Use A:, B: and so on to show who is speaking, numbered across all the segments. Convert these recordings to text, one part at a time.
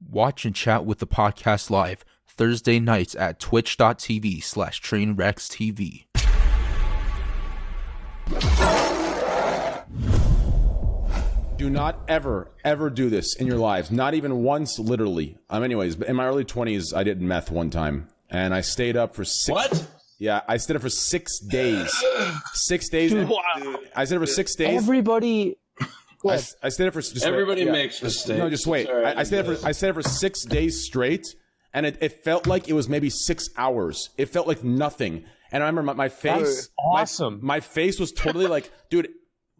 A: Watch and chat with the podcast live Thursday nights at twitch.tv slash trainwreckstv.
B: Do not ever, ever do this in your lives. Not even once, literally. Um, anyways, but in my early 20s, I did meth one time. And I stayed up for six.
C: What?
B: Yeah, I stayed up for six days. Six days.
C: Wow.
B: I stayed up for six days.
D: Everybody.
B: I, s- I stayed up for just
C: Everybody
B: wait. Yeah.
C: makes mistakes.
B: No, just wait.
C: Sorry,
B: I, I stayed up
C: guess.
B: for I stayed up for six days straight, and it, it felt like it was maybe six hours. It felt like nothing. And I remember my, my face. my-
D: awesome.
B: My, face was totally like, dude.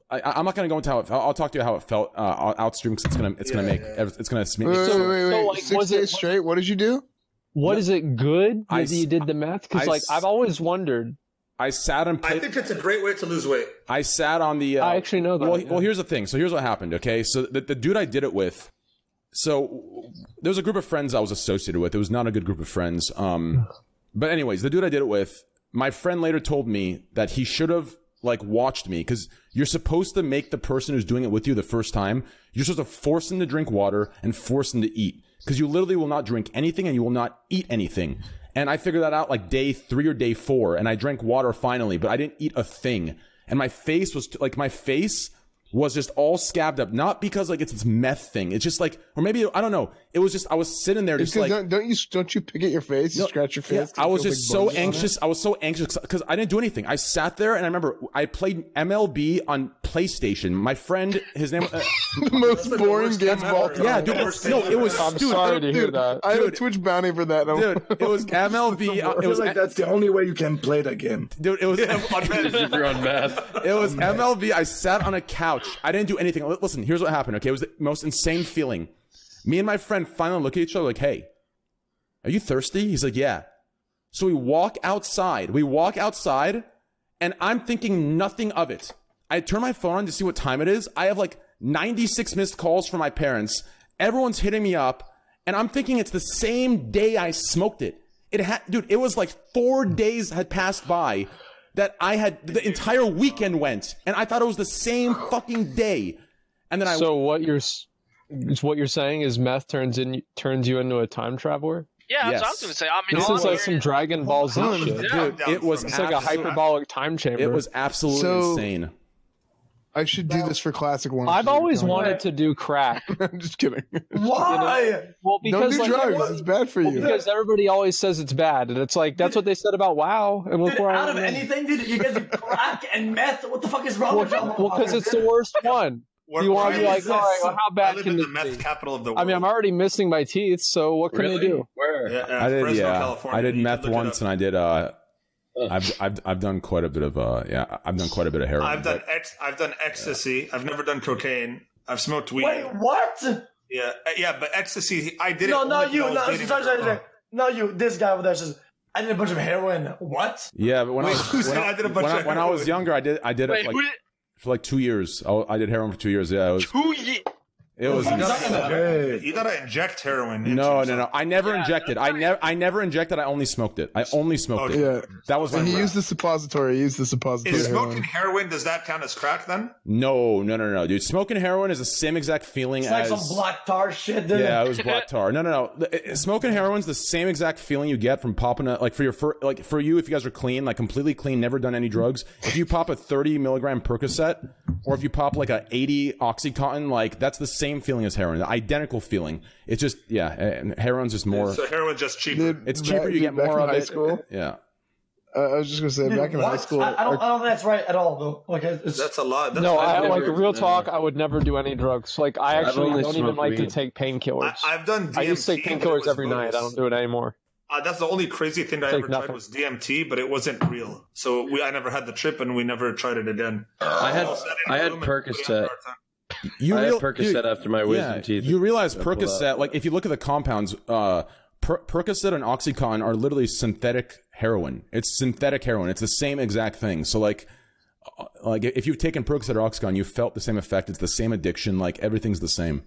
B: I, I- I'm not gonna go into how it. I'll, I'll talk to you how it felt uh, out- out stream because it's gonna it's gonna make it's gonna sm-
E: Wait, wait, wait, wait.
D: So, like,
E: Six
D: was it-
E: days straight. What did you do?
D: What is it good
B: I
D: that you
B: s-
D: did the math?
B: I
D: Because like
B: s-
D: I've always wondered.
B: I sat and
F: I
B: played.
F: think it's a great way to lose weight.
B: I sat on the. Uh,
D: I actually know that.
B: Well,
D: yeah.
B: well, here's the thing. So here's what happened. Okay, so the, the dude I did it with. So there was a group of friends I was associated with. It was not a good group of friends. Um, but anyways, the dude I did it with, my friend later told me that he should have like watched me because you're supposed to make the person who's doing it with you the first time. You're supposed to force them to drink water and force them to eat because you literally will not drink anything and you will not eat anything. And I figured that out like day three or day four, and I drank water finally, but I didn't eat a thing. And my face was like my face was just all scabbed up, not because like it's this meth thing. It's just like, or maybe I don't know. It was just I was sitting there just
E: It's 'cause
B: like
E: don't, don't you don't you pick at your face,
B: no,
E: scratch your
B: yeah,
E: face?
B: I was just so anxious. I was so anxious because I didn't do anything. I sat there and I remember I played MLB on PlayStation. My friend, his name. Uh,
E: the most
F: like the
E: boring
F: worst
E: game of
F: game
E: all
F: ever.
E: time.
B: yeah, dude.
F: Worst
B: No,
F: thing
B: it was.
F: ever.
D: I'm
B: dude,
D: sorry to
B: dude,
D: hear that.
E: I had a
B: Dude.
E: Twitch bounty for that.
B: Dude, it was MLB. uh,
G: I
B: It
G: feel
B: was
G: like that's the only way you can play that game.
B: dude. It was. It
C: if you're on math.
B: was MLB. I sat on a couch. I didn't do anything. Li- Listen, here's what happened. Okay, it was the most insane feeling. Me and my friend finally look at each other like, "Hey, are you thirsty?" He's like, "Yeah." So we walk outside. We walk outside, and I'm thinking nothing of it. I turn my phone on to see what time it is. I have like 96 missed calls from my parents. Everyone's hitting me up, and I'm thinking it's the same day I smoked it. It had, dude, it was like four days had passed by that I had the entire weekend went, and I thought it was the same fucking day. And then I
D: So what you're s- is what you're saying is meth turns in turns you into a time traveler.
H: Yeah, that's what I was
B: Yes.
H: gonna say. I mean,
D: This
H: all
D: is
H: I'm
D: like some
H: hearing-
D: Dragon Ball Z
E: on.
D: shit.
H: Yeah, I'm
B: dude,
H: down
B: it was
H: for
D: It's like a
B: absolute-
D: hyperbolic time chamber.
B: It was absolutely
E: So-
B: insane.
E: I should do this for classic one.
D: I've always
E: Don't-
D: wanted to do crack.
E: I'm just kidding.
G: Why?
D: Well,
E: Don't
D: because
E: do
D: like,
E: drugs. It's bad for
D: well,
E: you.
D: because everybody always says it's bad, and it's like that's what they said about WoW. And look
C: Dude,
D: where
C: out
D: I
C: of
D: am.
C: anything, dude, you guys do crack and meth. What the fuck is wrong
D: Well,
C: with y'all?
D: because it's the worst one.
F: We're-
D: You wanna
F: we're
D: be like,
F: in
D: all right,
F: this-
D: well, how bad
F: I live
D: can
F: in the
D: this be?
F: meth capital of the world.
D: I mean, I'm already missing my teeth, so what can
C: Really?
D: they do?
C: Where?
F: Yeah, yeah,
B: I did,
F: Fresno,
B: yeah.
F: California.
B: I did
F: You can
B: meth
F: look it
B: once,
F: up.
B: and I did. Uh, I've, I've I've done quite a bit of. Uh, yeah, I've done quite a bit of heroin.
F: I've done
B: but-
F: ex- I've done ecstasy. I've never done cocaine. I've smoked weed.
C: Wait, what?
F: Yeah, uh, yeah, but ecstasy. I did it.
C: No,
F: only
C: not
F: when
C: you.
F: I was
C: No,
F: dating
C: sorry, sorry,
F: a girl.
C: sorry. No, you. This guy over there says, I did a bunch of heroin. What?
B: yeah, but when I
F: who
B: when,
F: said
B: I,
F: I did a bunch
B: when, I,
F: of
B: when I was
F: heroin?
B: younger, I did I did
H: Wait,
B: it like,
H: who,
B: for like two years. I, I did heroin for two years. Yeah, it was
H: who ye-
B: it was.
F: You gotta,
G: Hey.
F: you gotta inject heroin. into
B: No, no,
F: yourself.
B: no. I never
H: Yeah,
B: injected. I
H: that's
B: never I never injected. I only smoked it. I only smoked
F: Okay.
B: it.
E: Yeah.
B: That was my
E: And he
B: route.
E: used the suppository. He used the suppository.
F: Is
E: heroin.
F: smoking heroin does that count as crack then?
B: no, no, no, no, dude. Smoking heroin is the same exact feeling
C: It's like
B: as
C: some black tar shit, dude.
B: Yeah, it was black tar. No, no, eh, no. It- it- Smoking heroin's the same exact feeling you get from popping a like for your fir- like for you if you guys are clean, like completely clean, never done any drugs. If you pop a thirty milligram Percocet, or if you pop like a eighty OxyContin, like that's the same feeling as heroin, the identical feeling. It's just yeah, eh, and heroin's just more.
F: So heroin just cheaper.
E: Dude,
B: It's
E: back-
B: cheaper. You
E: dude,
B: get
E: back
B: more
E: in
B: of
E: high
B: it.
E: school.
B: Yeah.
E: Uh, I was just gonna say,
C: Dude,
E: back in
C: what?
E: high school,
C: I, I don't, I don't think that's right at all, though. Like, it's,
F: That's a lot. That's
D: No, I
F: I've,
D: like
G: never-
D: real
G: no.
D: talk. I would never do any drugs. Like I
G: I've
D: actually
G: only
D: don't even
G: smoked
D: like to
G: weed.
D: take
F: I,
D: painkillers. I,
F: have done. DMT,
D: used to take
F: but it
D: painkillers
F: was
D: every night. I
F: bogus.
D: don't do it anymore.
F: Uh, that's the only crazy thing that I
D: Take
F: ever
D: nothing.
F: tried was DMT, but it wasn't real. So we, I never had the trip, and we never tried it again.
G: I had
F: Sat in
G: I
F: a
G: had
F: room and put it
G: Percocet.
F: on our time.
B: You
G: I had
B: real-
G: Percocet
B: dude,
G: after my wisdom teeth.
B: You realize
G: I pulled
B: Percocet,
G: out.
B: like if you look at the compounds, uh, per- Percocet and OxyContin are literally synthetic heroin. It's synthetic heroin. It's the same exact thing. So like, uh, like if you've taken Percocet or OxyContin, you felt the same effect. It's the same addiction. Like everything's the same.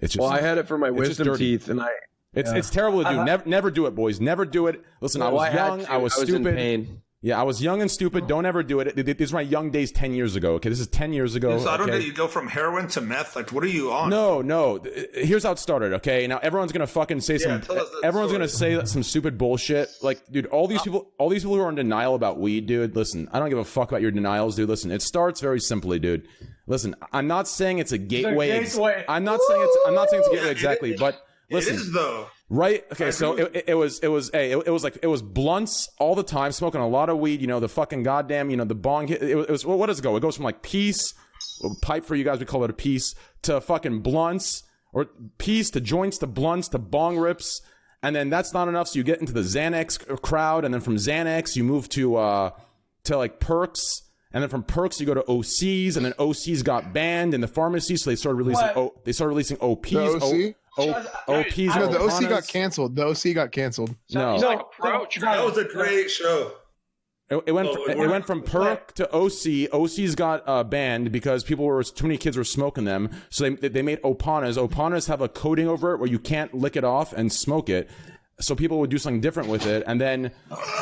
B: It's just
G: Well, I had it for my
B: It's just
G: wisdom
B: dirty.
G: teeth, and I.
B: it's it's terrible to do. Never never do it, boys. Never do it. Listen, I
G: Well,
B: was
G: had
B: young.
G: to.
B: I was
G: in
B: stupid.
G: pain.
B: Yeah, I was young and stupid. Don't ever do it. Th- th- These are my young days 10 years ago. Okay, this is 10 years ago.
F: So I don't
B: okay?
F: get you go from heroin to meth. Like, what are you on?
B: No, no. Th- Here's how it started, okay? Now everyone's gonna fucking say some.
F: tell us that
B: Everyone's
F: story. Uh-huh.
B: gonna say that some stupid bullshit. Like, dude, all these people, all these people who are in denial about weed, dude. Listen, I don't give a fuck about your denials, dude. Listen, it starts very simply, dude. Listen, I'm not saying it's a gateway. ex-
C: gateway.
B: I'm not saying it's. I'm not saying it's a gateway
F: Woo!
B: exactly, but listen,
F: It is though.
B: Right. Okay. So
F: agree
B: it, it- it was it was hey, it, it was like it was blunts all the time, smoking a lot of weed. You know the fucking goddamn you know the bong. Hit, it, was- it was what does it go? It goes from like piece a pipe for you guys. We call it a piece to fucking blunts or piece to joints to blunts to bong rips, and then that's not enough. So you get into the Xanax c- crowd, and then from Xanax you move to uh to like perks. And then from perks you go to OCs, and then OCs got banned in the pharmacy, so they started releasing
C: What?
B: o, they started releasing OPs.
E: OC?
B: O,
F: uh,
B: o, OPs.
E: No, the OC
B: O'Connors.
E: got canceled. The OC got canceled.
B: No,
C: No,
H: like a pro
C: no, no.
F: That was a great show.
B: It, it went.
F: Oh,
B: from,
F: it
B: it,
F: worked.
B: went from perk to OC. OCs got uh, banned because people were too many kids were smoking them. So they they made opanas. Opanas have a coating over it where you can't lick it off and smoke it. So people would do something different with it. And then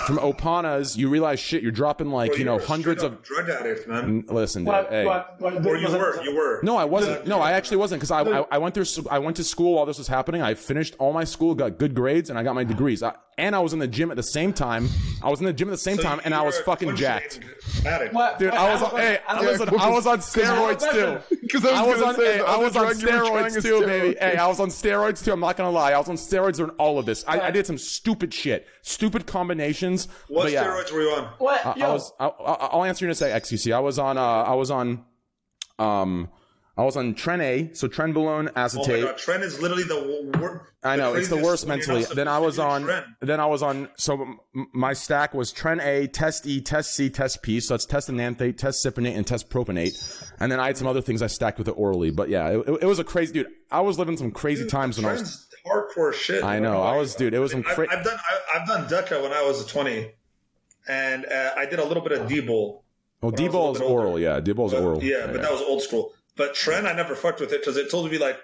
B: from opanas, you realize shit. You're dropping like you know
F: were a
B: hundreds of.
F: straight-up drug addicts, man.
B: Listen, dude.
C: What,
B: hey.
C: what, what,
F: Or you
C: was it-
F: were. You were.
B: No, I wasn't. No, I actually wasn't because I, I I went through s- I went to school while this was happening. I finished all my school, got good grades, and I got my degrees. I, and I was in the gym at the same time. I was in the gym at the same
F: So
B: time,
F: you
B: and I
F: were
B: was
F: a
B: fucking
F: punching
B: jacked.
F: addict.
C: what-
B: Dude,
C: what-
B: I was on. Hey, I
E: Yeah,
B: was on.
E: because-
B: I was on
E: because-
B: steroids too.
E: 'Cause I was gonna
B: on.
E: say
B: hey,
E: the
B: I
E: other
B: was on
E: drug you were trying
B: steroids
E: is
B: too, baby.
E: steroids.
B: Hey, I was on steroids too. I'm not gonna lie. I was on steroids during all of this. I, I did some stupid shit, stupid combinations.
F: What
B: but yeah,
F: steroids were you on?
C: What?
B: I,
C: Yo,
B: I was. I, I, I'll answer you in a sec, XQC. I was on. Uh, I was on. Um, I was on Tren A, so trenbolone
F: Oh my
B: acetate.
F: god, Trent is literally the worst.
B: I know it's the worst mentally. Then I was on. Then I was on. So m- my stack was Tren A, Test E, Test C, Test P. So that's testananthate, test cypionate, and test propionate. And then I had some other things I stacked with it orally. But yeah, it, it was a crazy dude. I was living some crazy times when I was.
F: Trent's hardcore shit.
B: I
F: man.
B: know.
F: Oh my
B: I was,
F: God.
B: dude. It was
F: I mean,
B: some
F: I've,
B: cra-
F: I've done. I, I've done Deca when I was twenty, and uh, I did a little bit of D-ball.
B: Oh,
F: when I
B: D
F: was a
B: ball's
F: little bit older.
B: oral. Yeah, D ball's
F: But-
B: oral.
F: Yeah, but that was old school. But Trent, I never fucked with it because it told me like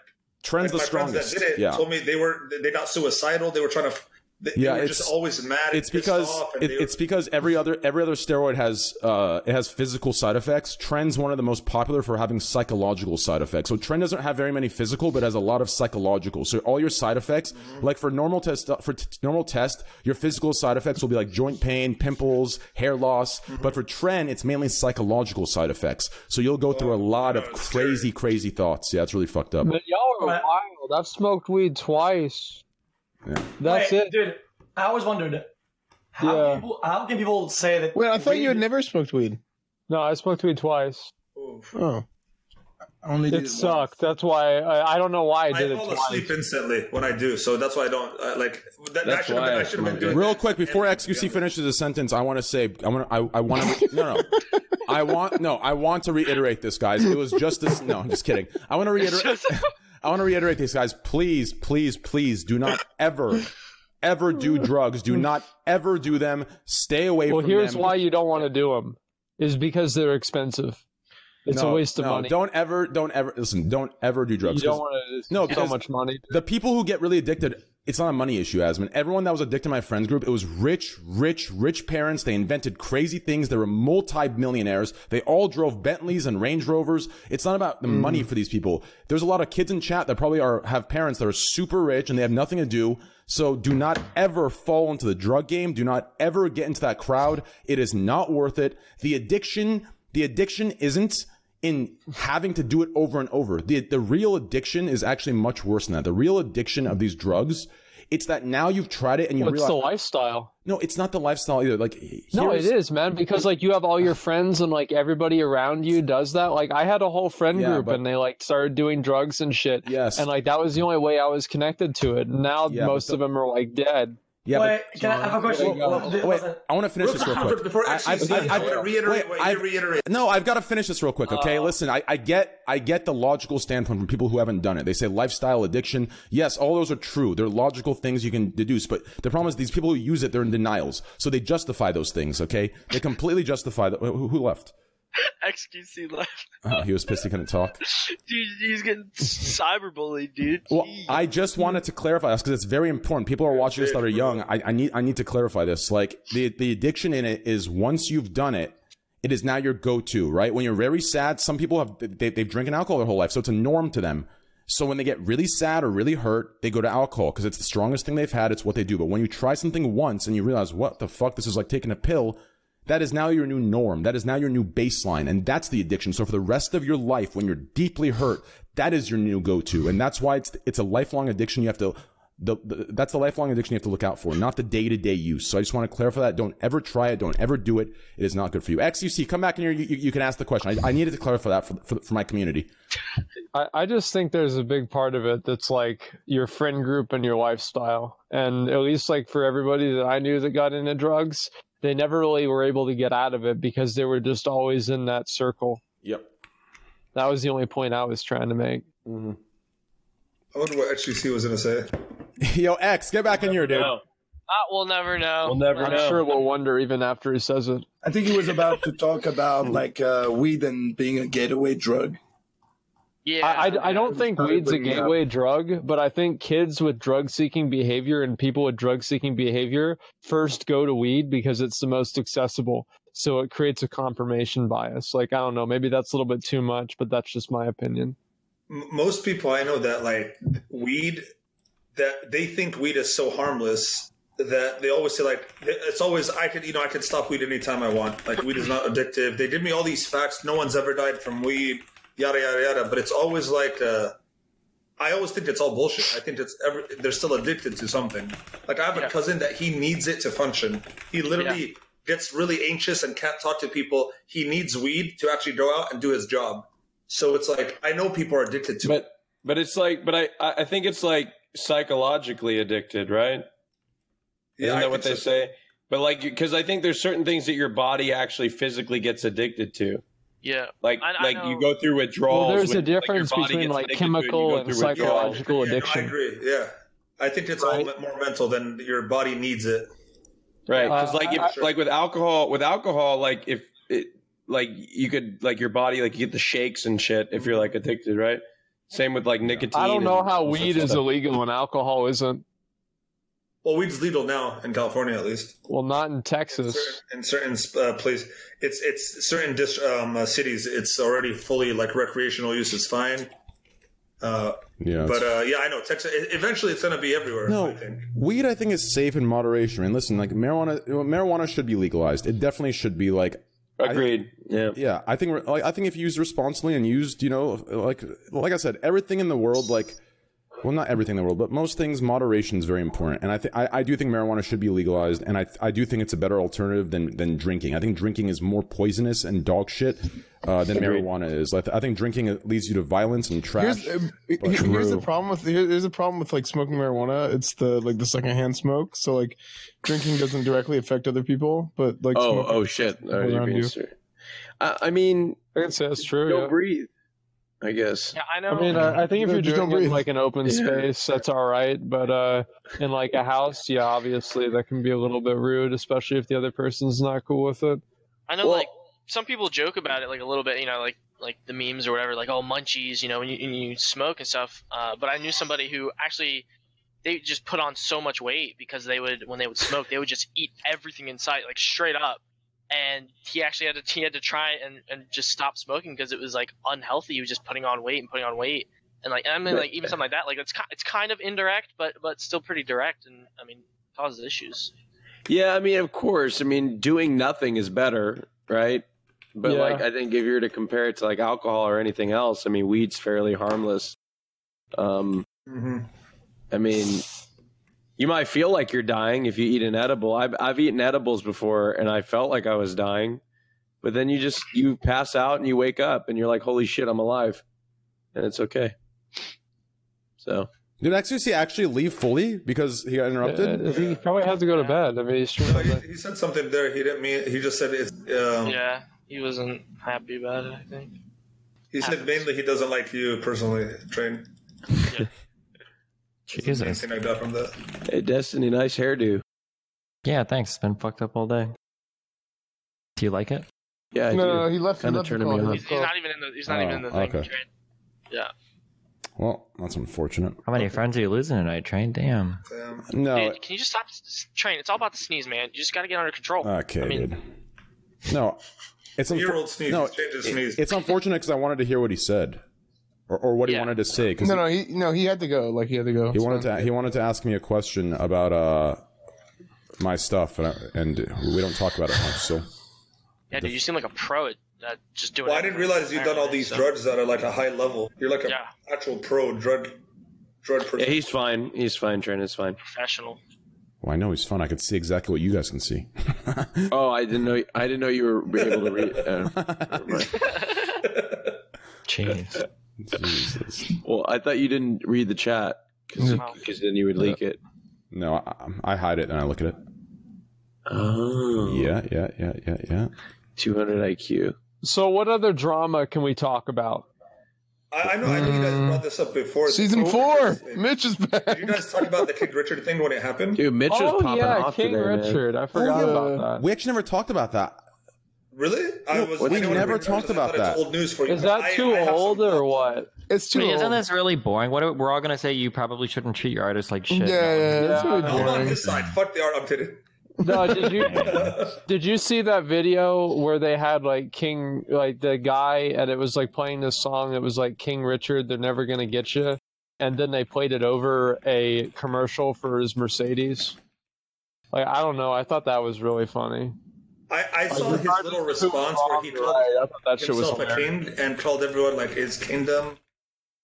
B: Tren's the
F: like, my
B: strongest.
F: friends that did it
B: yeah.
F: told me they were they got suicidal. They were trying to. f- They,
B: Yeah,
F: they were
B: it's-
F: just always mad. and
B: it's
F: pissed
B: because
F: off, and
B: it,
F: they were-
B: it's because every other every other steroid has uh, it has physical side effects. Trend's one of the most popular for having psychological side effects. So Trend doesn't have very many physical, but has a lot of psychological. So all your side effects,
F: Mm-hmm.
B: like for normal test for t- normal test, your physical side effects will be like joint pain, pimples, hair loss.
F: Mm-hmm.
B: But for Trend, it's mainly psychological side effects. So you'll go
F: Oh,
B: through a lot of crazy, crazy thoughts. Yeah, it's really fucked up.
D: But y'all are wild. I've smoked weed twice. That's
C: wait,
D: it.
C: dude. I always wondered how
D: Yeah.
C: people, how can people say that?
E: Wait, I thought
C: weed-
E: you had never smoked weed.
D: No, I smoked weed twice.
E: Oh,
G: Only
D: It sucked. That's why I, I don't know why I
F: I
D: did it
F: fall
D: twice.
F: asleep instantly when I do, so that's why I don't uh, like. That, that
G: That's
F: should have
G: why
F: been, I
G: I
F: should have been
G: smoke
F: doing.
G: it.
B: Real quick, before
F: Yeah.
B: XQC finishes the sentence, I want to say, I want, to, I, I want to, no, no, I want, no, I want to reiterate this, guys. It was just this. No, I'm just kidding. I want to reiterate. I want to reiterate this, guys. Please, please, please, do not ever, ever do drugs. Do not ever do them. Stay away
D: Well,
B: from
D: here's
B: them.
D: why you don't want to do them: is because they're expensive. It's
B: No,
D: a waste of
B: no,
D: money.
B: Don't ever, don't ever listen. Don't ever do
D: you
B: drugs.
D: don't
B: 'cause
D: want to
B: No,
D: so
B: because-
D: much money.
B: the people who get really addicted it's not a money issue asman everyone that was addicted to my friends group it was rich rich rich parents they invented crazy things they were multi-millionaires they all drove bentleys and range rovers it's not about the money for these people there's a lot of kids in chat that probably are have parents that are super rich and they have nothing to do so do not ever fall into the drug game do not ever get into that crowd it is not worth it the addiction the addiction isn't in having to do it over and over. The, the real addiction is actually much worse than that. The real addiction of these drugs, it's that now you've tried it and you
D: It's
B: realize
D: the lifestyle.
B: no, it's not the lifestyle either. Like
D: No, it
B: here's-
D: is, man. Because like you have all your friends and like everybody around you does that. Like I had a whole friend
B: Yeah,
D: group
B: but-
D: and they like started doing drugs and shit.
B: Yes.
D: And like that was the only way I was connected to it. Now
B: Yeah, but
D: most
B: the-
D: of them are like dead.
B: Yeah, but-
C: Wait, can I have a question?
D: Wait,
C: Well,
B: wait,
C: th- listen,
B: I want to finish this real quick.
F: Before
B: I-
F: actually,
B: I've-
F: I,
B: I've-
F: want to
B: wait,
F: reiterate what
B: I've-
F: you reiterate.
B: No, I've got to finish this real quick. Okay, listen, I, I get I get the logical standpoint from people who haven't done it. They say lifestyle addiction. Yes, all those are true. They're logical things you can deduce. But the problem is these people who use it, they're in denials, so they justify those things. Okay, they completely justify. The, who, who left?
H: XQC left.
B: Oh, he was pissed he couldn't talk.
H: Dude, he's getting cyberbullied, dude.
B: Well,
H: Jeez.
B: I just wanted to clarify this because it's very important. People are watching this that are young. I, I need I need to clarify this. Like the the addiction in it is once you've done it, it is now your go to. Right when you're very sad, some people have they, they've drinking alcohol their whole life, so it's a norm to them. So when they get really sad or really hurt, they go to alcohol because it's the strongest thing they've had. It's what they do. But when you try something once and you realize what the fuck this is like taking a pill, that is now your new norm. That is now your new baseline. And that's the addiction. So for the rest of your life, when you're deeply hurt, that is your new go-to. And that's why it's, it's a lifelong addiction. You have to, the, the, that's the lifelong addiction you have to look out for, not the day-to-day use. So I just want to clarify that. Don't ever try it. Don't ever do it. It is not good for you. XUC, come back in here. You, you, you can ask the question. I, I needed to clarify that for, for, for my community.
D: I, I just think there's a big part of it that's like your friend group and your lifestyle. And at least like for everybody that I knew that got into drugs, they never really were able to get out of it because they were just always in that circle.
B: Yep.
D: That was the only point I was trying to make.
I: Mm-hmm.
F: I wonder what HGC was going to say.
B: Yo, X, get back in here, dude.
I: No.
H: Ah, we'll never know.
I: We'll never
D: I'm
I: know.
D: sure we'll wonder even after he says it.
G: I think he was about to talk about like uh, weed and being a gateway drug.
H: Yeah.
D: I, I, I don't think
G: Probably
D: weed's a
G: bringing it up.
D: gateway drug, but I think kids with drug seeking behavior and people with drug seeking behavior first go to weed because it's the most accessible. So it creates a confirmation bias. Like, I don't know, maybe that's a little bit too much, but that's just my opinion.
F: M- most people I know that like weed, that they think weed is so harmless that they always say like it's always I could you know I could stop weed anytime I want. Like weed is not addictive. They give me all these facts. No one's ever died from weed. Yada yada yada. But it's always like. Uh, I always think it's all bullshit. I think it's every, they're still addicted to something. Like I have a
H: Yeah.
F: cousin that he needs it to function. He literally gets really anxious and can't talk to people. He needs weed to actually go out and do his job. So it's like I know people are addicted to it.
I: But but it's like but I I I think it's like psychologically addicted, right? Isn't
F: I
I: that what they
F: think so.
I: say? But like because I think there's certain things that your body actually physically gets addicted to.
H: yeah.
I: Like
H: I- I
I: like
H: know-
I: you go through withdrawals.
D: Well, there's a
I: when- your
D: difference
I: body
D: between,
I: gets
D: like,
I: addicted to it, you
D: chemical
I: go
D: and
I: through
D: psychological Psychological
I: withdrawals.
F: Yeah, no,
D: addiction.
F: I agree. Yeah, I think it's all
D: Right.
F: more mental than your body needs it.
I: right because
D: Uh,
I: like if
F: I- I-
I: like with alcohol with alcohol like if it like you could like your body like you get the shakes and shit if you're like addicted right same with like nicotine
D: I don't know
I: and-
D: how
I: and
D: weed
I: stuff.
D: is illegal and alcohol isn't.
F: Well, weed's legal now in California, at least
D: Well, not in Texas.
F: in certain, in certain uh, places. It's it's certain dis- um, uh, cities. It's already fully like recreational use is fine. Uh,
B: Yeah.
F: but uh, yeah, I know Texas. e- Eventually, it's going to be everywhere.
B: No.
F: I think.
B: Weed, I think, is safe in moderation. And listen, like marijuana, marijuana should be legalized. It definitely should be like
I: agreed yeah
B: yeah i think like, i think if used responsibly and used you know like like i said everything in the world like well not everything in the world but most things moderation is very important and i think i do think marijuana should be legalized and i i do think it's a better alternative than than drinking i think drinking is more poisonous and dog shit uh, than marijuana is I, th- I think drinking leads you to violence and trash
E: Here's, uh, he- here's the problem with here- here's the problem with like smoking marijuana. It's the like the secondhand smoke. So like drinking doesn't directly affect other people, but like
I: oh
E: smoking-
I: oh shit All right,
E: Around
I: you're being
E: you.
I: serious. I, I mean
D: I guess that's true.
I: don't
D: yeah.
I: breathe i guess
H: Yeah, I uh, know.
D: I mean, I, I think if
E: No,
D: you're
E: just don't
D: doing it in
E: breathe.
D: like an open
I: Yeah.
D: space, that's all right. But uh, in like a house, yeah, obviously that can be a little bit rude, especially if the other person's not cool with it.
H: I know,
I: Well-
H: like some people joke about it, like a little bit, you know, like like the memes or whatever, like oh munchies, you know, when you, when you smoke and stuff. Uh, but I knew somebody who actually they just put on so much weight because they would when they would smoke, they would just eat everything in sight, like straight up. And he actually had to he had to try and, and just stop smoking because it was like unhealthy. He was just putting on weight and putting on weight. And like and I mean, like even something like that, like it's ki- it's kind of indirect, but but still pretty direct, and I mean causes issues.
I: yeah i mean of course i mean doing nothing is better right but
D: Yeah.
I: like i think if you were to compare it to like alcohol or anything else i mean weed's fairly harmless um
F: hmm
I: I mean, you might feel like you're dying if you eat an edible. I've, I've eaten edibles before and I felt like I was dying, but then you just you pass out and you wake up and you're like, holy shit, I'm alive, and it's okay. So
B: did xqc actually leave fully because he got interrupted
D: Uh, he probably has to go to bed. I mean, he's
F: No, he, he said something there. He didn't mean. He just said it's. Um,
H: Yeah, he wasn't happy about it. I think.
F: He said mainly he doesn't like you personally, train.
J: Jesus.
F: Anything I got from that.
I: hey, Destiny, nice hairdo.
J: Yeah, thanks. Been fucked up all day. Do you like it?
I: Yeah, I
E: no,
I: do.
E: no, he left. He
I: Kinda
E: left the
I: turning me
E: call.
I: on.
H: He's, he's not even in the. He's not
B: Oh,
H: even in the thing.
B: okay.
H: Trent. Yeah.
B: Well, that's unfortunate.
J: How many friends are you losing tonight, Train? Damn.
F: Damn.
B: No.
H: Dude, can you just stop s- s- train? It's all about the sneeze, man. You just got to get under control.
B: Okay,
H: Oh, I mean,
B: dude. No, it's
F: Year old sneeze.
B: No,
F: Change his
B: it-
F: sneeze.
B: it's unfortunate because I wanted to hear what he said, or, or what he
H: Yeah.
B: wanted to say. Because
E: No, no, he no, he had to go. Like he had to go.
B: he wanted to he wanted to ask me a question about uh my stuff, and, I, and we don't talk about it much. So
H: yeah, dude, you seem like a pro at uh, just doing.
F: Well, I didn't
H: everything.
F: realize you've done all these
H: So-
F: drugs that are like a high level. You're like a
H: Yeah.
F: actual pro drug drug person.
I: Yeah, he's fine. He's fine. Trent is fine.
H: Professional.
B: well, I know he's fun. I could see exactly what you guys can see.
I: Oh, I didn't know. I didn't know you were able to read. Uh, never mind.
J: Jeez.
B: Jesus.
I: well, I thought you didn't read the chat
H: Wow.
I: because then you would leak it.
B: No, I, I hide it and I look at it.
I: Oh,
B: Yeah, yeah, yeah, yeah, yeah.
I: 200 IQ.
D: So, what other drama can we talk about?
F: I, I know. I know you guys brought this up before.
E: Season
F: Did
E: four.
F: you guys-
E: Mitch is back.
F: Did you guys talk about the King Richard thing when it happened?
I: Dude, Mitch was
D: oh
I: popping
D: yeah,
I: off
D: King
I: today, man.
D: Richard. I forgot
B: yeah.
D: about
B: We actually never talked about that.
F: Really? I was.
B: we
F: I know when
B: never
F: it happened,
B: talked
F: I thought
B: about that.
F: It's old news for
D: that.
F: you.
D: Is that
F: I-
D: too
F: I have some
D: old or
F: thoughts.
D: what?
E: It's too
J: Wait,
E: old.
J: isn't this really boring? What are, we're all gonna say you probably shouldn't treat your artists like
E: yeah,
J: shit.
E: yeah, that's
D: Yeah,
E: really
D: no,
F: I'm on
E: boring.
F: his side. Fuck the art. I'm kidding.
D: No, did you did you see that video where they had like King, like the guy, and it was like playing this song. It was like King Richard. They're never gonna get you. And then they played it over a commercial for his Mercedes. Like I don't know. I thought that was really funny.
F: I, I saw his little response where he called
D: Right, I thought that shit was
F: himself a
D: hilarious.
F: king and called everyone like his kingdom.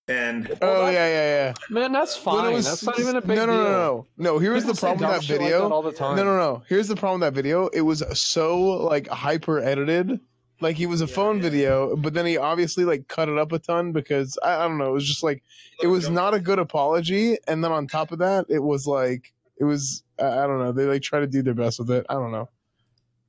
F: And
E: Oh yeah, yeah, yeah.
D: Man, that's
E: When
D: fine.
E: it was-
D: that's not even a big
E: no, no,
D: deal.
E: No, no, no, no. Here's the
D: People say
E: problem
D: dumb
E: with that
D: shit like
E: video.
D: all the time.
E: No, no, no. Here's the problem with that video. It was so like hyper edited. Like he was a phone video, but then he obviously like cut it up a ton because I, I don't know. It was just like it was not a good apology, and then on top of that, it was like it was I, I don't know. They like try to do their best with it. I don't know.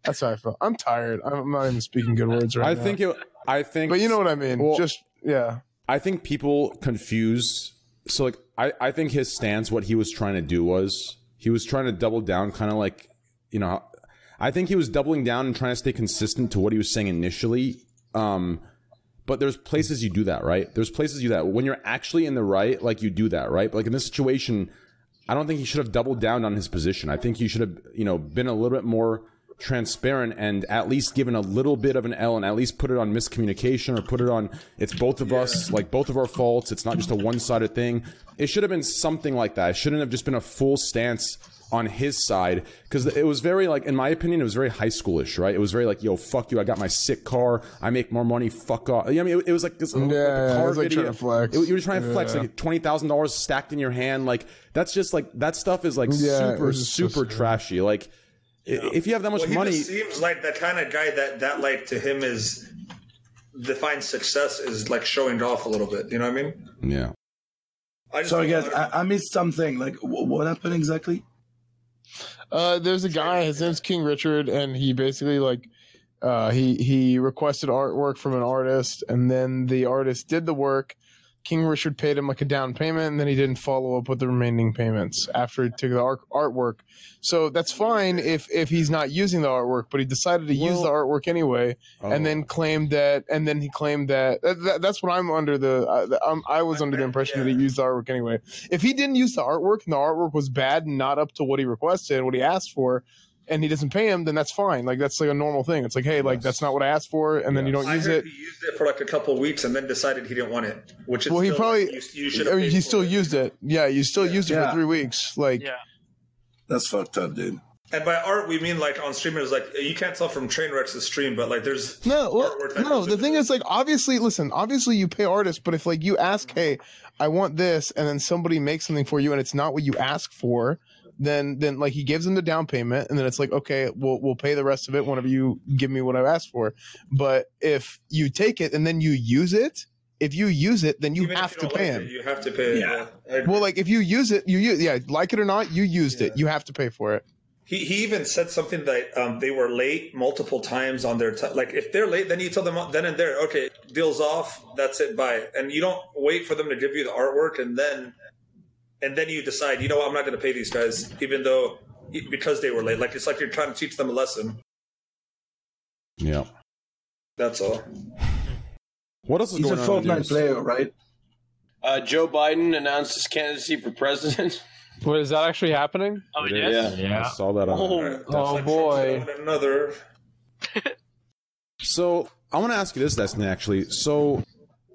E: That's how I feel. I'm tired. I'm not even speaking good words right
B: I
E: now.
B: think it. I think.
E: but you know what I mean.
B: Well-
E: just yeah.
B: I think people confuse. So like, I I think his stance, what he was trying to do was he was trying to double down, kind of like you know, I think he was doubling down and trying to stay consistent to what he was saying initially. Um, but there's places you do that, right? There's places you do that when you're actually in the right, like you do that, right? But like in this situation, I don't think he should have doubled down on his position. I think he should have, you know, been a little bit more transparent and at least given a little bit of an L and at least put it on miscommunication or put it on it's both of us, like both of our faults. It's not just a one sided thing. It should have been something like that. It shouldn't have just been a full stance on his side because it was very like in my opinion it was very high schoolish right it was very like yo fuck you i got my sick car i make more money fuck off You know what i mean it, it was like this yeah,
E: yeah, it was, like, trying to flex.
B: you were trying to flex
E: Yeah.
B: like twenty thousand dollars stacked in your hand. Like that's just like that stuff is like
E: Yeah, it
B: super
E: was just so
B: super
E: sad.
B: trashy. Like i- if you have that much
F: Well, he
B: money,
F: just seems like the kind of guy that that like to him is defines success is like showing off a little bit. You know what I mean?
B: yeah.
F: I just
G: Sorry, guys, I, I missed something. Like, wh- what happened exactly?
E: Uh, there's a guy. His name's King Richard, and he basically like uh, he he requested artwork from an artist, and then the artist did the work. King Richard paid him like a down payment, and then he didn't follow up with the remaining payments after he took the art- artwork. So that's fine if if he's not using the artwork, but he decided to use
B: Well-
E: the artwork anyway,
B: Oh,
E: and
F: Oh.
E: then claimed that, and then he claimed that, that, that- that's what I'm under the uh, I'm, I was under the impression that he used the artwork anyway. If he didn't use the artwork and the artwork was bad and not up to what he requested, what he asked for, and he doesn't pay him, then that's fine. Like that's like a normal thing. It's like, hey, like
B: Yes.
E: that's not what I asked for, and then you don't
F: I
E: use
F: heard
E: it.
F: he used it for like a couple weeks and then decided he didn't want it. Which is
E: Well, he
F: still,
E: probably-
F: like, you, you should.
E: I
F: have
E: mean,
F: paid
E: he
F: for
E: still
F: it.
E: used it. Yeah, you still used it
G: Yeah.
E: for three weeks. Like,
H: Yeah.
G: That's fucked up, dude.
F: And by art, we mean like on streamers, like you can't tell from Trainwreck's stream, but like there's
E: No, well,
F: artwork that
E: no.
F: goes
E: The
F: into
E: thing
F: it.
E: is, like, obviously, listen. Obviously, you pay artists, but if like you ask, "Hey, I want this," and then somebody makes something for you, and it's not what you ask for, then then like he gives them the down payment, and then it's like, okay, we'll we'll pay the rest of it whenever you give me what I've asked for. But if you take it and then you use it, if you use it, then you
F: Even if
E: have to
F: don't
E: pay him.
F: like it, You have to pay.
G: Yeah.
F: I agree.
E: well, like if you use it, you use yeah, like it or not, you used it.
F: Yeah.
E: You have to pay for it.
F: He, he even said something that um, they were late multiple times on their t- like if they're late then you tell them then and there okay deals off that's it bye and you don't wait for them to give you the artwork and then and then you decide you know what I'm not going to pay these guys even though e, because they were late like it's like you're trying to teach them a lesson
B: Yeah.
F: That's all.
B: What else is
G: He's a
B: going on? in the
G: Fortnite
B: news?
G: player, right?
I: Uh, Joe Biden announced his candidacy for president.
D: What is that actually happening?
H: Oh, we
I: It
H: did.
I: is.
B: I saw that on.
H: Oh.
F: Alright,
D: Oh,
F: like
D: boy.
F: one Another.
B: So I want to ask you this, Destin. Actually, so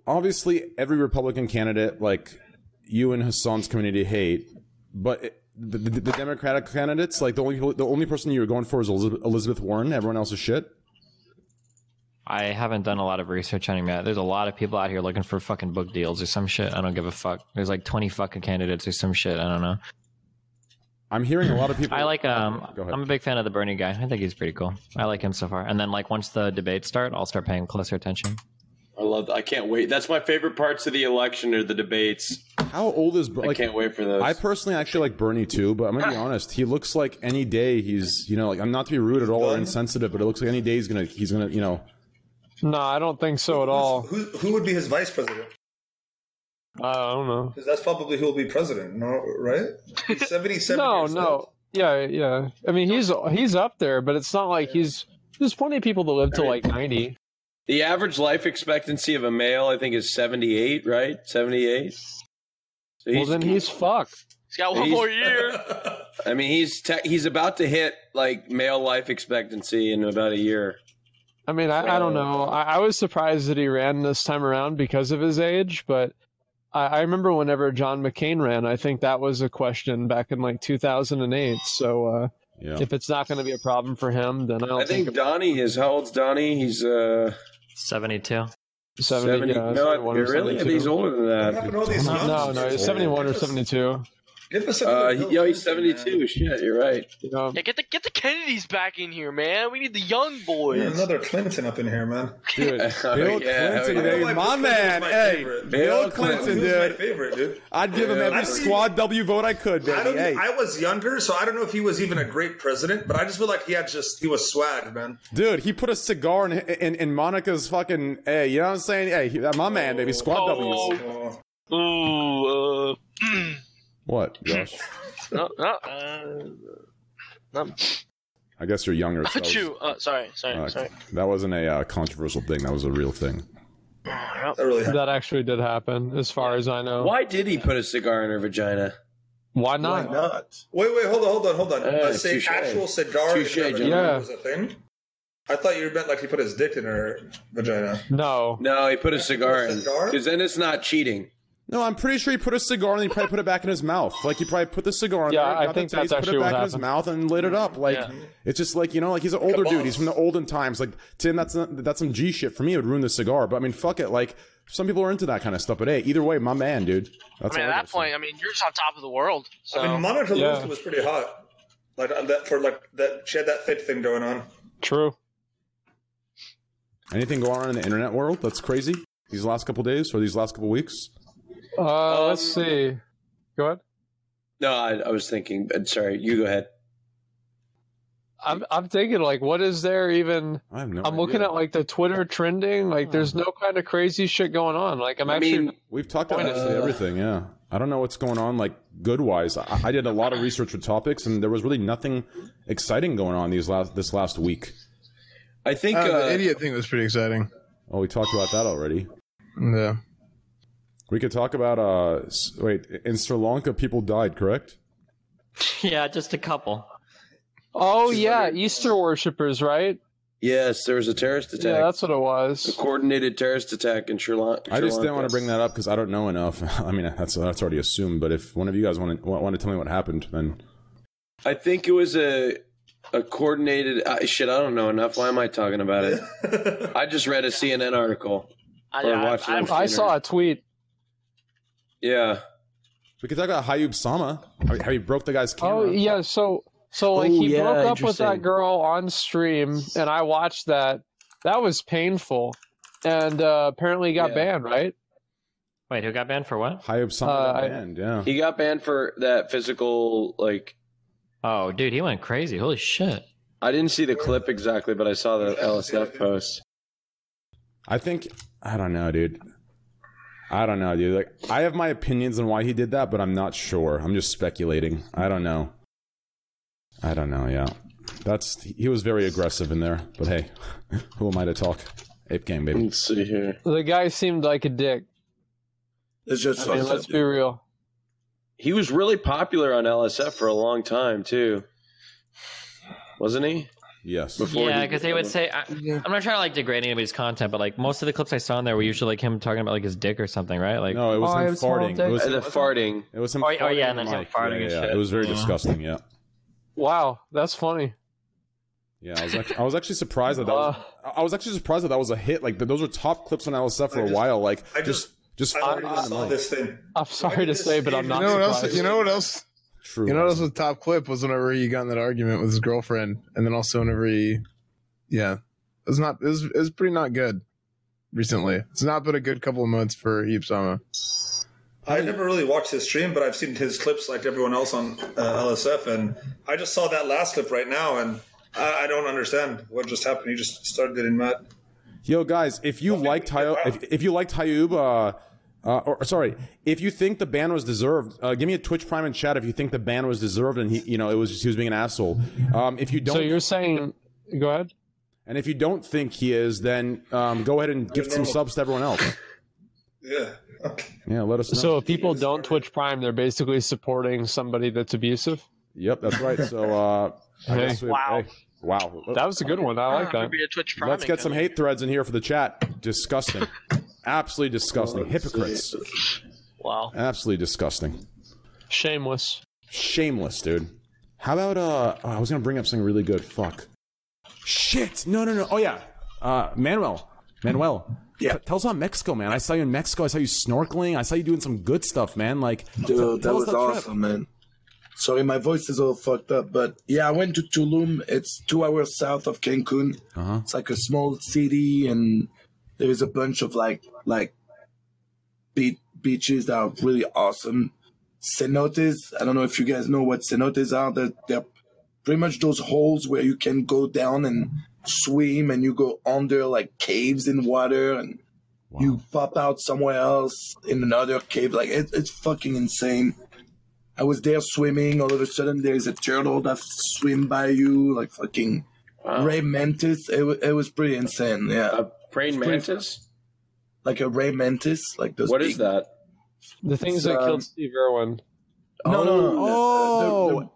B: obviously every Republican candidate, like you and Hassan's community, hate, but it, the, the, the Democratic candidates, like the only people- the only person you're going for is Elizabeth, Elizabeth Warren. Everyone else is shit.
J: I haven't done a lot of research on him yet. There's a lot of people out here looking for fucking book deals or some shit. I don't give a fuck. There's like 20 fucking candidates or some shit. I don't know.
B: I'm hearing a lot of people.
J: I like um.
B: Go ahead.
J: I'm a big fan of the Bernie guy. I think he's pretty cool. I like him so far. And then like once the debates start, I'll start paying closer attention.
I: I love. I can't wait. That's my favorite parts of the election or the debates.
B: How old is Br-
I: I
B: like?
I: can't wait for those.
B: I personally actually like Bernie too, but I'm gonna be honest. He looks like any day he's you know like I'm not to be rude at all or insensitive, but it looks like any day he's gonna he's gonna you know
D: No, I don't think so at all.
F: Who, who would be his vice president?
D: I don't know.
F: Because that's probably who will be president, no, right? He's 77
D: No,
F: years old.
D: no. Yeah, yeah. I mean, he's he's up there, but it's not like he's. There's plenty of people that live to like 90.
I: the average life expectancy of a male, I think, is seventy-eight. Right, seventy-eight. So
D: Well,
I: he's,
D: then he's fucked.
H: He's got one
I: He's-
H: more year.
I: I mean, he's te- he's about to hit like male life expectancy in about a year.
D: I mean, I, I don't know. I, I was surprised that he ran this time around because of his age, but I, I remember whenever John McCain ran, I think that was a question back in like 2008. So uh,
B: yeah.
D: if it's not going to be a problem for him, then I don't
I: I
D: think,
I: think Donnie is how old's Donnie? He's uh
J: 72.
D: 70, yeah,
I: no, I-
D: 71 uh, or
I: really? I think
D: 72.
I: he's older than
F: What
I: that.
F: happened to all these
D: No, no,
F: numbers?
D: no, he's 71 or 72.
F: Give us another
I: Uh, he,
F: Bill
I: yo, he's
F: Clinton, man.
I: seventy-two. Shit, you're right.
D: You know,
H: Yeah, get the get the Kennedys back in here, man. We need the young
F: We need
H: boys.
F: Another Clinton up in here, man.
B: Dude,
I: Oh,
B: Bill
I: yeah,
B: Clinton,
I: oh, yeah.
B: dude,
F: Bill
B: my
F: Clinton was
B: man.
F: my
B: hey, Bill
F: favorite.
I: Bill Clinton,
B: Clinton,
F: He was my
B: dude.
F: favorite, dude.
B: I'd give him every
I: Yeah.
F: I don't even-
B: squad W vote I could,
F: I
B: baby.
F: don't.
B: Hey,
F: I was younger, so I don't know if he was even a great president, but I just feel like he had just he was swag, man.
B: dude, he put a cigar in, in in Monica's fucking. Hey, you know what I'm saying? Hey, he- my man, baby, squad
H: Oh.
B: W's.
F: Oh,
H: Ooh, uh,
B: What, Josh?
H: no, no, uh, no.
B: I guess you're younger. So that was-
H: Achoo. Uh, sorry, sorry,
B: uh,
H: sorry.
B: That wasn't a uh, controversial thing. That was a real thing.
F: that really.
D: that actually did happen, as far as I know.
I: Why did he put a cigar in her vagina?
D: Why
G: Why
D: not?
G: not?
F: Wait, wait, hold on, hold on, hold on.
I: Eh,
F: Uh, say
I: touche.
F: actual cigar
I: Touche,
F: in her vagina
D: gentlemen.
F: was a thing. I thought you meant like he put his dick in her vagina.
D: No.
I: No, he put a cigar in.
F: Cigar?
I: Because then it's not cheating.
B: No, I'm pretty sure he put a cigar and he probably put it back in his mouth. Like he probably put the cigar in
D: Yeah,
B: there,
D: I
B: got the
D: think
B: taste,
D: that's
B: put
D: actually
B: it
D: what
B: back in his
D: happened.
B: mouth and lit it up. Like
H: Yeah.
B: it's just like you know, like he's an older dude.
F: on.
B: He's from the olden times. Like to him, that's not, that's some G shit. For me, it would ruin the cigar. But I mean, fuck it. Like some people are into that kind of stuff. But hey, either way, my man, dude. That's
H: I mean,
B: all
H: at
B: I
H: that
B: gotta say.
H: point, I mean, you're just on top of the world. So
F: I
G: Oh.
F: mean, Monica
D: Yeah.
F: Lewinsky was pretty hot. Like uh, that for like that. She had that fit thing going on.
D: True.
B: Anything going on in the internet world that's crazy these last couple days or these last couple weeks?
D: Uh,
I: Um,
D: let's see. Go ahead.
I: No, I, I was thinking. But sorry, you go ahead.
D: I'm, I'm thinking, like, what is there even?
B: I have no.
D: I'm looking
B: idea.
D: at, like, the Twitter trending. Like, there's no kind of crazy shit going on. Like, I'm
I: Hmm. I
D: actually.
I: mean,
B: We've talked about
D: Point
B: honestly everything, yeah. I don't know what's going on, like good wise. I, I did a lot of research with topics, and there was really nothing exciting going on these last this last week.
I: I think.
E: Uh,
I: Uh,
E: the idiot thing was pretty exciting.
B: Oh, we talked about that already.
E: Yeah.
B: We could talk about uh, s- wait, in Sri Lanka, people died, correct?
J: yeah, just a couple.
D: oh, yeah. Easter worshippers, right?
I: yes, there was a terrorist attack.
D: Yeah, that's what it
I: a
D: was.
I: coordinated terrorist attack in Sri Lan- Sri Lanka.
B: I just didn't want to bring that up because I don't know enough. I mean, that's that's already assumed. But if one of you guys want to want to tell me what happened, then
I: I think it was a a coordinated uh, shit. I don't know enough. Why am I talking about it? I just read a CNN article.
H: I,
I: Or
H: I,
I: watch
H: I,
I: it.
H: I-
D: I saw a tweet.
I: Yeah,
B: we could talk about Hayub Sama. How he- how he broke the guy's camera.
D: Oh, yeah. So, so like,
I: Oh,
D: he
I: yeah,
D: broke up with
I: interesting.
D: that girl on stream, and I watched that. That was painful. And uh, apparently he got
I: Yeah.
D: banned, right?
J: Wait, who got banned for what?
B: Hayub Sama
D: Uh,
B: got
D: I-
B: banned. Yeah.
I: he got banned for that physical. Like,
J: Oh, dude, he went crazy. Holy shit.
I: I didn't see the clip exactly, but I saw the LSF post.
B: I think I don't know, dude. I don't know, dude. Like I have my opinions on why he did that, but I'm not sure. I'm just speculating. I don't know. I don't know, yeah. That's he was very aggressive in there, but hey, who am I to talk? Ape Gang, baby.
I: Let's see here.
D: The guy seemed like a dick.
G: It's just
D: I mean, let's be real.
I: He was really popular on LSF for a long time too, wasn't he?
B: Yes.
I: Before
J: yeah,
I: he-
J: because they would say, I, I'm not trying to like degrade anybody's content, but like most of the clips I saw in there were usually like him talking about like his dick or something, right? Like,
B: No, it was
D: Oh,
B: him
D: I was
B: farting.
D: all
B: It was,
I: Uh, the farting.
B: it was him.
J: Oh, yeah, oh,
B: farting
J: yeah, and
B: on
J: then him
B: mic.
J: farting
B: Yeah,
J: and
B: yeah,
J: shit.
B: It was very
J: Yeah.
B: disgusting. Yeah.
D: Wow, that's funny. Uh,
B: Yeah, I was, actually, I was actually surprised that that was,
J: Uh,
B: I was actually surprised that that was a hit. Like th- those were top clips on LSF for
F: I
B: a
F: just-
B: while. Like
F: I
B: just
F: just-
B: just
F: I
B: farting
F: already
B: on
F: saw
B: the mic.
F: this thing.
D: I'm sorry to say, but I'm
E: You
D: not
E: know what else?
D: surprised.
E: You know what else?
B: True.
E: You know what else was top clip was whenever he got in that argument with his girlfriend, and then also whenever he, yeah, it was not. It was, it was pretty not good. Recently, it's not been a good couple of months for Ypsama.
F: I never really watched his stream, but I've seen his clips like everyone else on uh, LSF, and I just saw that last clip right now, and I, I don't understand what just happened. He just started getting mad.
B: Yo, guys, if you liked Hayo, if, if you liked Hayuba, uh, or sorry, if you think the ban was deserved, uh, give me a Twitch Prime and chat if you think the ban was deserved and he, you know, it was just he was being an asshole. Um, if you don't,
D: So you're saying, go ahead.
B: and if you don't think he is, then um, go ahead and gift some subs to everyone else.
F: Yeah.
B: Yeah, let us know.
D: So if people don't Twitch Prime, they're basically supporting somebody that's abusive.
B: yep, that's right. So, uh, I
D: Hey.
B: guess we,
H: Wow.
B: hey, wow,
I: Oh.
D: That was a good one. I like
H: Could
D: that.
H: be a Twitch Prime
B: Let's get some
H: income.
B: hate threads in here for the chat. Disgusting. Absolutely disgusting. Hypocrites.
H: Wow.
B: Absolutely disgusting.
D: Shameless.
B: Shameless, dude. How about uh oh, I was gonna bring up something really good. Fuck. Shit. No, no, no. Oh yeah. Uh Manuel. Manuel.
G: Yeah.
B: T- tell us about Mexico, man. I saw you in Mexico. I saw you snorkeling. I saw you doing some good stuff, man. Like t- tell
G: Dude, that
B: us
G: was
B: about the trip.
G: awesome, man. Sorry, my voice is all fucked up, but yeah, I went to Tulum. It's two hours south of Cancun.
B: Uh-huh.
G: It's like a small city, and there is a bunch of like like be- beaches that are really awesome. Cenotes. I don't know if you guys know what cenotes are. They're, they're pretty much those holes where you can go down and swim, and you go under like caves in water, and you pop out somewhere else in another cave. Like it, it's fucking insane. I was there swimming. All of a sudden, there's a turtle that swim by you, like fucking Ray Mantis. It, wa- it was pretty insane. Yeah,
I: A praying mantis.
G: like a Ray Mantis, like those.
I: What
G: big-
I: is that?
D: The things that
G: um,
D: killed Steve Irwin.
G: No, no, no.
B: Oh,
G: The- the- the-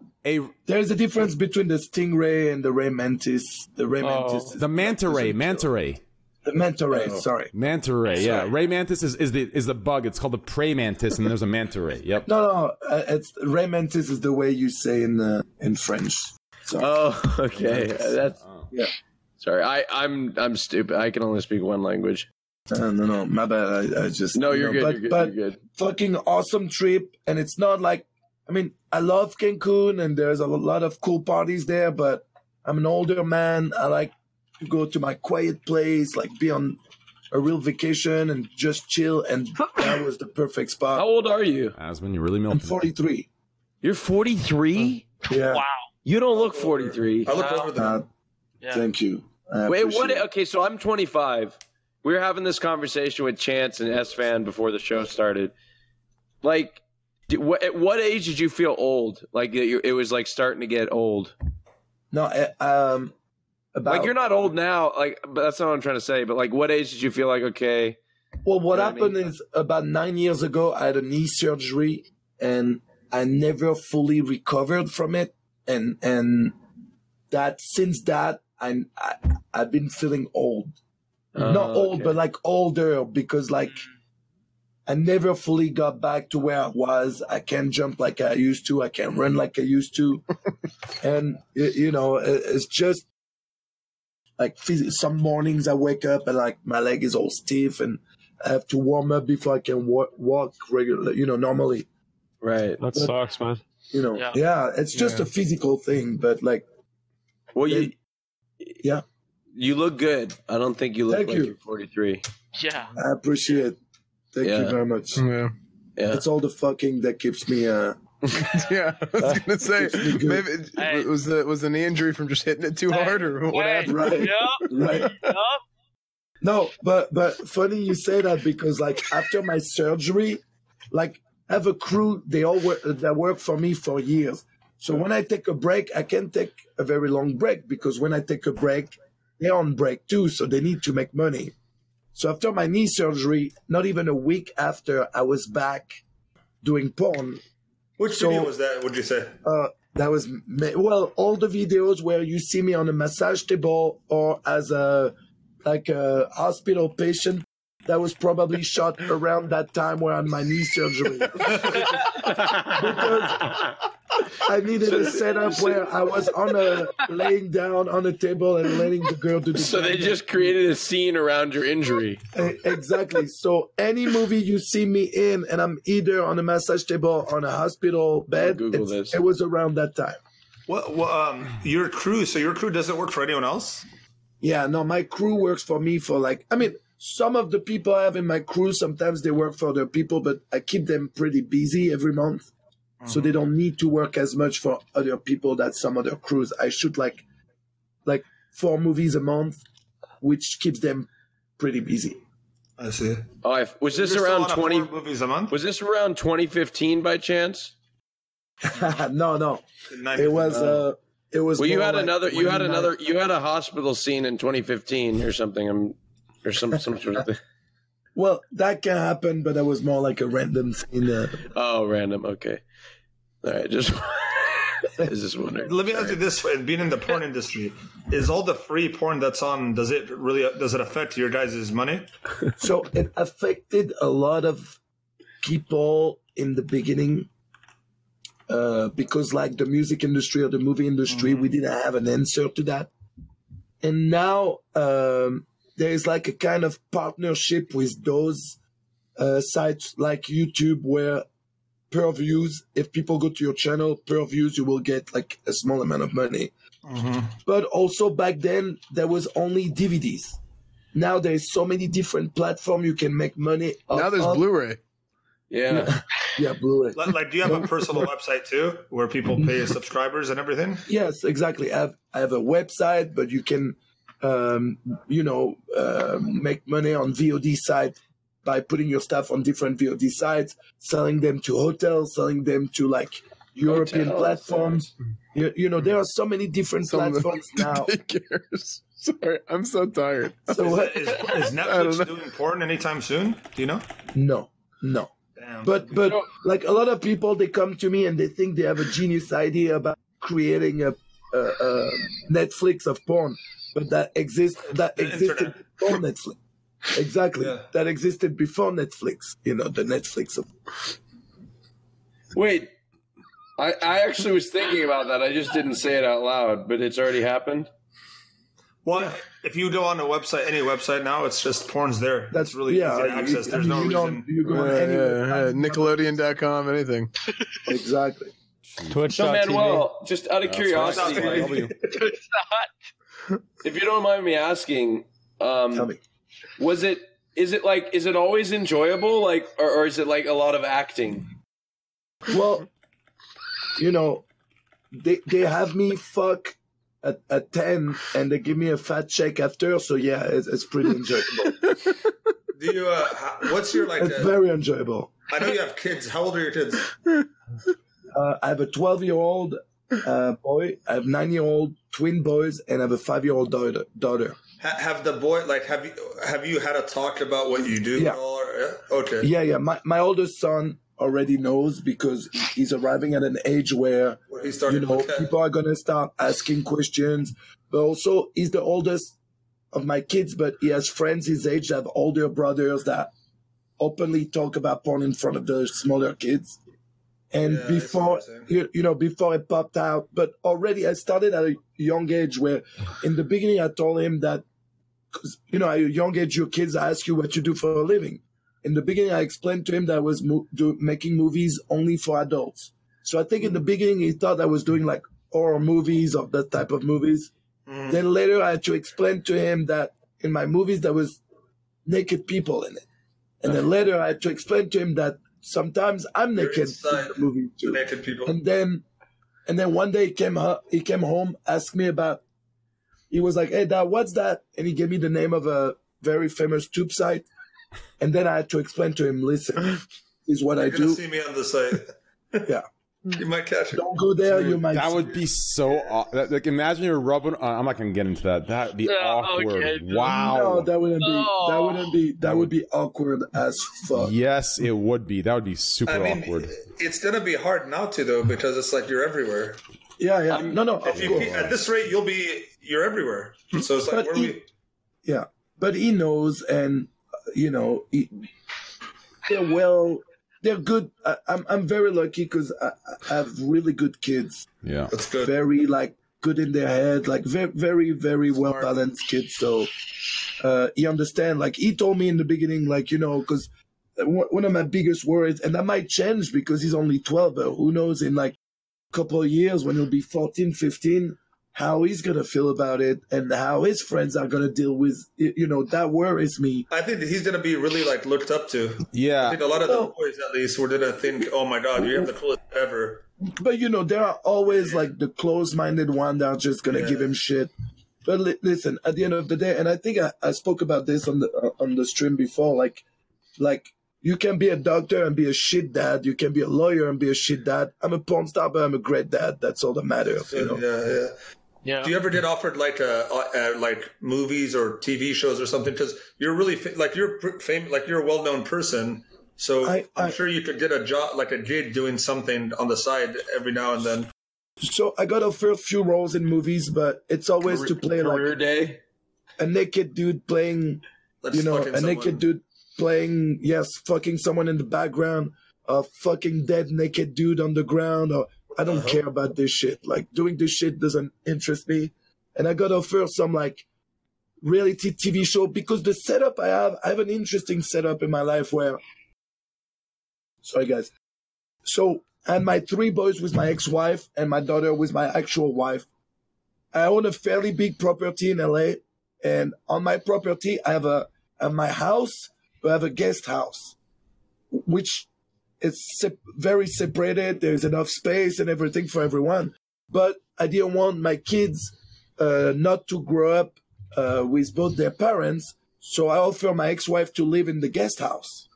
B: a
G: there's a difference between the stingray and the Ray Mantis. The Ray
D: Oh.
G: Mantis. is-
B: the manta ray, manta ray,
G: The manta ray.
I: Oh.
G: Sorry.
B: manta ray. Yeah, ray mantis is, is the is the bug. It's called the prey mantis, and then there's a manta ray. Yep.
G: No, no. Uh, it's Ray Mantis is the way you say in uh, in French.
I: Oh, okay. That's
G: Yeah.
I: Sorry, I, I'm I'm stupid. I can only speak one language.
G: Uh, no, no. My bad. I, I just
I: No, you're
G: no,
I: good.
G: but-
I: you're good.
G: but-
I: you're good.
G: fucking awesome trip and it's not like I mean, I love Cancun and there's a lot of cool parties there, but I'm an older man. I like to go to my quiet place, like be on a real vacation and just chill and that was the perfect
I: How
G: spot.
I: old are you?
B: Asman, you're really
G: I'm
B: milking.
G: 43.
I: You're 43.
G: Yeah.
H: Wow.
I: You don't look 43.
F: I look
H: Wow.
F: over the
G: Uh,
H: Yeah.
G: thank you. I
I: Wait,
G: appreciate
I: what?
G: it.
I: Okay, so I'm 25. We were having this conversation with Chance and S Fan before the show started. Like, d- what, at what age did you feel old? Like that you- it was like starting to get old.
G: No, uh, um about
I: Like you're not old now. Like, but that's not what I'm trying to say. But like, what age did you feel like okay?
G: Well, what
I: You know what I
G: happened is about nine years ago, I had a knee surgery and I never fully recovered from it. And, and that since that, I, I, I've been feeling old. Not
I: Uh,
G: old,
I: okay. Mm.
G: but like older because like I never fully got back to where I was. I can't jump like I used to. I can't run like I used to. and, y- you know, it, it's just like phys- some mornings I wake up and like my leg is all stiff and I have to warm up before I can wa- walk regular, you know, normally.
I: right.
D: That sucks, man.
G: You know, yeah,
H: Yeah.
G: it's just a physical thing, but like,
I: Well, you.
G: Yeah.
I: You look good. I don't think you look
G: Thank
I: like
G: you.
I: you. are 43.
H: Yeah.
G: I appreciate it. Thank you
I: Yeah. Mm.
G: very much.
E: Yeah,
I: Yeah.
G: It's all the fucking that keeps me, uh,
E: yeah. I was gonna say maybe it,
H: Hey.
E: was the was the knee injury from just hitting it too
H: Hey,
E: hard or what
H: Wait,
E: happened?
G: right?
H: Yup.
G: right?
H: Yup.
G: No, but but funny you say that because like after my surgery, like I have a crew they all work that work for me for years. So when I take a break, I can't take a very long break because when I take a break, they're on break too, so they need to make money. So after my knee surgery, not even a week after, I was back doing porn.
F: Which
G: So-
F: video was that? Would you say?
G: Uh, that was ma- well, all the videos where you see me on a massage table or as a like a hospital patient. That was probably shot around that time where I had my knee surgery. I needed a setup where I was on a laying down on a table and letting the girl do the
I: So they
G: bending.
I: just created a scene around your injury.
G: E- exactly. So any movie you see me in, and I'm either on a massage table or on a hospital bed,
I: Google
G: it's-
I: this.
G: it was around that time.
F: What? what um, your crew. So your crew doesn't work for anyone else.
G: Yeah, no, my crew works for me for like, I mean, some of the people I have in my crew, sometimes they work for other people, but I keep them pretty busy every month. So
I: Mm-hmm.
G: they don't need to work as much for other people that some other crews. I shoot like, like four movies a month, which keeps them pretty busy.
F: I see.
I: Oh, I, was this
F: You're still
I: around
F: on a
I: twenty?
F: four movies a month.
I: Was this around 2015 by chance?
G: no, no,
F: Nine-
G: it was, uh, it was.
I: Well, you
G: more
I: had
G: like
I: another. You had
G: 29.
I: another. You had a hospital scene in 2015 or something. um, or some some sort of thing.
G: Well, that can happen, but that was more like a random thing. Uh,
I: Oh, random. Okay. All right. Just. I was just wondering.
F: Uh, Let me ask you this: and Being in the porn industry, is all the free porn that's on? Does it really? Does it affect your guys' money?
G: so it affected a lot of people in the beginning uh, because like the music industry or the movie industry we didn't have an answer to that and now um, there is like a kind of partnership with those uh, sites like youtube where per views if people go to your channel per views you will get like a small amount of money
F: Mm-hmm.
G: but also back then there was only dvds now there's so many different platforms you can make money. off
E: Now there's
G: of.
E: Blu-ray.
I: Yeah.
G: Yeah, Blu-ray.
F: Like, like, do you have a personal website too, where people pay subscribers and everything?
G: Yes, exactly. I have, I have a website, but you can, um, you know, uh, make money on VOD site by putting your stuff on different VOD sites, selling them to hotels, selling them to like European
I: Hotels,
G: platforms. You, you know, there are so many different
E: Some of them.
G: platforms now.
E: Daycares. Sorry, I'm so tired.
G: So uh,
F: Is,
G: what?
F: is, is
E: I don't know.
F: Netflix doing porn anytime soon? Do you know?
G: No, no.
F: Damn.
G: But but like a lot of people, they come to me and they think they have a genius idea about creating a, a, a Netflix of porn, but that exists that
F: The
G: existed
F: internet.
G: before Netflix. Exactly,
F: Yeah.
G: that existed before Netflix. You know, the Netflix of
I: Wait. I, I actually was thinking about that. I just didn't say it out loud, but it's already happened.
F: well, if you go on a website, any website now, it's just porn's there. That's really
G: yeah.
F: easy to access.
G: you-
F: There's no
G: you don't-
F: reason.
G: you go
E: Yeah,
G: on
E: yeah,
G: any
E: yeah, Nickelodeon.com, anything.
G: exactly.
D: Twitch.
I: So Manuel, just out of curiosity,
F: right.
I: like, if you don't mind me asking,
G: Tell
I: um,
G: me.
I: was it is it like is it always enjoyable like or, or is it like a lot of acting
G: Well, you know, they they have me fuck at, at ten, and they give me a fat check after. So yeah, it's, it's pretty enjoyable.
F: Do you? Uh, how- what's your like?
G: it's
F: uh,
G: very enjoyable.
F: I know you have kids. How old are your kids?
G: Uh, I have a 12 year old uh, boy, I have nine year old twin boys, and I have a five year old daughter. daughter.
F: Ha- have the boy like have you have you had a talk about what you do?
G: Yeah.
F: Or, okay.
G: Yeah, yeah. My, my oldest son already knows because he's arriving at an age where
F: Where he
G: you
F: started.
G: know
F: okay.
G: people are gonna start asking questions. But also, he's the oldest of my kids, but he has friends his age that have older brothers that openly talk about porn in front of the smaller kids. And
F: Yeah, I see what
G: before
F: you're saying.
G: you, you know, before it popped out, but already I started at a young age where in the beginning I told him that 'cause, you know, at a young age your kids ask you what you do for a living. In the beginning I explained to him that I was mo- do, making movies only for adults. So I think in the beginning he thought I was doing like horror movies or that type of movies.
F: Mm.
G: Then later I had to explain to him that in my movies there was naked people in it. And then later I had to explain to him that sometimes I'm
F: You're
G: naked
F: inside
G: in the movie too.
F: Naked people.
G: And then and then one day he came ho- he came home, asked me about he was like, Hey dad, what's that? And he gave me the name of a very famous tube site. And then I had to explain to him, listen, is what I
F: You're gonna
G: do.
F: see me on the site. You might catch it.
G: Don't go there. You might.
B: That would be so aw- that- like imagine you're rubbing. Uh, I'm not gonna get into that. That'd be
H: No,
B: awkward.
H: okay.
B: Wow.
G: No, that wouldn't be. That
H: No.
G: wouldn't be. That would be awkward as fuck.
B: yes, it would be. That would be super
F: I mean,
B: awkward.
F: it's gonna be hard not to though because it's like you're everywhere.
G: Yeah, yeah. no, no. Of
F: If you,
G: course.
F: at this rate, you'll be you're everywhere. So it's like
G: But
F: where
G: he-
F: we
G: Yeah, but he knows, and uh, you know, he, they're well, they're good. I, I'm I'm very lucky because I, I have really good kids,
B: Yeah.
F: that's good.
G: very like good in their head, like very very very well balanced kids. So uh, he understand. Like he told me in the beginning, like you know, because one of my biggest worries, and that might change because he's only 12, but who knows in like a couple of years when he'll be 14, 15, how he's going to feel about it and how his friends are going to deal with it. You know, that worries me.
F: I think that he's gonna be really like looked up to. I
B: Yeah.
F: think a lot of the
G: Well-
F: boys, at least, were gonna think, "Oh my god, you have the coolest ever."
G: But, you know, there are always like the closed minded one that are just going to
F: Yeah.
G: give him shit. But li- listen, at the end of the day, and I think I, I spoke about this on the uh, on the stream before, like, like you can be a doctor and be a shit dad. You can be a lawyer and be a shit dad. I'm a porn star, but I'm a great dad. That's all that matters.
F: So,
G: You know?
F: yeah, yeah.
H: Yeah.
F: Do you ever get offered like uh, uh, like movies or TV shows or something? Because you're really fa- like you're pr- fam- like you're a well known person, so I,
G: I-
F: am
G: I-
F: sure you could get a job like a gig doing something on the side every now and then.
G: So I got a fair few roles in movies, but it's always to play
I: Career
G: like
I: day.
G: a naked dude playing,
F: That's
G: you know,
F: fucking
G: a naked
F: someone.
G: dude playing, yes, fucking someone in the background, a fucking dead naked dude on the ground, or I don't
F: Uh-huh.
G: care about this shit. Like doing this shit doesn't interest me. And I got offered some like reality TV show because the setup I have, I have an interesting setup in my life where, sorry guys, so and my three boys with my ex-wife and my daughter with my actual wife. I own a fairly big property in LA, and on my property I have a at my house I have a guest house, which is sep- very separated. There's enough space and everything for everyone, but I didn't want my kids uh, not to grow up uh, with both their parents, so I offer my ex-wife to live in the guest house.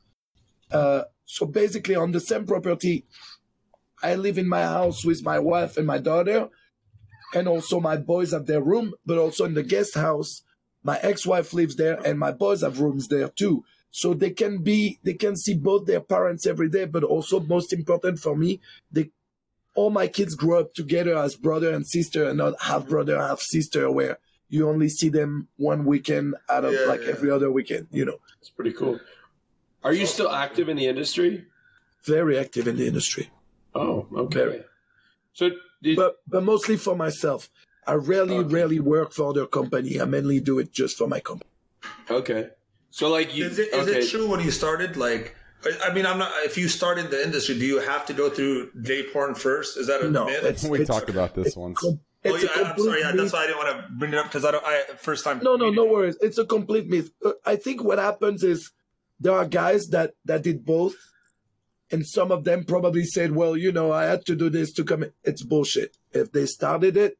G: Uh, so basically, on the same property, I live in my house with my wife and my daughter, and also my boys have their room, but also in the guest house, my ex-wife lives there, and my boys have rooms there too. So they can be, they can see both their parents every day, but also most important for me, they, all my kids grow up together as brother and sister, and not half brother, half sister, where you only see them one weekend out of
F: Yeah,
G: like
F: yeah.
G: every other weekend, you know.
I: It's pretty cool. Are you still active in the industry?
G: Very active in the industry.
I: Oh,
G: Very.
I: okay. So did,
G: but but mostly for myself. I rarely, rarely work for other company. I mainly do it just for my company.
I: okay. So like you
F: Is it is
I: okay.
F: it true when you started? Like, I- I mean, I'm not. If you started the industry, do you have to go through gay porn first? Is that a
G: No,
F: myth?
G: it's,
B: We
G: it's,
B: talked about this once.
G: com-
F: Oh,
G: it's a
F: yeah, I'm sorry. Yeah,
G: complete
F: that's why I didn't want to bring it up because I don't. I first time.
G: No, no, no worries. It's a complete myth. Uh, I think what happens is there are guys that that did both, and some of them probably said, "Well, you know, I had to do this to come." in." It's bullshit. If they started it,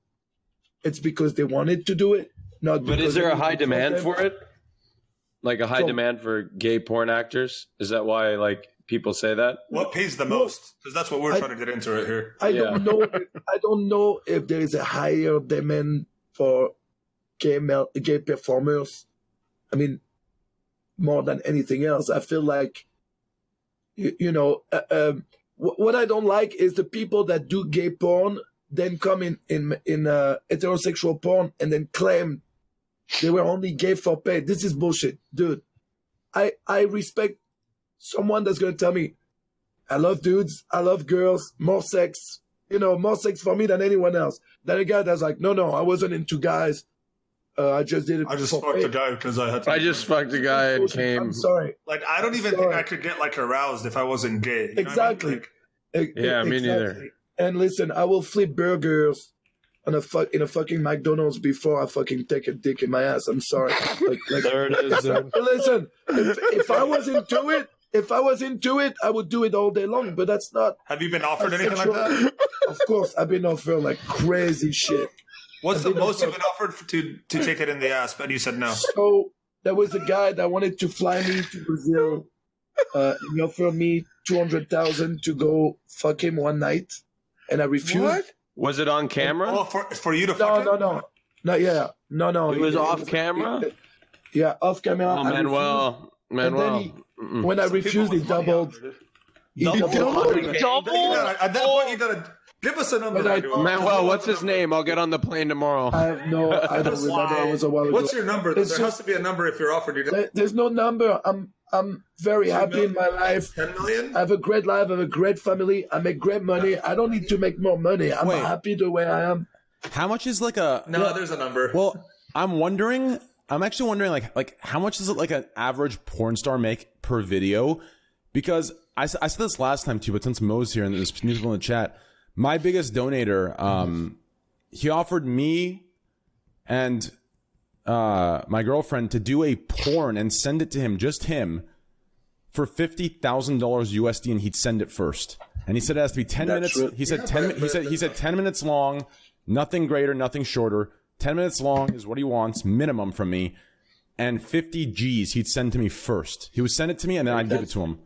G: it's because they wanted to do it, not.
I: But
G: because
I: is there a
G: anyone
I: high
G: told
I: demand
G: them.
I: for it? Like a high
G: So-
I: demand for gay porn actors? Is that why like people say that?
F: What pays the
G: No.
F: most? Because that's what we're
G: I-
F: trying to get into right here.
G: I don't know. I don't know if there is a higher demand for gay male, gay performers. I mean, more than anything else, I feel like, you, you know, uh, um, wh- what I don't like is the people that do gay porn, then come in in in uh, heterosexual porn and then claim they were only gay for pay. This is bullshit, dude. I I respect someone that's gonna tell me I love dudes. I love girls. More sex. You know, more sex for me than anyone else. Then a guy that's like, no, no, I wasn't into guys. Uh, I just did it.
F: I just
G: for
F: fucked
G: fame."
F: a guy because I had. To
I: I just fucked a guy and came.
G: I'm sorry.
F: like I don't even think I could get like aroused if I wasn't gay. You know what I mean?
G: Exactly.
F: Like,
G: E-
I: Yeah, me
G: exactly.
I: neither.
G: And listen, I will flip burgers on a fuck in a fucking McDonald's before I fucking take a dick in my ass. I'm sorry. Like, like,
D: There it is, dude.
G: listen, if, if I was into it, if I was into it, I would do it all day long. But that's not.
F: have you been offered
G: a
F: anything like
G: sexual-
F: that?
G: Of course, I've been offered like crazy shit.
F: What's the
G: I've been
F: most you've been
G: offered-
F: offered to to take it in the ass, but you said no?
G: So there was a guy that wanted to fly me to Brazil. Uh, he offered me two hundred thousand to go fuck him one night. and I refused.
I: Was it on camera?
F: Oh, for for you to
G: No,
F: fuck
G: no, no, no. Yeah, no, no.
I: It was off camera?
G: yeah, off camera.
I: Oh,
G: I refused.
I: Manuel.
G: then
I: Manuel.
G: he-
I: Mm-mm.
G: When I
F: Some people
G: refused, he
F: with money
G: doubled.
F: out there.
G: He
F: Double?
G: doubled.
F: Okay, you
H: Double?
F: gotta- At that point, you gotta give us a number.
G: But I-
F: Manuel.
I: Manuel, what's his name? I'll get on the plane tomorrow.
G: I have no. I don't remember. It was a while ago.
F: What's your number? There
G: It's
F: has
G: just-
F: to be a number if you're offered. You
G: There- There's no number. I'm. I'm very happy in my life.
F: ten million.
G: I have a great life. I have a great family. I make great money. I don't need to make more money. I'm
B: Wait.
G: happy the way I am.
B: How much is like a
F: No, there's a number.
B: Well, I'm wondering. I'm actually wondering, like, like how much does it like an average porn star make per video? Because I, s- I said this last time too, but since Mo's here and there's new people in the chat, my biggest donator, um, he offered me and uh, my girlfriend to do a porn and send it to him, just him, for fifty thousand dollars USD, and he'd send it first. And he said it has to be ten minutes.
G: right.
B: He said
F: Yeah,
B: ten.
F: but-
B: he said he said ten minutes long, nothing greater, nothing shorter. Ten minutes long is what he wants minimum from me, and fifty G's he'd send to me first. He would send it to me, and then I'd give it to him.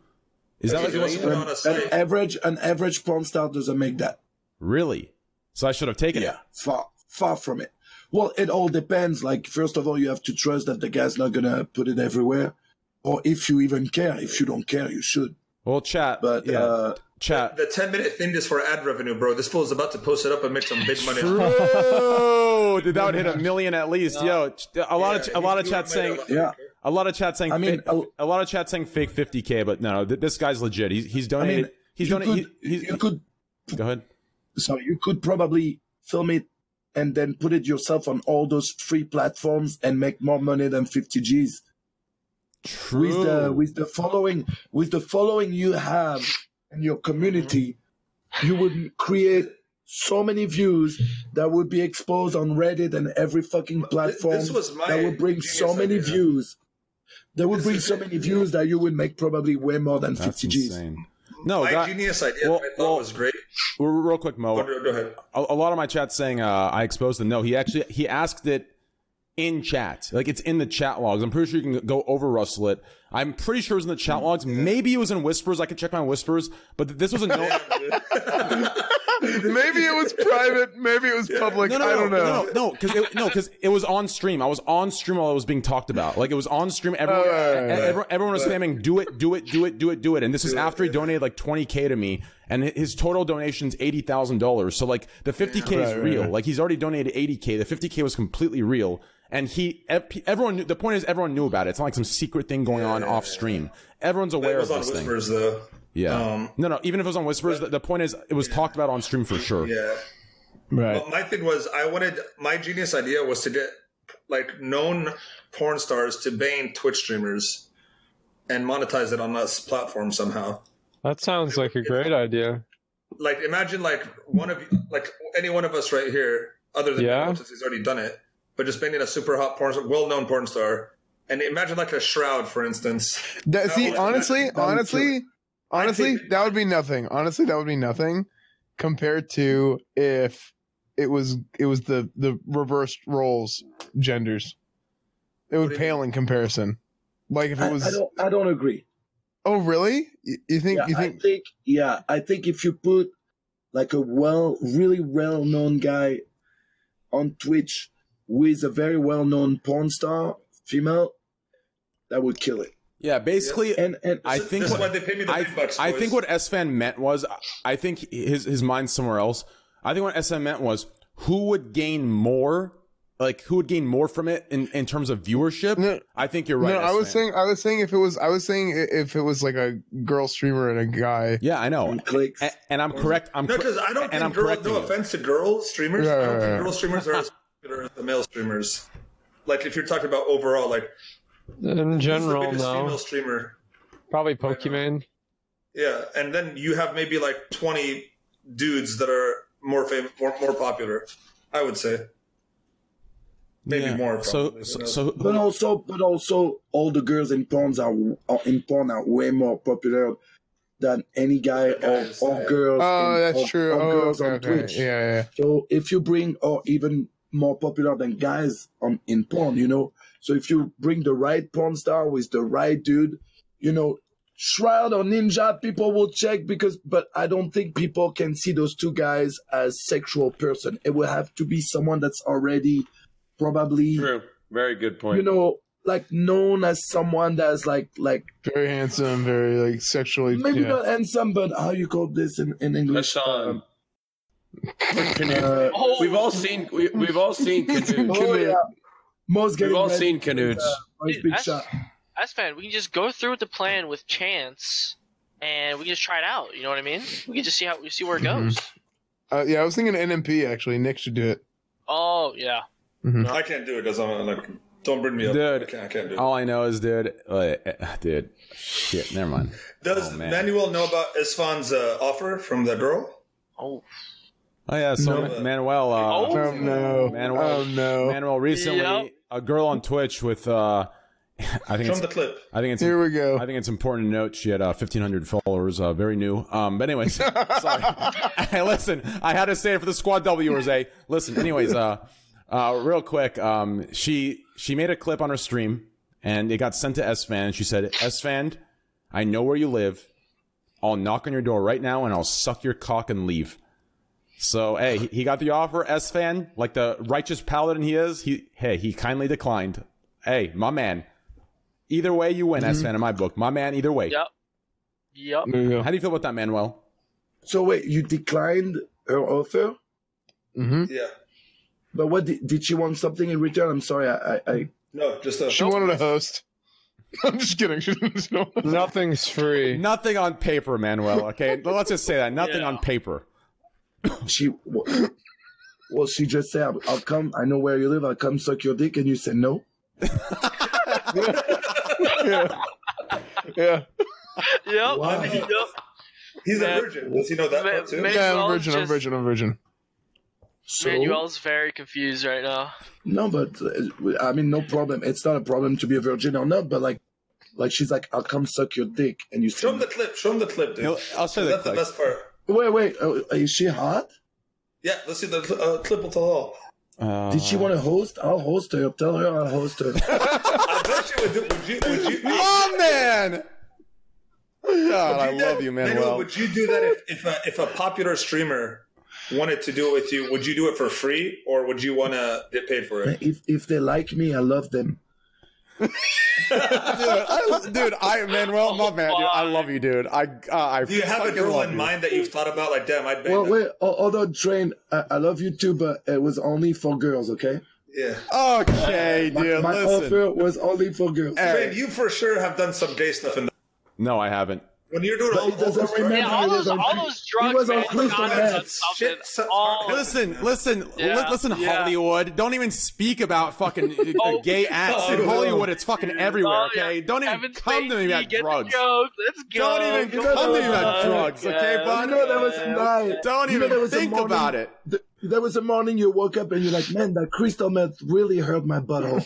B: Is that like
F: That's what
B: what's-
F: you want to
G: An
F: say?
G: average, an average porn star doesn't make that.
B: really? So I should have taken it.
G: Yeah, far, far from it. Well, it all depends. Like, first of all, you have to trust that the guy's not gonna put it everywhere, or if you even care. If you don't care, you should.
B: Well, chat.
G: But
B: yeah,
G: uh,
B: chat.
F: The 10 minute thing is for ad revenue, bro. This fool's about to post it up and make some big money.
B: True. Dude, that would hit a million at least. Yo, ch- a lot of ch- a lot of chat saying
G: yeah,
B: A lot of chat saying
G: I mean,
B: fake, a lot of chat saying fake 50k, but no, th- this guy's legit. He's he's
G: I
B: donated.
G: mean,
B: he's
G: you
B: donated.
G: could,
B: He, he's
G: you could,
B: go ahead.
G: sorry, you could probably film it and then put it yourself on all those free platforms and make more money than 50 G's.
B: True.
G: with the with the following with the following you have in your community, you would create so many views that would be exposed on Reddit and every fucking platform
F: this was my
G: that would bring so
F: genius
G: many
F: idea.
G: views. That would
F: This
G: bring
F: is-
G: so many views that you would make probably way more than
B: That's
G: 50 G's.
B: insane. No,
F: My
B: that,
F: genius idea
B: Oh, Well,
F: that I thought
B: well-
F: was great.
B: real- real quick, Mo.
F: Go go ahead.
B: a, a lot of my chat saying uh, I exposed them. No, he actually he asked it in chat. Like it's in the chat logs. I'm pretty sure you can go over rustle it. I'm pretty sure it was in the chat logs. Maybe it was in whispers. I could check my whispers, but th- this was a no.
E: Maybe it was private. Maybe it was public.
B: No, no,
E: I
B: no,
E: don't know.
B: no, no, because it, no, 'cause it was on stream. I was on stream while it was being talked about. Like it was on stream. Everyone,
E: Oh, right, right,
B: e-
E: right.
B: everyone, everyone was spamming, do it, do it, do it, do it, do it. And this is after he donated like 20k to me, and hi- his total donation's eighty thousand dollars. So like the 50k is
E: Right, right,
B: real.
E: right.
B: Like he's already donated 80k. The 50k was completely real. And he, ev- pe- everyone. Knew, the point is, everyone knew about it. It's not like some secret thing going on off stream. Everyone's
F: It
B: aware of
F: was on
B: this thing.
F: Whispers, though.
B: Yeah.
F: Um,
B: no, no. Even if it was on Whispers, the, the point is, it was talked about on stream for sure.
F: Yeah.
E: Right.
F: But my thing was, I wanted my genius idea was to get like known porn stars to ban Twitch streamers and monetize it on this platform somehow.
D: That sounds like a great idea.
F: Like, imagine like one of you, like any one of us right here, other than
D: Yeah.
F: Manuel, since he's already done it, but just banning a super hot porn, well-known porn star, and imagine like a shroud, for instance.
E: That,
F: That
E: see,
F: was-
E: honestly,
G: that would kill
E: honestly, honestly, that would be nothing. Honestly, that would be nothing compared to if it was it was the the reversed roles genders. It
F: do
E: would
F: you
E: pale in comparison. Like if
G: I,
E: it
G: I
E: was.
G: don't I don't agree.
E: Oh, really? You, you think?
G: Yeah,
E: you
G: I
E: think?
G: think yeah, I think if you put like a well really well known guy on Twitch with a very well known porn star female, that would kill it.
B: Yeah. Basically,
G: And and
B: I
F: This-
B: think
F: this
B: what-
F: is why they pay me the
B: I,
F: big bucks.
B: I
F: boys.
B: think what S fan meant was I think his his mind's somewhere else. I think what S fan meant was who would gain more, like who would gain more from it in, in terms of viewership.
E: No.
B: I think you're right.
E: no, I was
B: S-Fan.
E: saying. I was saying if it was. I was saying i- if it was like a girl streamer and a guy.
B: yeah, I know,
G: and clicks.
B: and, and I'm correct. I'm
F: No,
B: cor-
F: because I don't
B: and
F: think
B: I'm
F: girls.
B: correcting
F: No
B: you.
F: offense to girl streamers,
E: Yeah,
F: I don't
E: yeah,
F: think
E: yeah.
F: girl streamers are as popular as the male streamers. Like if you're talking about overall, like
D: In general,
F: who's the biggest
D: no.
F: female streamer.
D: Probably Pokemon.
F: Yeah, and then you have maybe like 20 dudes that are more famous, more, more popular. I would say maybe
B: Yeah.
F: more.
B: So,
F: probably,
B: so,
F: who
B: so
G: but also but also all the girls in porns are, are in porn are way more popular than any guy or,
F: Guys,
G: or
F: yeah.
G: girls
E: Oh,
G: in-
E: that's
G: or-
E: true.
G: or
E: Oh,
G: girls
E: okay,
G: on
E: okay.
G: Twitch.
E: Yeah, yeah.
G: So if you bring, or even more popular than guys on in porn, you know. So if you bring the right porn star with the right dude, you know, Shroud or Ninja, people will check because, but I don't think people can see those two guys as sexual person. It will have to be someone that's already probably,
I: True. Very good point.
G: you know, like known as someone that's like, like
E: Very handsome, very like sexually.
G: maybe
E: yeah.
G: not handsome, but how you call this in, in English?
I: Hassan.
G: Uh,
H: Oh,
I: We've all seen we, we've all seen Canute.
G: oh yeah, most
I: We've
G: getting
I: all
G: ready
I: seen Canute.
G: for his big
H: That's-
G: shot.
H: That's fine. We can just go through with the plan with Chance, and we can just try it out. You know what I mean? We can just see how we see where it
B: Mm-hmm.
H: goes.
E: Uh, yeah, I was thinking NMP actually. Nick should do it.
H: Oh yeah.
F: I can't do it as I'm like, don't bring me up.
B: Dude. Oh,
F: I can't, I can't do it.
B: All I know is, dude, uh, dude, shit. Never mind.
F: Does
B: oh, man.
F: Manuel know about Isfan's uh, offer from the girl?
H: Oh.
B: Oh yeah, so
F: No.
B: Manuel. Uh,
H: Oh.
E: Oh no!
B: Manuel.
E: Oh no!
B: Manuel recently,
H: Yep.
B: a girl on Twitch with, uh, I think
F: From
B: it's,
F: the clip.
B: I think it's,
E: Here we
B: I
E: go.
B: think it's important to note she had uh, 1,500 followers, uh, very new. Um, but anyways, sorry. hey, listen, I had to say it for the squad Wers. Eh? Listen, anyways, uh, uh, real quick, um, she she made a clip on her stream and it got sent to S Fan. She said, S Fan, I know where you live. I'll knock on your door right now and I'll suck your cock and leave. So hey, he- he got the offer. S fan, like the righteous paladin he is, he hey he kindly declined. Hey, my man. Either way, you win.
F: Mm-hmm.
B: S fan in my book, my man. Either way.
H: Yep. Yep.
E: There you go.
B: How do you feel about that, Manuel?
G: So wait, you declined her offer,
E: hmm
F: Yeah.
G: but what did, did she want something in return? I'm sorry, I, I, I
F: No, just uh, a.
E: She wanted a host. I'm just kidding. She didn't know.
D: Nothing's free.
B: Nothing on paper, Manuel. Okay, let's just say that nothing
H: Yeah.
B: on paper.
G: she. w- Well, she just said, I'll, "I'll come. I know where you live. I'll come suck your dick," and you said no.
E: yeah. yeah.
H: Yep.
G: Wow.
H: Yep.
F: He's
H: Man-
F: a virgin. Does he know that
H: Ma-
F: part too?
H: ma-
E: Yeah. I'm
H: Manuel's
E: virgin. I'm
H: just-
E: virgin. I'm virgin.
G: So
H: Manuel's very confused right now.
G: no, but uh, I mean, no problem. It's not a problem to be a virgin or not, but like, like she's like, "I'll come suck your dick," and you
F: show him
G: said,
F: the clip. Show him the clip, dude.
B: He'll- I'll show
F: That's
B: that.
F: the
B: clip.
F: best part.
G: "Wait, wait, uh, is she hot?
F: Yeah, let's see the cl- uh, clip will tell all.
B: Uh,
G: Did she want to host? I'll host her. Tell her I'll host her."
F: I bet you would do. Would you? Would you?
B: Oh man! God, I
F: would do-
B: love you, Manuel.
F: Would you do that if if a, if a popular streamer wanted to do it with you? Would you do it for free, or would you want to get paid for
G: Man,
F: it?
G: if if they like me, I love them.
B: dude, I, dude, I Manuel, my man, dude, I love you, dude. I, uh, I
F: Do you have a
B: fucking
F: girl
B: love
F: in
B: you.
F: mind that you've thought about? Like, damn, I'd bang
G: Well,
F: that.
G: wait, al- although Train, I, I love you too, but it was only for girls, okay?
F: Yeah.
B: Okay,
G: My,
B: dude,
G: my
B: listen.
G: offer was only for girls.
B: Hey.
F: Train, you for sure have done some gay stuff in the-
B: No, I haven't.
F: when you're doing
G: But
F: all,
G: it doesn't
F: all those
G: remember-
H: Yeah,
G: he
H: all
G: was
H: those,
G: on
H: all
G: cr-
H: those
G: he
H: drugs,
G: was on
H: man.
G: crystal
H: Got him
G: meth.
H: on something.
F: Shit, so-
B: uh,
H: all
B: Listen, listen,
H: Yeah,
B: li- listen,
H: yeah.
B: Hollywood. Don't even speak about fucking uh,
H: Oh,
B: gay acts in
F: no.
B: Hollywood. It's fucking everywhere.
H: Oh, yeah.
B: Okay, don't even
H: Kevin
B: come to me
H: Spacey,
B: about
H: get the
B: drugs.
H: joke. Let's go.
B: Don't even
H: Come
B: come to me about
H: on.
B: drugs, okay,
H: Yes.
B: bud?
G: You know, there was a night.
B: Don't
G: you know, there
B: even
G: was a
B: think
G: morning-
B: about it.
G: th- there was a morning you woke up and you're like, man, that crystal meth really hurt my butthole.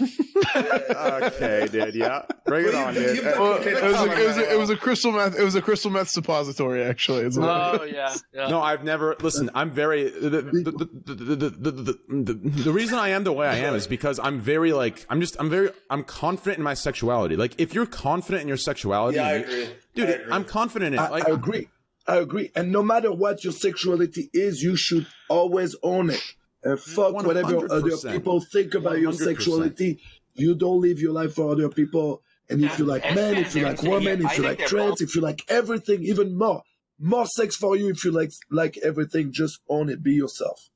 B: Okay, dude. Yeah, bring it
F: Well,
B: on,
F: you-
B: dude.
F: you've
B: Hey,
F: done-
E: Well, it was, a, it, was a, it was a crystal meth. It was a crystal meth suppository, actually. It's like-
H: Oh yeah. yeah.
B: No, I've never. Listen, I'm very. The, the, the, the, the, the, the, the- the reason I am the way I am is because I'm very like I'm just I'm very I'm confident in my sexuality. Like if you're confident in your sexuality,
F: Yeah, I
B: you-
F: agree.
B: dude,
F: I agree.
B: am confident in
G: I,
B: it. Like
G: I agree. I agree. And no matter what your sexuality is, you should always own it.
B: Mm,
G: And fuck whatever other
B: 100%.
G: people think about your
B: 100%.
G: sexuality. You don't live your life for other people. And if you like men, if you like women, if you like trans, if you like everything, even more, more sex for you. If you like like everything, just own it. Be yourself.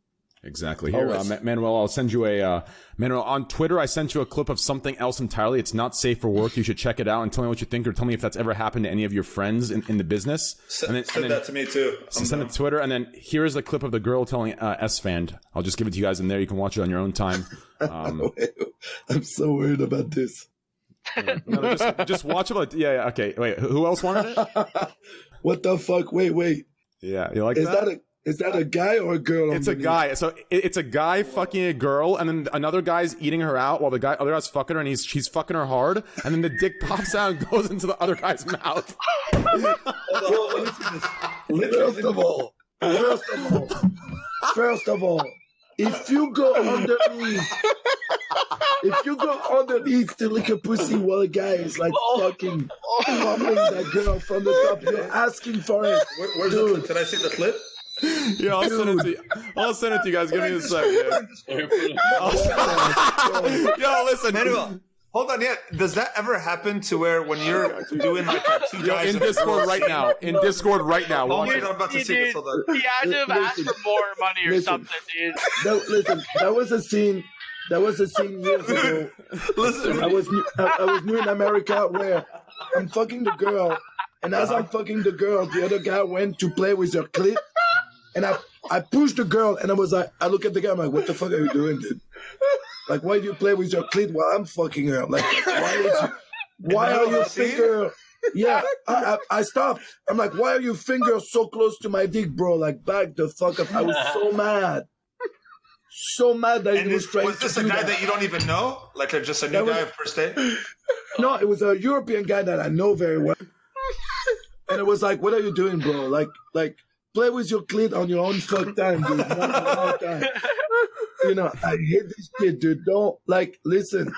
B: Exactly. Here, uh, Ma- Manuel, I'll send you a uh, Manuel on Twitter. I sent you a clip of something else entirely. It's not safe for work. You should check it out and tell me what you think, or tell me if that's ever happened to any of your friends in, in the business.
F: S-
B: and then,
F: send
B: and then
F: that to me too. Um, I'm
B: send it
F: down.
B: to Twitter. And then here is the clip of the girl telling uh, S fan. I'll just give it to you guys in there. You can watch it on your own time. Um,
G: I'm so worried about this.
B: no, no, just, just watch it. Like, yeah, yeah. Okay. Wait. Who who else wanted it?
G: What the fuck? Wait, wait.
B: Yeah. You like
G: Is
B: that?
G: that a is that a guy or a girl?
B: it's a
G: underneath?
B: guy. So it, it's a guy fucking a girl, and then another guy's eating her out while the guy other guy's fucking her, and he's she's fucking her hard, and then the dick pops out and goes into the other guy's mouth.
F: Hold on, let me see this.
G: First of all, first of all, first of all, if you go underneath
E: if you go underneath to lick a pussy while a guy is like
F: Oh.
E: fucking fumbling that girl from the top, you're asking for it.
K: Where, where's the clip? Did I see the clip?
B: Yeah, I'll send it to you. I'll send it to you guys. Give me a second. Yo, listen.
F: Manuel, hold on. Yeah, does that ever happen to where when you're doing like a two
B: Yo,
F: guys
B: in
F: and a
B: Discord
F: girl
B: right
F: scene-
B: now. In Discord right now.
F: Oh,
B: Watch
F: wait,
B: it.
F: I'm about to see this. Hold on.
H: He had to have asked for more money or
E: Listen.
H: something, dude.
E: That, listen, that was a scene. That was a scene years ago.
F: Listen,
E: I was new, I, I was new in America where I'm fucking the girl, and as I'm fucking the girl, the other guy went to play with her clit, and I I pushed the girl, and I was like, I look at the guy, I'm like, what the fuck are you doing, dude? Like, why do you play with your clit while I'm fucking her? Like, why is you, why
F: And
E: are
F: now
E: your
F: I've seen
E: finger? Yeah, I, I I stopped. I'm like, why are your fingers so close to my dick, bro? Like, back the fuck up. I was so mad. So mad that
F: and
E: he was
F: this,
E: trying
F: was
E: to
F: this a
E: do
F: guy
E: that.
F: that you don't even know? Like, uh, just a new
E: That was-
F: guy first day?
E: No, it was a European guy that I know very well. and it was like, what are you doing, bro? Like, like play with your clit on your own fuck time, dude. Not on our time. You know, I hate this kid, dude. Don't like listen.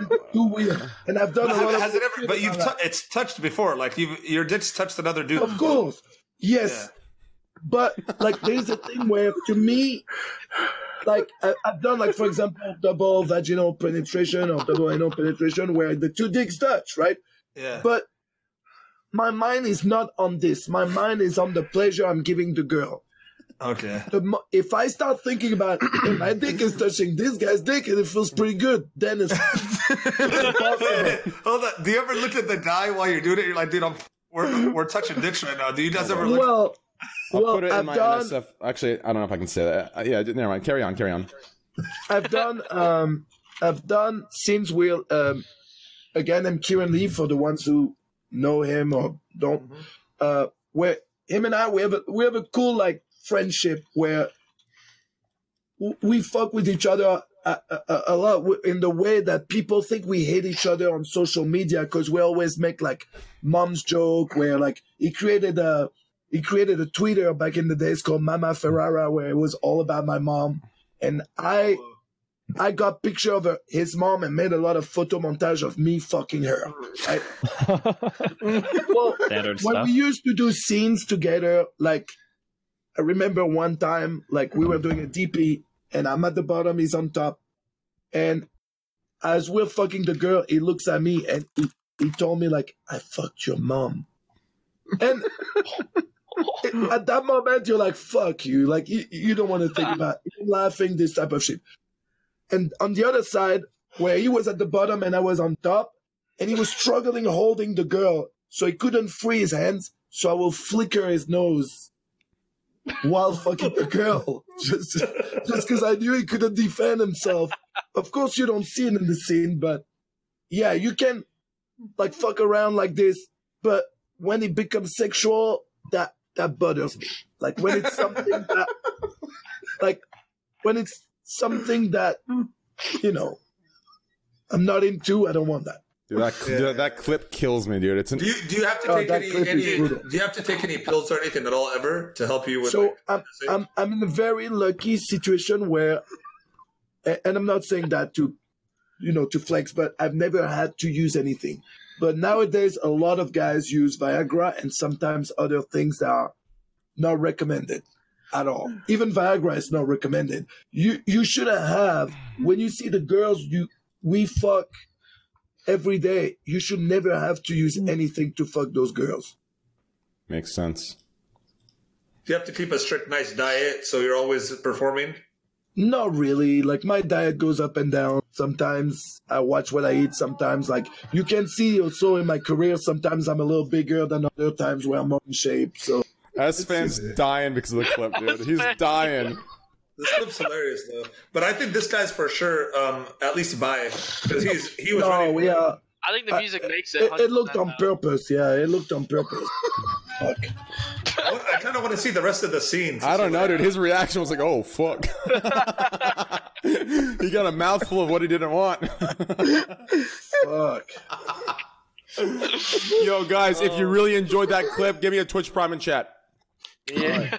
E: It's too weird. And I've done a lot of
F: Has it ever? But you've
E: I'm
F: t-
E: like,
F: it's touched before. Like you've your dick's touched another dude.
E: Of course. Yes. But like there's a thing where to me like I, I've done like for example double vaginal penetration or double anal penetration where the two dicks touch, right?
F: Yeah.
E: but my mind is not on this. My mind is on the pleasure I'm giving the girl.
F: okay.
E: The mo- if I start thinking about "Hey, my dick is touching this guy's dick and it feels pretty good, then it's
F: Hold on. Do you ever look at the guy while you're doing it? You're like, dude, I'm we're, we're touching dicks right now. Do you guys ever look?
E: well,
B: I'll
E: well,
B: put it in
E: I've
B: my
E: done,
B: NSF. Actually, I don't know if I can say that. Uh, yeah, never mind. Carry on. Carry on.
E: I've done, um, I've done since we'll um, again, I'm Kieran Lee for the ones who know him or don't. Uh, where him and I we have a, we have a cool like friendship where w- we fuck with each other a, a- a, a lot w- in the way that people think we hate each other on social media because we always make like mom's joke where like he created a he created a Twitter back in the days called Mama Ferrara where it was all about my mom and I I got picture of her, his mom and made a lot of photo montage of me fucking her. right? well,
D: Standard
E: when
D: stuff.
E: we used to do scenes together, like I remember one time, like we were doing a DP, and I'm at the bottom, he's on top, and as we're fucking the girl, he looks at me and he, he told me like, "I fucked your mom," and it- at that moment you're like, "Fuck you!" Like you, you don't want to think about it. laughing this type of shit. And on the other side, where he was at the bottom and I was on top, and he was struggling holding the girl, so he couldn't free his hands. So I will flicker his nose while fucking the girl, just just because I knew he couldn't defend himself. Of course, you don't see it in the scene, but yeah, you can like fuck around like this. But when it becomes sexual, that that bothers me. Like when it's something that, like when it's something that you know I'm not into. I don't want that.
B: Dude, that, cl- dude, that clip kills me, dude. It's an
F: Do you do you have to
E: Oh,
F: take
E: that
F: any,
E: clip is
F: any
E: brutal.
F: do you have to take any pills or anything at all ever to help you with?
E: so
F: like,
E: I'm,
F: say-
E: I'm I'm in a very lucky situation where, a- and I'm not saying that to, you know, to flex, but I've never had to use anything. But nowadays, a lot of guys use Viagra and sometimes other things that are not recommended at all. Even Viagra is not recommended. You you shouldn't have when you see the girls you we fuck every day. You should never have to use anything to fuck those girls.
B: makes sense.
F: do you have to keep a strict, nice diet so you're always performing?
E: Not really. Like my diet goes up and down. Sometimes I watch what I eat. Sometimes, like you can see also in my career, sometimes I'm a little bigger than other times where I'm more in shape. So
B: S fan's dying because of the clip, dude. He's dying.
F: This clip's hilarious though. But I think this guy's for sure um, at least bi because he's he was
E: no,
F: ready.
E: we are.
H: I think the music makes it.
E: Uh, It, it looked
H: 100%
E: on
H: though.
E: purpose. Yeah, it looked on purpose. Fuck.
F: I kind of want to see the rest of the scenes.
B: I don't know, dude. His reaction was like, "Oh fuck." he got a mouthful of what he didn't want.
E: Fuck.
B: Yo, guys, if you really enjoyed that clip, give me a Twitch Prime and chat.
H: Yeah.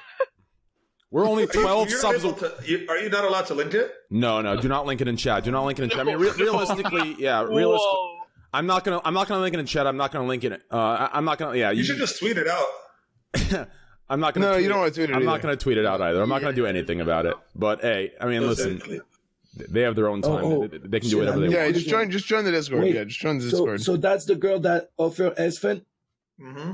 B: We're only
F: Are you-
B: 12
F: you're
B: subs.
F: able to- you- are you not allowed to link it?
B: No, no, do not link it in chat. Do not link it in chat. I mean, re- realistically, yeah, realistically.
H: Whoa.
B: I'm not gonna. I'm not gonna link it in chat. I'm not gonna link it. Uh, I- I'm not gonna. Yeah,
F: You should just tweet it out.
B: I'm not gonna.
E: No,
B: tweet
E: you don't want to tweet it.
B: I'm not
E: either.
B: gonna tweet it out either. I'm not gonna do anything about it. But hey, I mean, listen, they have their own time.
G: Oh, oh,
B: They- they can do
G: shit,
B: whatever
G: I
B: they
G: knew-
B: want.
E: Yeah, just join. Just join the Discord.
G: Wait,
E: yeah, just join the
G: So,
E: Discord.
G: so that's the girl that offered Esfen.
F: hmm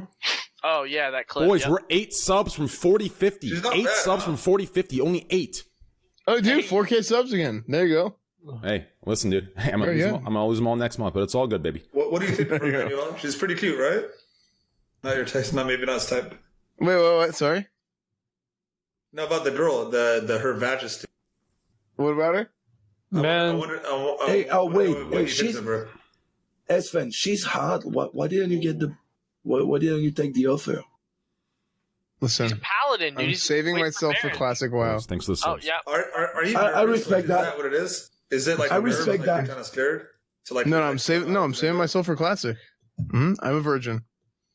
H: Oh yeah, that clip.
B: Boys,
H: yep.
B: we're eight subs from 40 50.
F: She's not
B: Eight
F: bad,
B: subs
F: huh?
B: from 40 50. Only eight.
E: oh, dude, 4K subs again. There you go.
B: Hey, listen, dude. Hey, I'm, gonna
E: There
B: lose
E: you
B: them
E: go.
B: all, I'm gonna lose them all next month, but it's all good, baby.
F: What, what do you think of her, Manuel? She's pretty cute, right? Not your text. No, maybe not his type.
E: Wait, wait, wait. Sorry.
F: No, about the girl, the the her majesty.
E: What about her?
F: I
D: Man,
F: wonder, I, wo- I,
G: Hey, oh,
F: wonder
G: wait,
F: what
G: wait,
F: he thinks
G: she's-
F: of her.
G: Esfen, she's hot. Why, why didn't you get the? Why, why didn't you take the offer?
E: Listen,
H: paladin, dude.
E: I'm
H: He's
E: saving
H: wait
E: myself for
H: Baron.
E: classic WoW.
B: Thanks for the
H: Oh
B: subs.
H: yeah.
F: Are, are, are you?
G: I- I
F: nervous?
G: respect
F: Like, is
G: that.
F: that. What it is? Is it like
G: I
F: a nervous,
G: respect
F: like,
G: that.
F: You're kind of scared. So like,
E: No, no, I'm saving. No, I'm saving myself for classic. hmm I'm a virgin.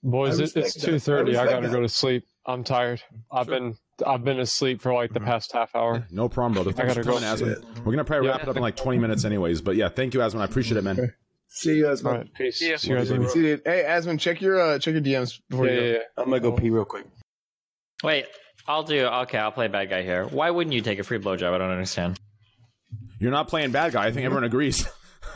D: boys,
G: I
D: it, it's
G: respect that. I
D: two thirty. I
G: respect
D: gotta
G: that.
D: go to sleep. I'm tired. I've been I've been asleep for like the
I: Mm-hmm.
D: past half hour.
B: No problem, brother. Thanks
D: gotta
B: for coming,
D: go.
B: Asmund. We're gonna probably
D: Yeah.
B: wrap it up in like 20 minutes, anyways. But yeah, thank you, Asmund. I appreciate it, man.
G: See you, Esfen.
D: All right, peace.
H: Yeah.
D: See you guys later.
E: See, dude, hey, Asmund, check your uh, check your DMs before
D: Yeah,
E: you.
D: yeah,
E: Go.
D: yeah.
G: I'm gonna go pee real quick.
J: Wait, I'll do. Okay, I'll play bad guy here. Why wouldn't you take a free blowjob? I don't understand.
B: You're not playing bad guy. I think everyone agrees.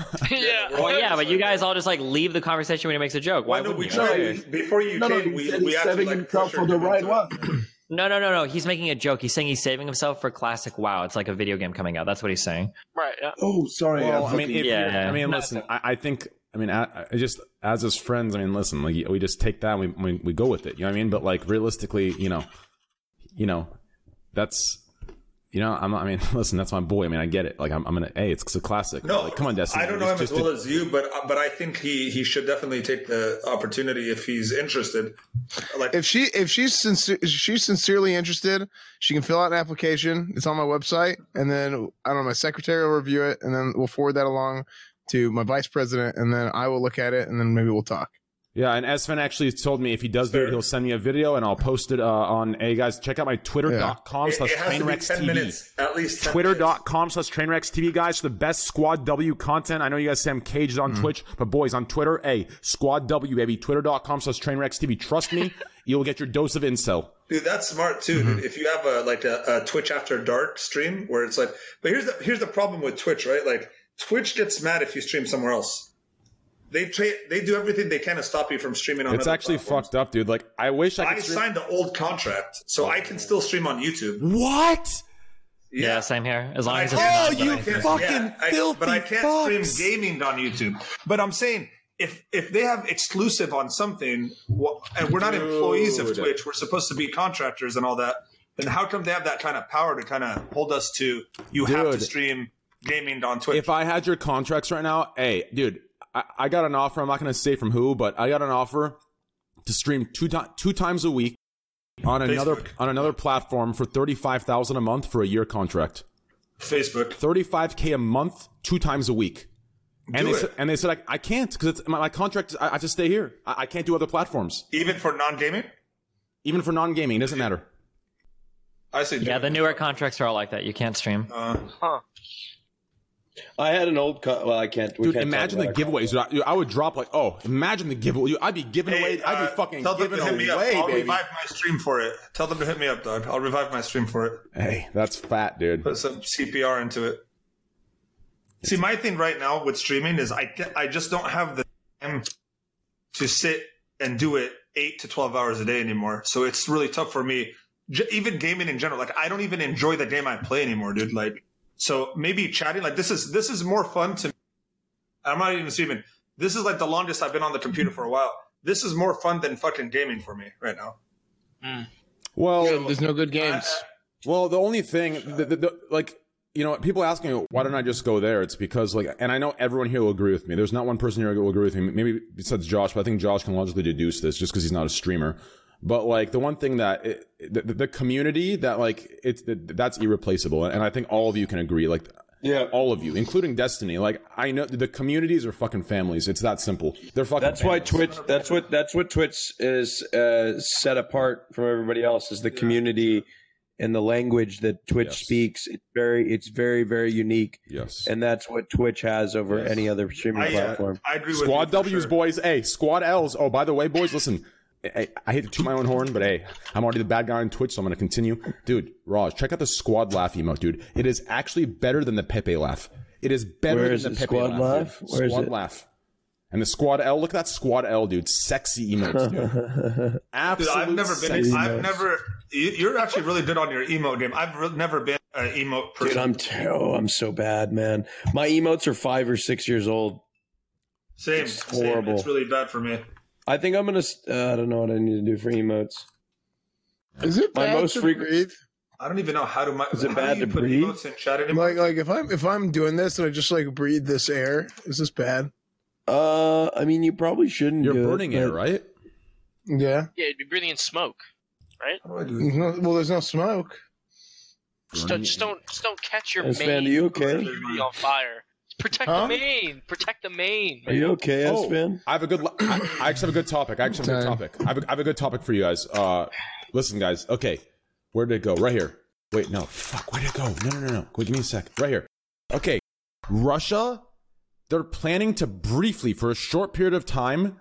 H: yeah.
J: Well, yeah, but you guys all just like leave the conversation when he makes a joke. Why
F: Why no,
J: wouldn't
F: we
J: you?
F: tried before you
G: No, no,
F: came.
G: he
F: we
G: said he's
F: we actually
G: saving
F: like
G: himself
F: pressured
G: for the
F: him
G: right
F: into it.
G: one.
J: No, no, no, no. He's making a joke. He's saying he's saving himself for classic WoW. It's like a video game coming out. That's what he's saying.
H: Right. Yeah.
G: Oh, sorry.
B: Well, I
G: fucking-
B: mean, if
J: Yeah.
B: you're- I mean, listen. I, I think. I mean, I, I just as his friends. I mean, listen. Like we just take that. and we, we we go with it. You know what I mean? But like realistically, you know, you know, that's. You know, I'm. I mean, listen. That's my boy. I mean, I get it. Like, I'm. I'm gonna. Hey, it's, it's a classic.
F: No,
B: like, come on, Destiny.
F: I don't
B: It's
F: know him as
B: just
F: well
B: a-
F: as you, but uh, but I think he he should definitely take the opportunity if he's interested. Like
E: If she if she's sincere, if she's sincerely interested, she can fill out an application. It's on my website, and then I don't know. My secretary will review it, and then we'll forward that along to my vice president, and then I will look at it, and then maybe we'll talk.
B: Yeah, and Esfen actually told me if he does do it, he'll send me a video and I'll post it uh, on. Hey guys, check out my twitter.com
F: it,
B: slash
F: it has to be ten
B: trainwreckstv.
F: minutes at least. 10 minutes.
B: Twitter.com slash trainwreckstv, guys, for the best Squad W content. I know you guys say I'm caged on Twitch, but boys, on Twitter, hey, Squad W, baby. Twitter.com slash trainwreckstv. Trust me, you'll get your dose of incel.
F: Dude, that's smart too.
B: Mm-hmm.
F: Dude. If you have a like a, a Twitch after dark stream where it's like, but here's the here's the problem with Twitch, right? Like Twitch gets mad if you stream somewhere else. They tra- they do everything they can to stop you from streaming on.
B: It's
F: other
B: actually
F: platforms.
B: fucked up, dude. Like, I wish I
F: I
B: could. stream-
F: signed the old contract, so I can still stream on YouTube.
B: what?
J: Yeah, same here. As long as it's
F: I
J: not.
F: can't-
J: but I-
F: can't-
B: fucking
F: I, But I
B: filthy
F: can't
B: fucks.
F: stream gaming on YouTube. But I'm saying if if they have exclusive on something, wha- and we're not employees of
B: Dude.
F: Twitch, we're supposed to be contractors and all that. Then how come they have that kind of power to kind of hold us to? You have to
B: Dude.
F: stream gaming on Twitch.
B: If I had your contracts right now, hey, dude, I, I got an offer. I'm not gonna say from who, but I got an offer to stream two ti- two times a week on another
F: Facebook.
B: on another platform for thirty five thousand a month for a year contract.
F: Facebook,
B: Thirty five k a month, two times a week. And
F: Do
B: they
F: it.
B: said, and they said I, I can't because my, my contract. is- I, I have to stay here. I, I can't do other platforms,
F: even for non gaming,
B: even for non gaming. It doesn't matter.
F: I say
J: Yeah, the newer contracts are all like that. You can't stream.
F: Uh,
I: I had an old. Co- well, I can't. We
B: Dude,
I: can't talk
B: imagine the
I: about it.
B: giveaways. Dude, I, dude, I would drop like, oh, imagine the giveaway. Dude, I'd be giving away.
F: hey,
B: I'd
F: uh,
B: be fucking
F: tell them
B: giving
F: to hit me up.
B: away,
F: I'll
B: baby.
F: revive my stream for it. Tell them to hit me up, dog. I'll revive my stream for it.
B: Hey, that's fat, dude.
F: put some CPR into it. See, my thing right now with streaming is I ca- I just don't have the time to sit and do it eight to twelve hours a day anymore. So it's really tough for me. J- even gaming in general, like I don't even enjoy the game I play anymore, dude. Like, so maybe chatting like this is this is more fun to. me. I'm not even streaming. This is like the longest I've been on the computer for a while. This is more fun than fucking gaming for me right now.
B: Well,
E: There's no good games.
B: Well, the only thing, the, the, the, like, you know, people asking me, why don't I just go there? It's because, like, and I know everyone here will agree with me. There's not one person here who will agree with me, maybe besides Josh, but I think Josh can logically deduce this just because he's not a streamer. But like the one thing that it, the, the- the community that like it's that's irreplaceable, and I think all of you can agree. Like
I: Yeah.
B: all of you, including Destiny. Like I know the communities are fucking families. It's that simple. They're fucking.
I: That's why
B: families.
I: Twitch. That's what. That's what Twitch is uh, set apart from everybody else. Is the community and the language that Twitch
B: Yes.
I: speaks. It's very, it's very, very unique,
B: Yes.
I: and that's what Twitch has over
B: Yes.
I: any other streaming
F: I, uh,
I: platform.
F: I agree with
B: Squad
F: you for
B: W's,
F: sure.
B: boys. Hey, Squad L's. Oh, by the way, boys, listen. I, I hate to toot my own horn, but hey, I'm already the bad guy on Twitch, so I'm going to continue. Dude, Raj, check out the squad laugh emote, dude. It is actually better than the Pepe laugh. It is better
I: Where
B: than
I: is
B: the
I: it?
B: Pepe
I: Squad
B: laugh. dude.
I: laugh? Where is
B: squad
I: it?
B: laugh. And the squad L, look at that squad L, dude. Sexy emotes, dude.
F: Dude,
B: Absolute
F: I've never
B: sexy
F: been. I've
B: emotes.
F: never. you- You're actually really good on your emote game. I've re- never been an emote person.
I: Dude, I'm ter- oh, I'm so bad, man. My emotes are five or six years old.
F: same,
I: it's
F: same.
I: horrible.
F: It's really bad for me.
I: I think I'm gonna. st- Uh, I don't know what I need to do for emotes.
E: Is it
I: My
E: bad
I: most
E: to
I: frequent-
E: breathe?
F: I don't even know how to. My,
I: Is it
F: how
I: bad
F: do you
I: to
F: put
I: breathe?
F: Emotes in chat anymore?
E: Like like if I'm if I'm doing this and I just like breathe this air, is this bad?
I: Uh, I mean, you probably shouldn't.
B: You're
I: do
B: burning
I: it,
B: air,
I: but-
B: right?
E: Yeah.
H: Yeah, you'd be breathing in smoke.
F: How do I do
E: There's no- well, there's no smoke.
H: Just
B: Burning
H: don't, just don't, just don't catch your
I: Yes,
H: main.
I: man, are you okay?
H: Be on fire. Protect
E: Huh?
H: the main. Protect the main.
I: Are you okay,
B: Oh.
I: Espen?
B: I have a good. li- I, I actually have a good topic. I actually have a good
D: Okay.
B: topic. I have a, I have a good topic for you guys. Uh, listen, guys. Okay, where did it go? Right here. Wait, no. Fuck. Where did it go? No, no, no, no. Wait, give me a sec. Right here. Okay, Russia. They're planning to briefly, for a short period of time,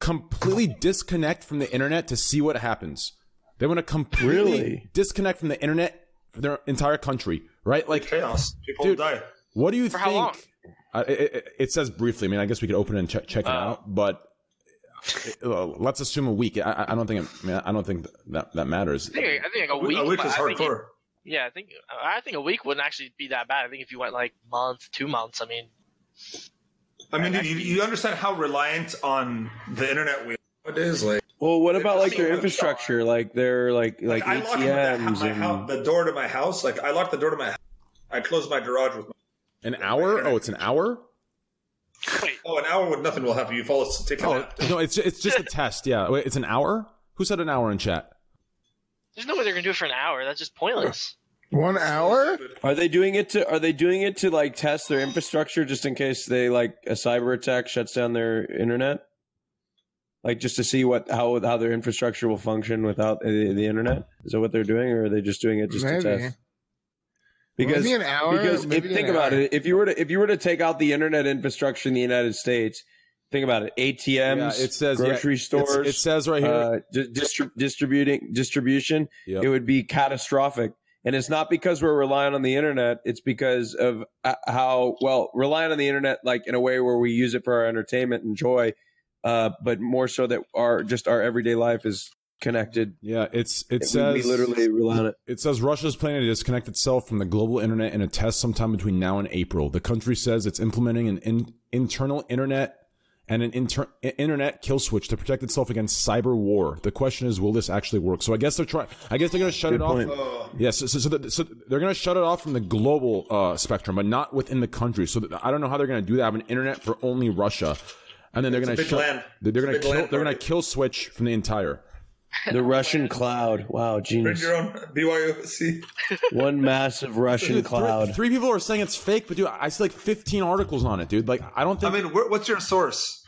B: completely disconnect from the internet to see what happens. They want to completely
I: Really?
B: disconnect from the internet for their entire country. Right? Like,
F: chaos? People
B: Dude.
F: die.
B: what do you
H: For
B: think?
H: how long?
B: Uh, it, it, it says briefly. I mean, I guess we could open it and check, check it
H: Oh.
B: out, but uh, let's assume a week. I, I- I don't think. It, I, mean, I don't think that that matters.
H: I think, I think like a
F: A
H: week.
F: week, a week
H: but
F: is
H: I think
F: hardcore.
H: it- yeah, I think I think a week wouldn't actually be that bad. I think if you went like month, two months, I mean,
F: I mean, dude, you, you understand how reliant on the internet we nowadays. Like,
I: Well, what about like their
F: Yeah.
I: infrastructure? Like their like like
F: I locked my,
I: ATMs
F: my house,
I: and
F: the door to my house. Like, I locked the door to my. house. I closed my garage with. My,
B: An hour? Oh, it's an hour.
H: wait,
F: oh, an hour with nothing will happen. You fall asleep. Take a
B: Oh
F: nap.
B: no, it's ju- it's just a test. Yeah, Wait, it's an hour. Who said an hour in chat?
H: there's no way they're gonna do it for an hour. That's just pointless.
E: One hour?
I: are they doing it to are they doing it to like test their infrastructure just in case they like a cyber attack shuts down their internet? Like just to see what how how their infrastructure will function without the, the internet? Is that what they're doing, or are they just doing it just
E: Maybe.
I: to test? Because
E: maybe an
B: Oh,
E: hour.
I: because if,
E: maybe an
I: think about
E: hour.
I: it, if you were to if you were to take out the internet infrastructure in the United States, think about it: ATMs,
B: Yeah, it says yeah,
I: grocery
B: it's-
I: stores,
B: It says right here.
I: uh, di- distri- distributing distribution,
B: Yep.
I: it would be catastrophic. And it's not because we're relying on the internet; it's because of uh, how well relying on the internet, like in a way where we use it for our entertainment and joy, uh, but more so that our just our everyday life is connected.
B: yeah, it's it
I: We-
B: says
I: we literally rely on it.
B: It says Russia's planning to disconnect itself from the global internet in a test sometime between now and April. The country says it's implementing an in- internal internet and an inter- i- internet kill switch to protect itself against cyber war. The question is, will this actually work? So I guess they're trying. I guess they're going to shut
I: Good
B: it
I: point.
B: off.
F: Oh.
B: Yes, so, so, that- so they're going to shut it off from the global uh, spectrum, but not within the country. So that, I don't know how they're going to do that. Have an internet for only Russia, and then they're
F: It's a
B: going to
F: big
B: shut.
F: land.
B: They're going to
F: It's a big
B: kill.
F: land
B: They're going to
F: party.
B: kill switch from the entire.
I: The Russian cloud. Wow,
F: Bring
I: genius.
F: your own BYOC.
I: One massive Russian
B: Dude, three-
I: cloud.
B: Three, people are saying it's fake, but dude, I see like 15 articles on it, dude. Like, I don't
F: I
B: think
F: mean, where, what's your source?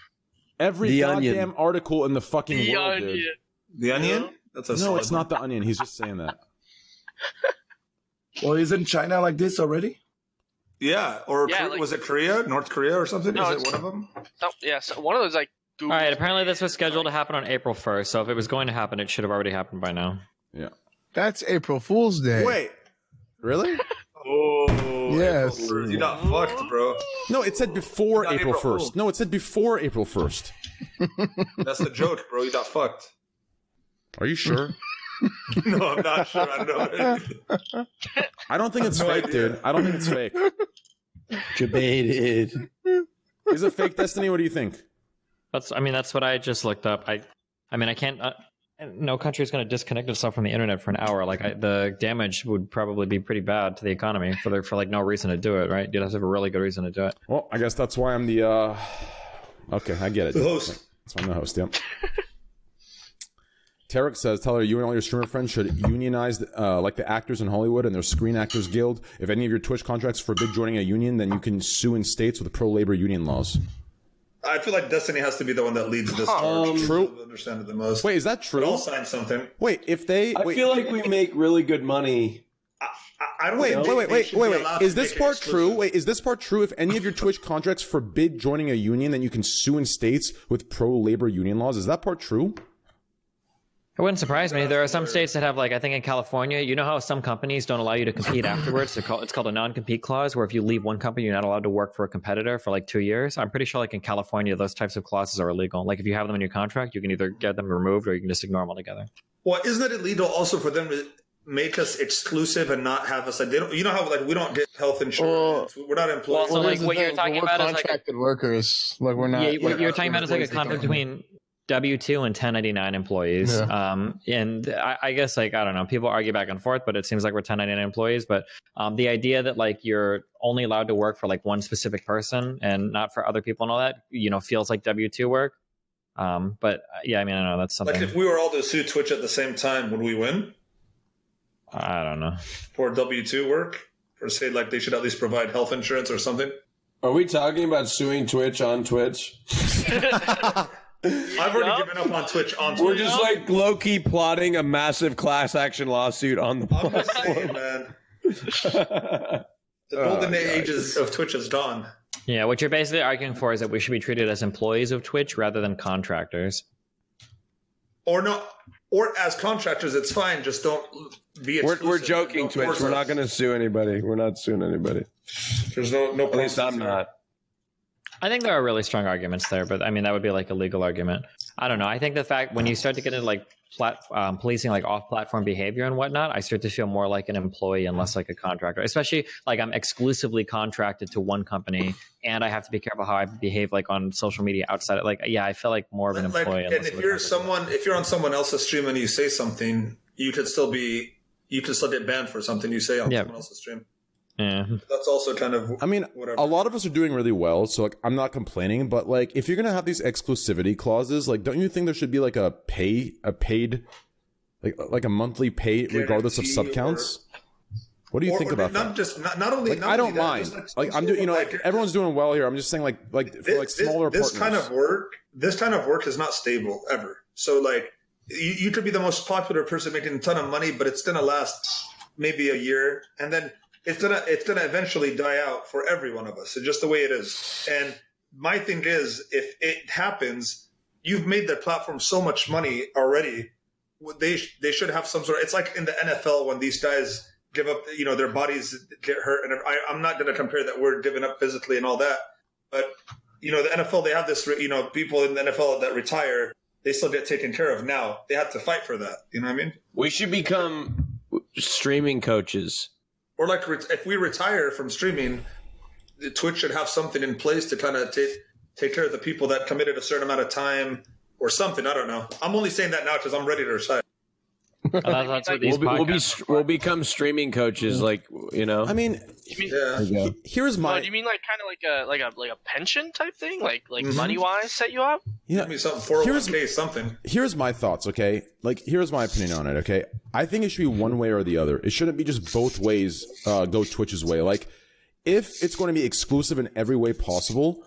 B: every
I: The
B: goddamn
I: Onion.
B: article in the fucking
H: The
B: world,
H: idea.
B: dude.
F: The Onion. That's a
B: No,
F: solid
B: it's not the onion. He's just saying that.
G: Well, isn't China like this already?
F: Yeah, or
H: Yeah,
F: Kore-
H: like-
F: was it Korea, North Korea, or something? Is
H: No,
F: it
H: it's-
F: one of them?
H: No, Oh, yeah, so one of those like.
J: All right. Apparently, this was scheduled to happen on April 1st. So if it was going to happen, it should have already happened by now.
E: That's April Fool's Day.
B: really?
F: Oh,
E: Yes.
F: April Fools. You got
H: oh.
F: fucked, bro.
B: No, it said before
F: Not
B: April
F: April
B: 1st.
F: Fool's.
B: No, it said before April 1st.
F: That's the joke, bro. You got fucked.
B: Are you sure?
F: No, I'm not sure. I don't know.
B: I don't think it's fake, dude. I don't think it's fake.
I: Debated.
B: Is it fake, Destiny? What do you think?
J: That's. I mean, that's what I just looked up. I. I mean, I can't. Uh, no country is going to disconnect itself from the internet for an hour. Like I, the damage would probably be pretty bad to the economy for their, for like no reason to do it. Right? You'd have to have a really good reason to do it.
B: Well, I guess that's why I'm the. uh Okay, I get it.
F: The host.
B: That's why I'm the host. Yep. Tarek says, "Tell her you and all your streamer friends should unionize uh, like the actors in Hollywood and their Screen Actors Guild. If any of your Twitch contracts forbid joining a union, then you can sue in states with pro labor union laws."
F: I feel like Destiny has to be the one that leads this charge.
B: Um, true.
F: to Understand it the most.
B: Wait, is that
F: But
B: true?
F: I'll sign something.
B: Wait, if they
I: I
B: wait,
I: feel like we make really good money.
F: I, I don't
B: Wait,
F: think
B: wait,
F: they-
B: wait,
F: they
B: wait,
F: should
B: wait,
F: be
B: wait.
F: allowed
B: Is
F: to
B: this
F: make it
B: part true?
F: exclusive.
B: Wait, is this part true? If any of your Twitch contracts forbid joining a union, then you can sue in states with pro labor union laws. Is that part true?
D: It wouldn't surprise me. There are some states that have, like, I think in California, you know how some companies don't allow you to compete afterwards. They're called- It's called a non-compete clause, where if you leave one company, you're not allowed to work for a competitor for like two years. I'm pretty sure, like in California, those types of clauses are illegal. Like if you have them in your contract, you can either get them removed or you can just ignore them altogether.
F: Well, isn't it illegal also for them to make us exclusive and not have us like they don't? You know how like we don't get health insurance. We're not employees.
H: Well, So, like,
E: here's the
H: what you're
E: thing,
H: talking
E: we're
H: about is, like, a-
E: contracted workers. Like we're not.
D: yeah, what
F: yeah,
D: you're talking about is like a
E: employees, they
D: conflict
E: don't-
D: between W two and 1099 employees. Um, and I, I guess like I don't know, people argue back and forth, but it seems like we're 1099 employees. But um, the idea that like you're only allowed to work for like one specific person and not for other people and all that, you know, feels like W two work. Um, but uh, yeah, I mean, I don't know. That's something
F: like if we were all to sue Twitch at the same time, would we win
D: I don't know.
F: for W two work? Or say like they should at least provide health insurance or something.
I: Are we talking about suing Twitch on Twitch?
F: I've already
H: Yup.
F: given up on Twitch. On Twitch,
I: We're just like low key plotting a massive class action lawsuit on the Uh,
F: I'm just saying,
I: platform.
F: man. The
I: Oh,
F: golden ages of Twitch is gone.
D: Yeah, what you're basically arguing for is that we should be treated as employees of Twitch rather than contractors.
F: Or no, or as contractors, it's fine. Just don't be.
I: we're,
F: Exclusive.
I: we're joking,
F: Don't
I: Twitch.
F: force
I: We're
F: us.
I: not going to sue anybody. We're not suing anybody.
F: There's no no.
I: At least I'm not.
D: I think there are really strong arguments there, but I mean that would be like a legal argument. I don't know. I think the fact when you start to get into like plat- um, policing like off-platform behavior and whatnot, I start to feel more like an employee and less like a contractor. Especially like I'm exclusively contracted to one company, and I have to be careful how I behave like on social media outside. Of, like yeah, I feel like more of an
F: Like,
D: employee.
F: and
D: and less
F: if
D: of a
F: you're
D: contractor.
F: someone, if you're on someone else's stream and you say something, you could still be, you could still get banned for something you say on
D: Yeah.
F: someone else's stream.
D: yeah.
F: That's also kind of.
B: I mean,
F: whatever.
B: a lot of us are doing really well, so like I'm not complaining. But like, if you're gonna have these exclusivity clauses, like, don't you think there should be like a pay, a paid, like like a monthly pay regardless of
F: Guarantee
B: sub counts? What do you
F: Or-
B: think
F: or
B: about
F: not
B: that?
F: Just not, not only.
B: Like,
F: not
B: I
F: only
B: don't
F: that,
B: mind.
F: just,
B: Like, I'm doing, you know, like, everyone's doing well here. I'm just saying, like, like for
F: this-
B: like smaller
F: this,
B: partners.
F: this kind of work this kind of work is not stable ever so like you, you could be the most popular person making a ton of money but it's gonna last maybe a year and then it's gonna it's gonna eventually die out for every one of us it's just the way it is and my thing is if it happens you've made that platform so much money already would they sh- they should have some sort of it's like in the NFL when these guys give up you know their bodies get hurt and I, I'm not going to compare that we're giving up physically and all that but you know the NFL they have this re- you know people in the NFL that retire they still get taken care of now they have to fight for that you know what I mean
I: We should become streaming coaches.
F: or like ret- if we retire from streaming the Twitch should have something in place to kind of take take care of the people that committed a certain amount of time or something I don't know I'm only saying that now because I'm ready to retire
D: And that's- that's what these
I: We'll, be, we'll, be,
D: podcasts-
I: str- we'll become streaming coaches, like, you know?
B: I mean,
F: yeah
B: he- here's
H: Oh,
B: my,
H: do you mean like kind of like a like a like a pension type thing? Like like money wise set you up?
B: you know,
F: give me something
B: Here's-
F: 401k something
B: here's my thoughts. Okay, like here's my opinion on it. Okay, I think it should be one way or the other. It shouldn't be just both ways. Uh, go Twitch's way. Like, if it's going to be exclusive in every way possible,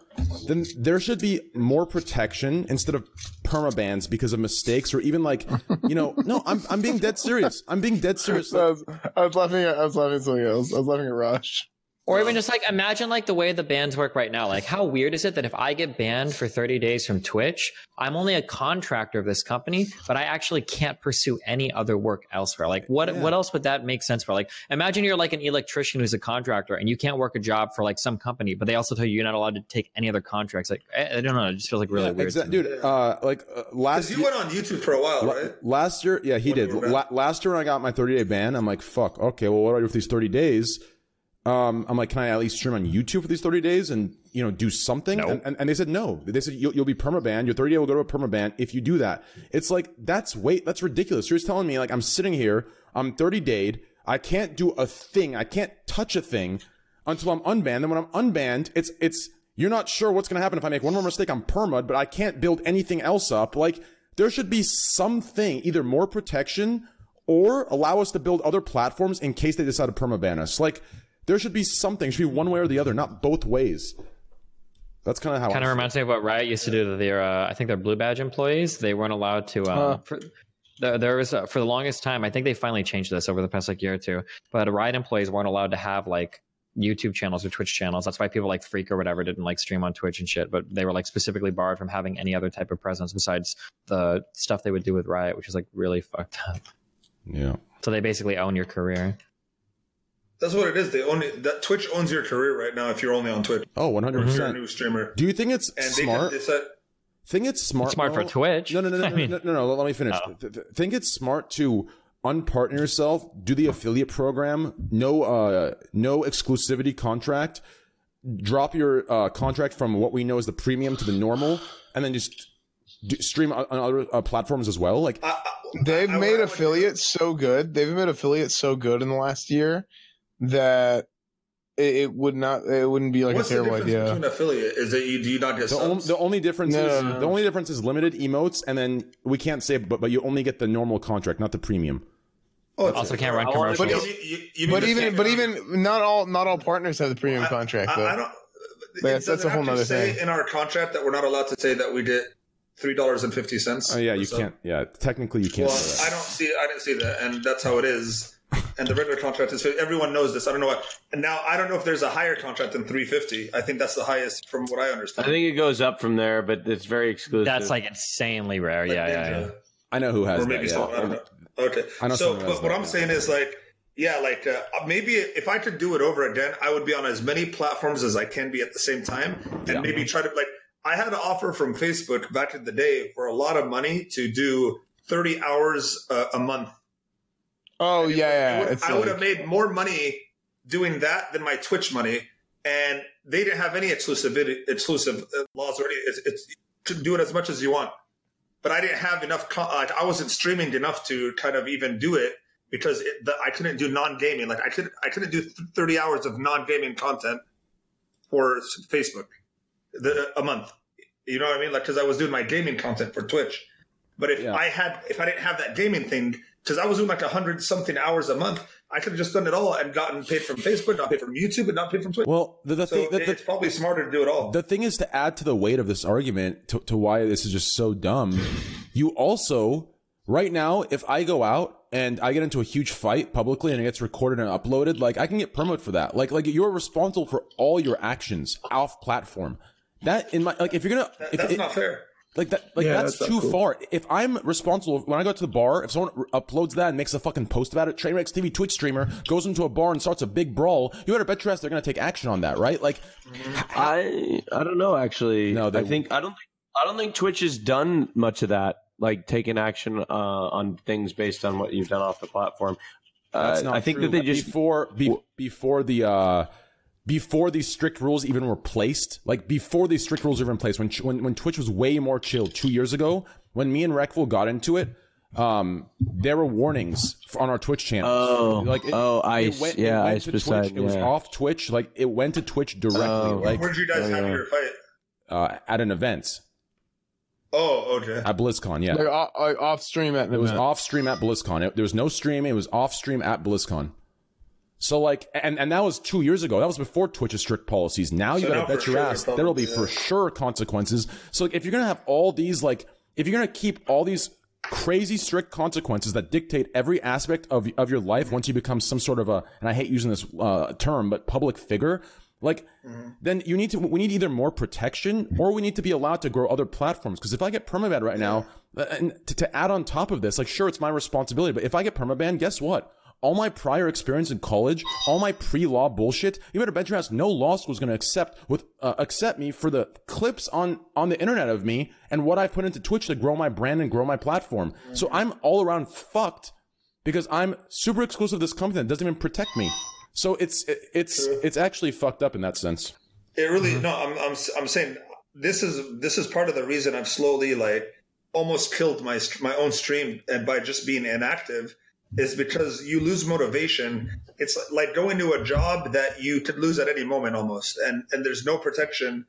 B: then there should be more protection instead of perma bans because of mistakes or even like, you know, no, I'm I'm being dead serious. I'm being dead serious.
E: I was, I was laughing at I was laughing at something else. I was laughing at Rush.
D: Or even just like imagine like the way the bans work right now. Like how weird is it that if I get banned for 30 days from Twitch, I'm only a contractor of this company, but I actually can't pursue any other work elsewhere. Like what what else would that make sense for? Like imagine you're like an electrician who's a contractor and you can't work a job for like some company, but they also tell you you're not allowed to take any other contracts. Like I, I don't know, it just feels like really
B: Yeah,
D: weird.
B: exa-
D: to me.
B: dude. Uh, like uh, last
F: because you
B: year-
F: went on YouTube for a while
B: La-
F: right
B: Last year, yeah, he
F: When
B: did.
F: you were
B: La-
F: back.
B: last year when I got my 30 day ban, I'm like, fuck, okay, well, what do I do for these 30 days? Um, I'm like, can I at least stream on YouTube for these 30 days and, you know, do something? And, and, and they said, no. They said, you'll, you'll be permabanned. Your 30 day will go to a permaban if you do that. It's like, that's wait, that's ridiculous. You're just telling me, like, I'm sitting here, I'm 30 dayed, I can't do a thing, I can't touch a thing until I'm unbanned. Then when I'm unbanned, it's, it's, you're not sure what's going to happen if I make one more mistake. I'm permud, but I can't build anything else up. Like, there should be something, either more protection or allow us to build other platforms in case they decide to permaban us. Like, there should be something. It should be one way or the other, not both ways. That's kind of how. I
D: Kind of
B: feel.
D: reminds me of what Riot used to do to their, uh, I think their Blue Badge employees. They weren't allowed to. Um,
B: Uh.
E: Huh.
D: for, there, there was uh, for the longest time. I think they finally changed this over the past like year or two. But Riot employees weren't allowed to have like YouTube channels or Twitch channels. That's why people like Freak or whatever didn't like stream on Twitch and shit. But they were like specifically barred from having any other type of presence besides the stuff they would do with Riot, which is like really fucked up.
B: Yeah.
D: So they basically own your career.
F: That's what it is. They own it. That Twitch owns your career right now if you're only on Twitch.
B: Oh, one hundred
F: If you're a
B: percent.
F: new streamer,
B: Do you think it's
F: Mm-hmm. and
B: smart?
F: they can decide.
B: Think it's smart.
D: It's smart for
B: Mo?
D: Twitch.
B: No, no, no, no,
D: I
B: no,
D: mean- Oh.
B: no, no, no, Let me finish. Th- th- think it's smart to unpartner yourself, do the affiliate program, no, uh, no exclusivity contract, drop your uh, contract from what we know is the premium to the normal, and then just do, stream on, on other uh, platforms as well. Like,
F: I, I,
E: They've
F: I- I-
E: made
F: I would-
E: affiliates so good. They've made affiliates so good in the last year that it, it would not. It wouldn't be like
F: What's
E: a
F: the
E: terrible
F: difference
E: idea.
F: between affiliate? Is that you do you not get
B: the, on,
F: subs?
B: the only difference
E: No,
B: is
E: no, no.
B: the only difference is limited emotes, and then we can't say, but but you only get the normal contract, not the premium.
F: oh, it's-
D: Also, can't run
I: I wanna-
D: commercials.
F: but
E: But-
F: you- you- you mean
E: But
F: the
E: even,
F: second-
E: but even not all not all partners have the premium
F: I-
E: contract
F: um, I-
E: though.
F: I don't.
E: That's- that's a
F: doesn't have
E: whole
F: to
E: nother
F: say
E: thing.
F: In our contract, that we're not allowed to say that we did three dollars and fifty cents.
B: Oh yeah, you can't. Yeah, technically you can't.
F: Well,
B: say that.
F: I don't see. I didn't see that, and that's how it is. And the regular contract is. Everyone knows this. I don't know why. And now I don't know if there's a higher contract than three fifty. I think that's the highest from what I
I: I
F: understand.
I: think it goes up from there, but it's very exclusive.
D: That's like insanely rare. Yeah, yeah, yeah.
B: I know who has
F: or maybe
B: that.
F: so.
B: yeah.
F: I don't know. Okay.
B: I know
F: so,
B: someone who has
F: but what
B: that,
F: I'm
B: yeah.
F: saying is like, yeah, like uh, maybe if I could do it over again, I would be on as many platforms as I can be at the same time, and
B: Yeah.
F: maybe try to like. I had an offer from Facebook back in the day for a lot of money to do 30 hours uh, a month.
E: oh yeah, yeah.
F: I would-
E: it's
F: I would
E: like-
F: have made more money doing that than my Twitch money, and they didn't have any exclusivity, exclusive uh, laws already. It's, it's to do it as much as you want, but I didn't have enough. Con- like I wasn't streaming enough to kind of even do it because it, the, I couldn't do non gaming. Like I could, I couldn't do th- thirty hours of non gaming content for s- Facebook the, a month. You know what I mean? Like because I was doing my gaming content for Twitch. But if
B: Yeah.
F: I had, if I didn't have that gaming thing, because I was doing like a hundred something hours a month, I could have just done it all and gotten paid from Facebook, not paid from YouTube, and not paid from Twitch.
B: Well, the, the,
F: so
B: thing, the, the-
F: it's probably smarter to do it all.
B: the thing is to add to the weight of this argument to, to why this is just so dumb. You also, right now, if I go out and I get into a huge fight publicly and it gets recorded and uploaded, like I can get permit for that. Like, like you're responsible for all your actions off platform. That in my like, if you're gonna,
F: That-
B: if
F: that's
B: it-
F: not fair.
B: like that, like
L: Yeah,
B: that's,
L: that's
B: too
L: not cool.
B: far. If I'm responsible when I go to the bar, if someone r- uploads that and makes a fucking post about it, Trainwreck's TV Twitch streamer goes into a bar and starts a big brawl. You better bet your ass they're gonna take action on that, right? Like,
I: I I don't know actually.
B: No,
I: No,
B: they-
I: I think I don't think I don't think Twitch has done much of that, like taking action uh, on things based on what you've done off the platform.
B: That's
I: Uh,
B: not
I: I think
B: true.
I: that they just
B: before be, before the uh, before these strict rules even were placed, like before these strict rules were in place, when when when Twitch was way more chill two years ago, when me and Reckful got into it, um, there were warnings f- on our Twitch channel.
I: Oh. Oh,
B: it
I: ice.
B: went- it
I: Yeah,
B: went
I: ice
B: to
I: beside-
B: Twitch. It was
I: yeah.
B: off Twitch. Like it went to Twitch directly,
I: Oh.
B: like
F: Where'd you guys have
I: yeah.
F: your fight?
B: uh, at an event
F: Oh, okay.
B: at BlizzCon. Yeah,
E: like, off, like off stream at
B: It
E: the
B: was
E: minute.
B: off stream at BlizzCon. It- there was no stream. It was off stream at BlizzCon. So like, and and that was two years ago. That was before Twitch's strict policies. Now you
F: So
B: gotta
F: now
B: bet
F: for
B: your
F: sure
B: ass
F: there's
B: there will be for
F: problems,
B: sure consequences. So like, if you're gonna have all these like, if you're gonna keep all these crazy strict consequences that dictate every aspect of of your life once you become some sort of a and I hate using this uh, term but public figure like then you need to we need either more protection or we need to be allowed to grow other platforms because if i get permaban right now uh, and to, to add on top of this like sure it's my responsibility but if i get permaban guess what all my prior experience in college all my pre-law bullshit you better bet your ass no law school is going to accept with uh, accept me for the clips on on the internet of me and what i've put into twitch to grow my brand and grow my platform so i'm all around fucked because i'm super exclusive to this company that doesn't even protect me so it's it's it's actually fucked up in that sense
F: It really
B: Mm-hmm.
F: no. I'm I'm I'm saying this is this is part of the reason I've slowly like almost killed my my own stream and by just being inactive is because you lose motivation. It's like going to a job that you could lose at any moment almost, and and there's no protection,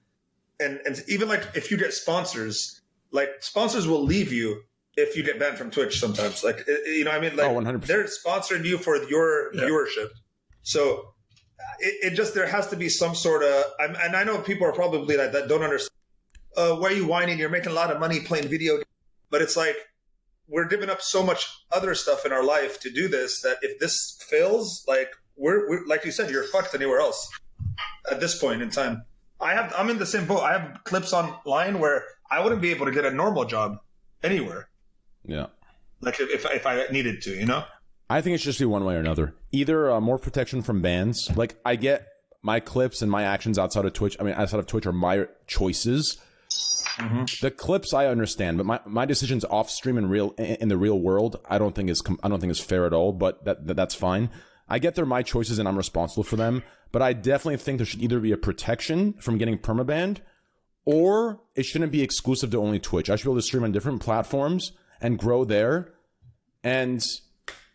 F: and and even like if you get sponsors, like sponsors will leave you if you get banned from Twitch sometimes. Like i- i- you know what I mean like
B: Oh, 100%.
F: they're sponsoring you for your viewership, so. it, it just there has to be some sort of. I'm, and I know people are probably like that don't understand. Uh, why are you whining? You're making a lot of money playing video, games. but it's like we're giving up so much other stuff in our life to do this that if this fails, like we're, we're like you said, you're fucked anywhere else at this point in time. I have I'm in the same boat. I have clips online where I wouldn't be able to get a normal job anywhere.
B: Yeah.
F: Like if if, if I needed to, you know.
B: I think it should just be one way or another. Either uh, more protection from bans. Like I get my clips and my actions outside of Twitch. I mean, outside of Twitch are my choices. The clips I understand, but my, my decisions off stream in real in the real world, I don't think is com- I don't think is fair at all. But that, that that's fine. I get they're my choices and I'm responsible for them. But I definitely think there should either be a protection from getting permabanned, or it shouldn't be exclusive to only Twitch. I should be able to stream on different platforms and grow there. And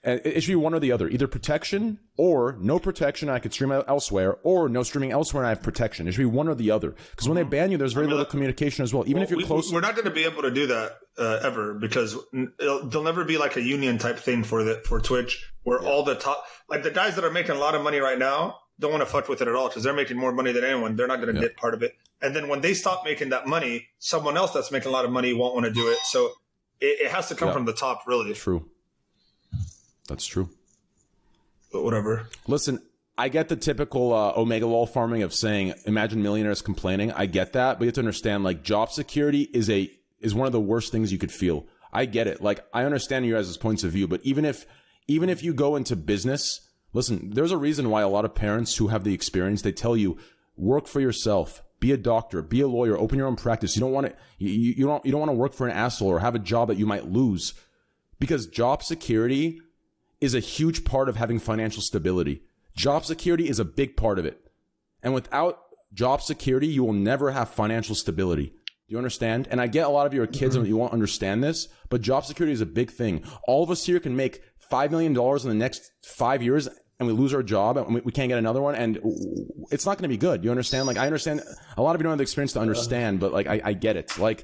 B: and it it should be one or the other, either protection or no protection. I could stream el- elsewhere, or no streaming elsewhere, and I have protection. It should be one or the other. Because when they ban you, there's very little communication as well. Even if you're
F: we,
B: close,
F: we're not going to be able to do that uh, ever because n- it'll, there'll never be like a union type thing for the for Twitch where all the top like the guys that are making a lot of money right now don't want to fuck with it at all because they're making more money than anyone. They're not going to get part of it. And then when they stop making that money, someone else that's making a lot of money won't want to do it. So it, it has to come
B: Yeah.
F: from the top, really.
B: True. That's true.
F: But whatever.
B: Listen, I get the typical uh, Omega wall farming of saying, "Imagine millionaires complaining." I get that, but you have to understand, like, job security is a is one of the worst things you could feel. I get it. Like, I understand you guys' points of view, but even if even if you go into business, listen, there's a reason why a lot of parents who have the experience they tell you, work for yourself. Be a doctor, be a lawyer, open your own practice. You don't want to, you, you you don't, you don't want to work for an asshole or have a job that you might lose because job security is a huge part of having financial stability. Job security is a big part of it. And without job security, you will never have financial stability. Do you understand? And I get a lot of you are kids
M: Mm-hmm.
B: and you won't understand this, but job security is a big thing. All of us here can make $5 million in the next five years and we lose our job and we, we can't get another one and it's not going to be good. Do you understand? Like, I understand a lot of you don't have the experience to understand, but like, I, I get it. Like,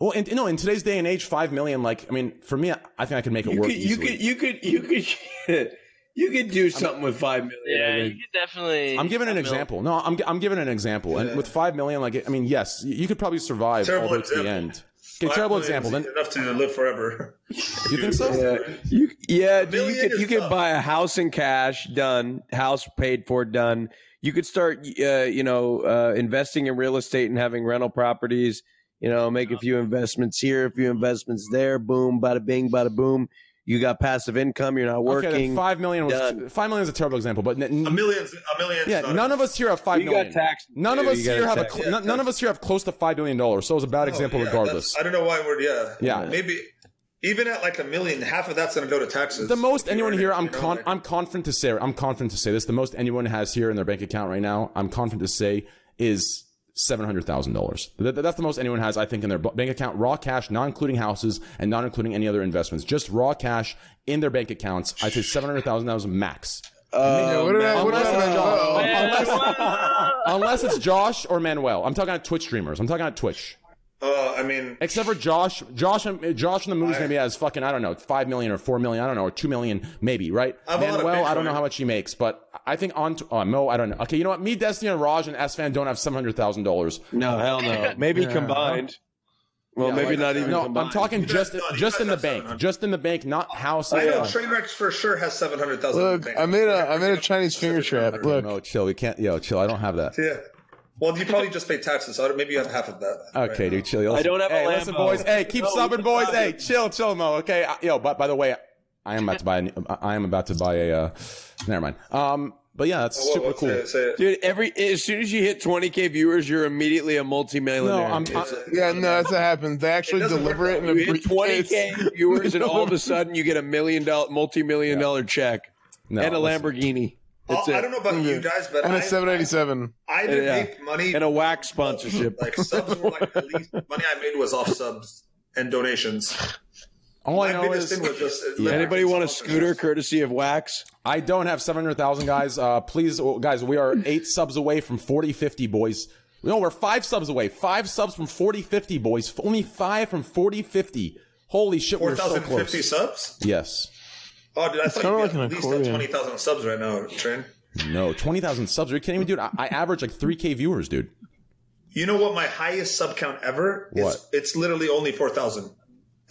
B: well, and, no, in today's day and age, 5 million, like, I mean, for me, I, I think I can make it
M: You
B: work
M: could, you
B: easily.
M: could, you could, you could, you could do something with five million. I
H: Yeah,
M: think.
H: you could definitely.
B: I'm giving an
H: I will.
B: example. No, I'm I'm giving an example. And with five million, like I mean, yes, you could probably survive
F: Terrible
B: all the way to the
F: example.
B: end. Okay, terrible example. Then
F: enough to live forever.
B: you think so?
M: Yeah.
I: You yeah, dude, you
F: million
I: could
F: is
I: you could
F: tough.
I: buy a house in cash, done. House paid for, done. You could start uh, you know uh, investing in real estate and having rental properties. You know, make a few investments here, a few investments there. Boom, bada bing, bada boom. You got passive income. You're not
B: Okay, then
I: working.
B: five million was
I: Done.
B: five million is a terrible example, but n-
F: A
B: n-
F: million's a million's
B: yeah,
F: not
B: none of us here have five
I: you got
B: million.
I: taxed.
B: None of
I: too.
B: us
I: You gotta
B: here have a
I: tax-
B: cl- none- none of us here have close to five million dollars, so it was a bad example
F: Oh, Yeah,
B: regardless.
F: that's- I don't know why we're yeah.
B: Yeah.
F: Maybe even at like a million, half of that's gonna go to taxes.
B: The most
F: If you
B: anyone
F: earn
B: here,
F: it,
B: I'm
F: you know,
B: con-
F: like-
B: I'm confident to say, I'm confident to say this. The most anyone has here in their bank account right now, I'm confident to say is seven hundred thousand dollars. That's the most anyone has, I think, in their bu- bank account, raw cash, not including houses and not including any other investments, just raw cash in their bank accounts. I'd say seven hundred thousand dollars max,
E: Yeah, what did I, what did I,
B: Manuel.
E: oh,
B: unless it's Josh or Manuel. I'm talking about Twitch streamers. I'm talking about Twitch.
F: Oh, I mean,
B: Except for Josh, Josh, Josh in the movies maybe has fucking I don't know five million or four million I don't know or two million maybe right.
F: I have a lot of
B: Manuel, I don't
F: Bitcoin.
B: know how much he makes, but I think on oh, Mo I don't know. Okay, you know what? Me, Destiny, and Raj and S Fan don't have seven hundred thousand dollars.
I: No, hell no. Maybe combined. Well, maybe not even.
B: No,
I: combined.
B: I'm talking just
F: no, you
B: just
F: guys
B: in the
F: have
B: bank,
F: 700.
B: just in the bank, not house.
F: I know
B: and-
F: Trainwreck for sure has seven hundred thousand.
E: Look, I made a I made a Chinese finger trap. Look,
B: Mo, chill. We can't. Yo, chill. I don't have that.
F: Yeah. Well, you probably just pay taxes, so maybe you have half of that.
B: Okay,
F: right uh,
B: dude, chill. Listen.
I: don't have a
B: hey, listen,
I: Lambo.
B: boys. Hey, keep subbing, boys. Hey, chill, chill, Mo. Okay, I, yo. But by the way, I am about to buy. A, new- I am about to buy a. Uh, never mind. Um, but yeah, that's
F: Now. Whoa,
B: super
F: whoa,
B: cool.
F: Say it, say it.
M: Dude, every as soon as you hit 20k viewers, you're immediately a
B: No,
M: multimillionaire.
B: I'm. I,
E: yeah, no, that's what happens. They actually
F: doesn't
E: deliver
F: work
E: it in
M: you
E: a
M: hit
E: briefcase.
M: 20k viewers, and all of a sudden you get a million dollar, multi-million dollar check
B: no,
M: and a
B: listen.
M: Lamborghini
F: I'll-
M: That's it.
F: I don't know about you guys, but
E: And
F: I,
E: a 787.
F: I didn't
M: Yeah.
F: make money.
M: and a whack sponsorship.
F: like subs were like the least money I made was off subs and donations.
B: All I
F: My
B: know
F: biggest
B: is
F: thing was just
M: Anybody want a scooter courtesy of Wax?
B: I don't have seven hundred thousand guys. Uh, please, oh, guys, we are eight subs away from 40, 50, boys. No, we're five subs away. Five subs from 40, 50, boys. Only five from 40, 50. Holy shit,
F: Four
B: we're so
F: thousand fifty
B: close.
F: subs.
B: yes.
F: Oh, dude, I thought
E: kinda
F: you
E: like
F: had
E: an
F: at least
E: accordion.
F: twenty thousand subs right now, Train.
B: No, twenty thousand subs. Are you kidding me, dude? I, I average like three k viewers, dude.
F: You know what? My highest sub count ever is
B: What?
F: it's literally only four thousand,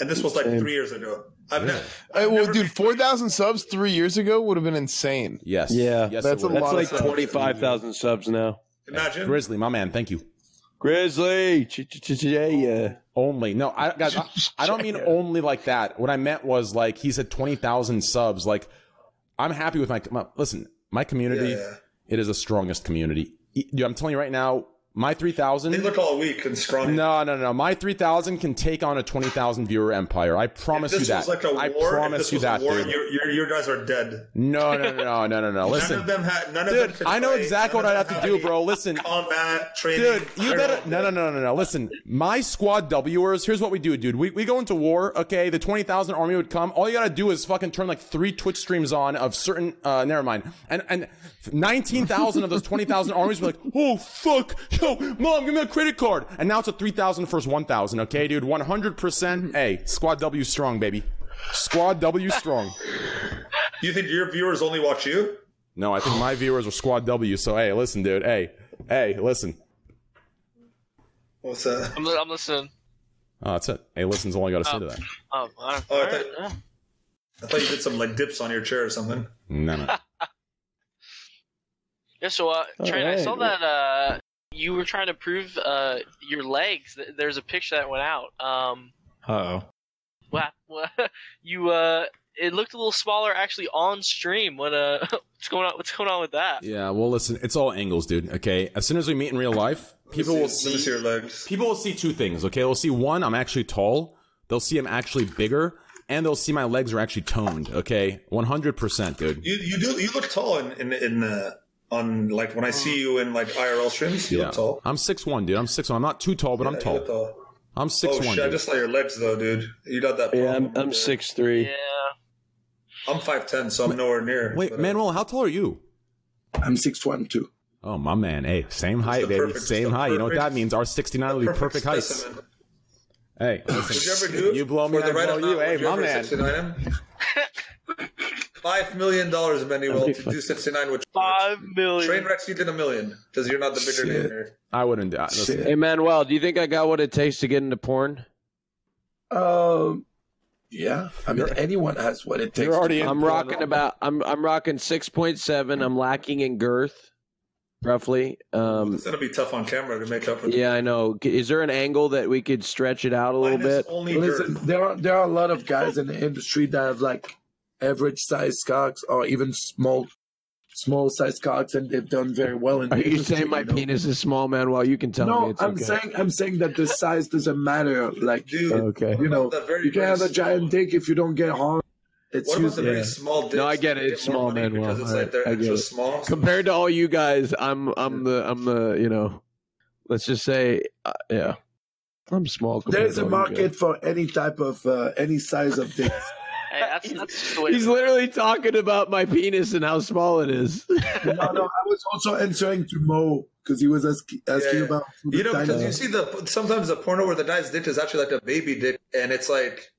F: and this was like
E: Insane.
F: three years ago. I've never.
E: Uh, well, dude, four thousand subs three years ago would have been insane.
B: Yes.
I: Yeah.
B: Yes,
E: That's
B: it
E: a
B: would.
E: lot
I: That's
E: of
I: like
E: subs.
I: twenty five thousand subs now.
F: Imagine.
B: Grizzly, my man. Thank you.
I: Grizzly, ch- ch- ch- yeah.
B: Only no, I, guys. I, I don't mean only like that. What I meant was like he said twenty thousand subs. Like I'm happy with my, my listen. My community,
F: Yeah, yeah.
B: it is the strongest community. E- Dude, I'm telling you right now, my three thousand.
F: They look all weak and strong.
B: No, no, no. My 3,000 can take on a 20,000 viewer empire. I promise
F: If
B: you
F: this
B: that.
F: was like a war,
B: I
F: if this
B: promise you
F: was a
B: that,
F: war,
B: dude.
F: your- your- your guys are dead.
B: No, no, no, no, no, no, no.
F: none
B: Listen.
F: of them had. None of
B: Dude,
F: them could
B: I know
F: play,
B: exactly
F: none
B: what I'd have
F: of
B: to
F: them
B: do,
F: had
B: bro. Listen.
F: any Combat training.
B: Dude, you
F: They're
B: better
F: all
B: no no
F: dead.
B: no no no. Listen, my squad Wers. Here's what we do, dude. We, we go into war. Okay, the twenty thousand army would come. All you gotta do is fucking turn like three Twitch streams on of certain. uh Never mind. And and nineteen thousand of those twenty thousand armies were like, oh fuck, yo, mom, give me a credit card. And now it's a three thousand first one thousand. Okay, dude, one hundred percent. Hey, squad W strong, baby. Squad W strong.
F: You think your viewers only watch you?
B: No, I think my viewers are squad W. So hey, listen, dude. Hey, hey, listen.
F: What's uh, that?
H: I'm, li- I'm listening.
B: Oh, that's it. Hey, listen's all I gotta say to that.
H: Oh, all right.
F: Oh, I thought, I thought you did some like dips on your chair or something.
B: No, no.
H: Yeah, so uh,
B: All
H: Trent, I
B: right.
H: saw that uh, you were trying to prove uh, your legs. Th- There's a picture that went out. Um,
N: Uh oh.
H: what, what you uh, it looked a little smaller actually on stream. What uh, what's going on? What's going on with that?
B: Yeah, well, listen, it's all angles, dude. Okay, as soon as we meet in real life, people
F: see-
B: will
F: let me see
B: see
F: your legs.
B: people will see two things. Okay, they'll see one, I'm actually tall. They'll see I'm actually bigger, and they'll see my legs are actually toned. Okay, one hundred percent, dude.
F: You you do you look tall in in, in uh, on like when I see you in like IRL streams. You
B: Yeah,
F: look tall.
B: I'm six one, dude. I'm six one. I'm not too tall, but I'm
F: Yeah,
B: tall.
F: You look tall.
B: I'm
F: Oh
B: six one.
F: shit! I just saw your legs though, dude. You got that problem.
I: Yeah, I'm I'm six three.
H: Yeah,
F: I'm five ten, so I'm nowhere near.
B: Wait,
F: but, uh,
B: Manuel, how tall are you?
G: I'm six one too.
B: Oh my man, hey, same height,
F: the
B: baby,
F: perfect-
B: same
F: it's the
B: height. You know what that
F: perfect-
B: means? Our sixty nine will be perfect heights.
F: specimen.
B: Hey,
F: Would you
B: listen,
F: ever do it
B: you blow me,
F: for
B: I
F: the right
B: blow
F: amount?
B: you. Hey,
F: Would you
B: my
F: ever
B: man.
F: 69 him? Five million dollars, Manuel, to do sixty nine. Which
H: five million.
F: train wrecks you did a million because you're not the bigger name here.
B: I wouldn't. do- Listen,
I: Hey Manuel, do you think I got what it takes to get into porn?
G: Um, yeah. I mean, anyone has what it takes.
B: You're already in.
I: I'm
B: porn.
I: rocking about. I'm I'm rocking six point seven. I'm lacking in girth, roughly. Um,
F: It's gonna be tough on camera to make up for.
I: yeah, I know. Is there an angle that we could stretch it out a little
F: Mine is
I: bit?
F: Only
G: Listen,
F: girth.
G: there are there are a lot of guys in the industry that have like average size cocks or even small small size cocks, and they've done very well. In the
I: Are you
G: industry,
I: saying my
G: know?
I: penis is small, Manuel? You can tell me.
G: No,
I: It's
G: I'm
I: okay.
G: saying I'm saying that the size doesn't matter. Like,
F: Dude,
D: uh,
I: okay.
G: you know,
F: the very,
G: you can
F: very
G: have a giant dick if you don't get hard. It's
F: What about the
G: useless.
F: very small? Dicks?
I: No, I get it.
F: They
I: It's
F: more
I: small,
F: money
I: Manuel.
F: Because it's
I: All
F: like
I: right,
F: they're
I: I get
F: extra
I: it.
F: small.
I: Compared to all you guys, I'm I'm the I'm the you know, let's just say uh, yeah, I'm small. compared
G: There's
I: to
G: a
I: all you
G: market for any type of uh, any size of dick.
H: Hey, that's that's just the
I: guys.
H: way.
I: He's literally talking about my penis and how small it is.
G: no, no, I was also answering to Mo because he was ask, asking
F: yeah.
G: about
F: You know, because you
G: dinosaurs.
F: see the sometimes the porno where the guy's dick is actually like a baby dick, and it's like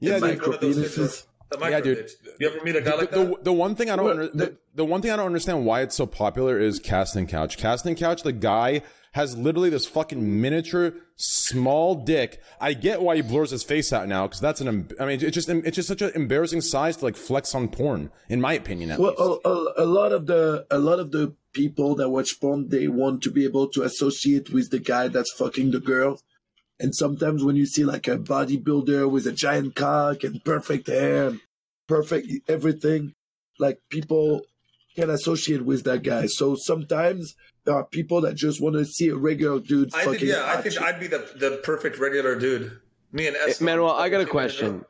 B: Yeah,
F: it's
B: dude.
F: like one of those things
G: micropenises.
F: with- the micro
B: Yeah, dude.
F: dicks. You ever meet a guy
B: the,
F: like
B: the-
F: that?
B: the one thing I don't
G: Well,
B: under,
G: the-
B: the, the one thing I don't understand why it's so popular is casting couch. Casting couch, the guy has literally this fucking miniature small dick. I get why he blurs his face out now because that's an. em- I mean, it's just it's just such an embarrassing size to like flex on porn, in my opinion. At least.
G: Well, oh, a, a, a lot of the a lot of the people that watch porn, they want to be able to associate with the guy that's fucking the girl. And sometimes when you see like a bodybuilder with a giant cock and perfect hair, and perfect everything, like people can associate with that guy. So sometimes there are people that just want to see a regular dude.
F: I
G: fucking
F: think yeah, I
G: hot
F: think
G: chick.
F: I'd be the the perfect regular dude. Me and S.
I: Manuel, I got a question.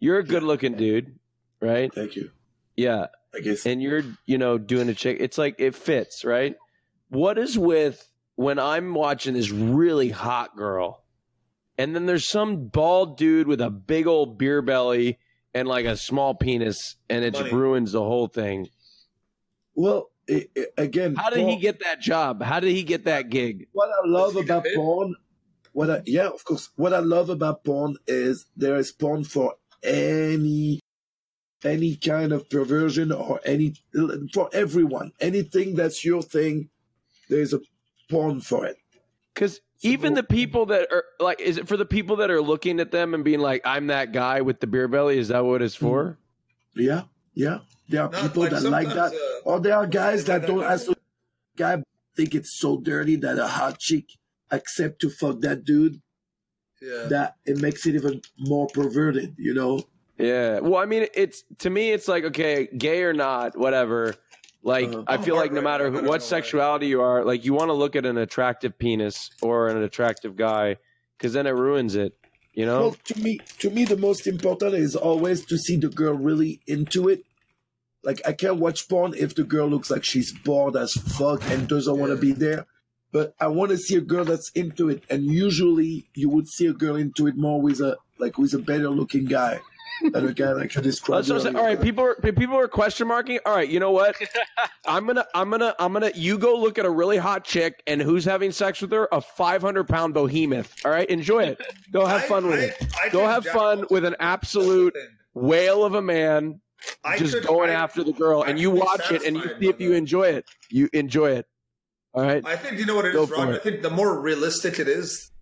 I: You're a good-looking dude, right?
G: Thank you.
I: Yeah,
G: I guess.
I: and you're you know doing a chick. It's like it fits, right? What is with when I'm watching this really hot girl, and then there's some bald dude with a big old beer belly and like a small penis, and it
F: Money.
I: ruins the whole thing.
G: Well, i i again,
I: How did he
G: porn-
I: get that job? How did he get that gig?
G: what I love
F: Does he
G: about
F: get paid?
G: porn, what I yeah, of course, what I love about porn is there is porn for any any kind of perversion or any for everyone. Anything that's your thing, there's a porn for it.
I: Because even the people that are like, is it for the people that are looking at them and being like, "I'm that guy with the beer belly"? Is that what it's for?
G: Yeah, yeah. There are people
I: like
G: that like that,
I: sometimes,
F: uh,
G: or there are guys that don't ask. Guy think it's so dirty that a hot chick accept to fuck that dude.
F: Yeah.
G: That it makes it even more perverted, you know.
I: Yeah. Well, I mean, it's to me, it's like okay, gay or not, whatever. Like, Oh, I feel like no matter who, what sexuality you are, like you want to look at an attractive penis or an attractive guy, because then it ruins it. You know.
G: Well, to me, to me, the most important is always to see the girl really into it. Like I can't watch porn if the girl looks like she's bored as fuck and doesn't want to be there. But I want to see a girl that's into it, and usually you would see a girl into it more with a like with a better looking guy than a guy like I described.
I: That's what I'm saying. All right, people are people are question marking. All right, you know what? I'm gonna I'm gonna I'm gonna you go look at a really hot chick and who's having sex with her? A 500 pound behemoth. All right, enjoy it. Go have fun with it. Go have fun with an absolute whale of a man. just
F: could-
I: going
F: I-
I: after the girl, and you
F: could be
I: watch it, and you
F: satisfied
I: see if you enjoy it. You enjoy it. All right.
F: I think you know what it is,
I: Go for
F: Ron.
I: it.
F: I think the more realistic it is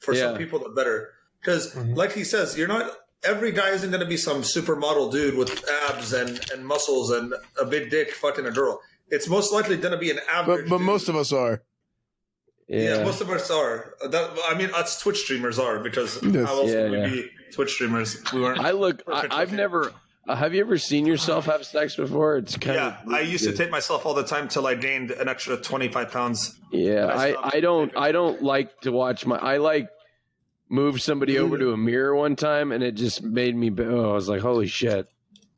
F: for some
I: Yeah.
F: people, the better. Because, like he says, you're not every guy isn't going to be some supermodel dude with abs and, and muscles and a big dick fucking a girl. It's most likely going to be an average.
E: But most of us are.
F: Yeah. most of us are. That, I mean, us Twitch streamers are because
E: Yes.
F: how else
I: Yeah,
F: would we
I: yeah.
F: be Twitch streamers? We weren't.
I: I look. I, I've never. uh, have you ever seen yourself have sex before? It's kind
F: yeah,
I: of.
F: I used to take myself all the time till I gained an extra twenty five pounds.
I: Yeah, I, I don't I don't like to watch my I like moved somebody over to a mirror one time and it just made me b- oh I was like holy shit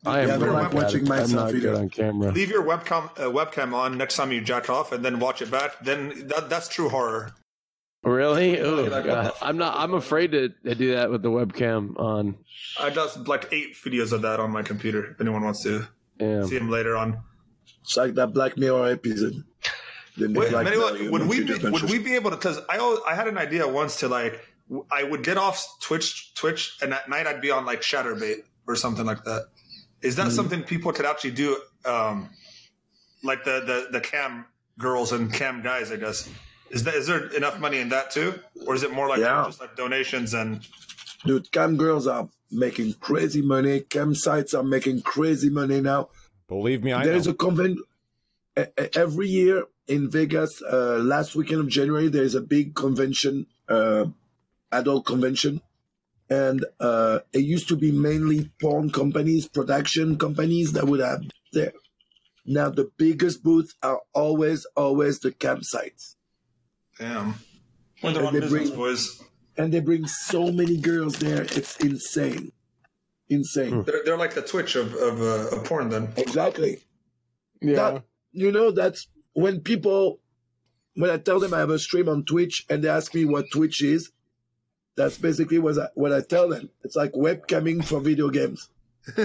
I: I am
F: Yeah, I don't
I: really
F: like
I: bad
F: watching
I: at-
F: myself
I: I'm not
F: either.
I: good on camera
F: Leave your webcam uh, webcam on next time you jack off, and then watch it back. Then that, that's true horror.
I: really oh
F: like, what
I: god I'm not I'm afraid to, to do that with the webcam on
F: I got like eight videos of that on my computer. If anyone wants to
I: yeah
F: see them later on.
G: It's like that Black Mirror episode. They make
F: Wait,
G: Black
F: Manuel,
G: Mirror, you
F: would
G: make
F: we
G: you
F: be,
G: different
F: would we be able to? Because I al- I had an idea once to like w- I would get off Twitch Twitch, and at night I'd be on like Chatterbait or something like that. Is
G: Mm-hmm.
F: that something people could actually do? Um, like the, the the cam girls and cam guys, I guess. Is that is there enough money in that too, or is it more like just like donations and?
G: Dude, cam girls are making crazy money. Cam sites are making crazy money now.
B: Believe me, I
G: There is
B: know.
G: a convent e- e- every year in Vegas. Uh, last weekend of January, there is a big convention, uh, adult convention, and uh, it used to be mainly porn companies, production companies that would have there. Now the biggest booths are always, always the campsites.
F: Damn, we're the
G: And
F: wrong
G: they
F: business
G: bring-
F: boys.
G: and they bring so many girls there. It's insane, insane.
F: Hmm. They're, they're like the Twitch of of, uh, of porn then.
G: Exactly. Yeah. That, you know, that's when people, when I tell them I have a stream on Twitch and they ask me what Twitch is, that's basically what I, what I tell them. It's like webcamming for video games.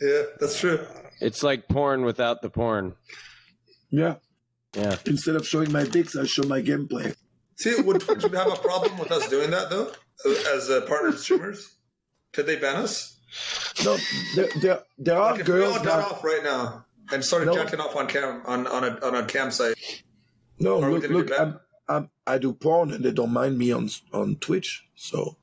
F: Yeah, that's true.
I: it's like porn without the porn
G: Yeah.
I: yeah
G: Instead of showing my dicks, I show my gameplay.
F: See, would Twitch have a problem with us doing that though, as uh, partner streamers? Could they ban us?
G: No, there, there, there are
F: If we all
G: girls now.
F: got off right now and started jacking off on cam on, on a on a campsite,
G: No,
F: Are we
G: Oh, look,
F: gonna
G: look
F: do that?
G: I'm, I'm, I do porn and they don't mind me on on Twitch. So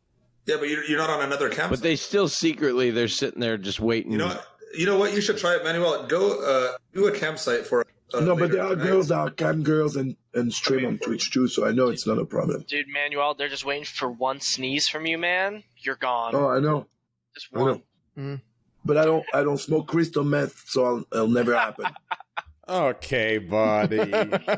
F: yeah, but you're, you're not on another
I: but
F: campsite.
I: they still secretly they're sitting there just waiting
F: You know, what- you know what? You should try it, Manuel. Go uh, do a campsite for. Uh,
G: no, but
F: later
G: there are
F: tonight.
G: girls that are cam girls and, and stream on Twitch too, so I know it's not a problem.
H: Dude, Manuel, they're just waiting for one sneeze from you, man. You're gone.
G: Oh, I know.
H: Just
G: I know. But I don't I don't smoke crystal meth, so I'll, it'll never happen.
B: Okay, buddy.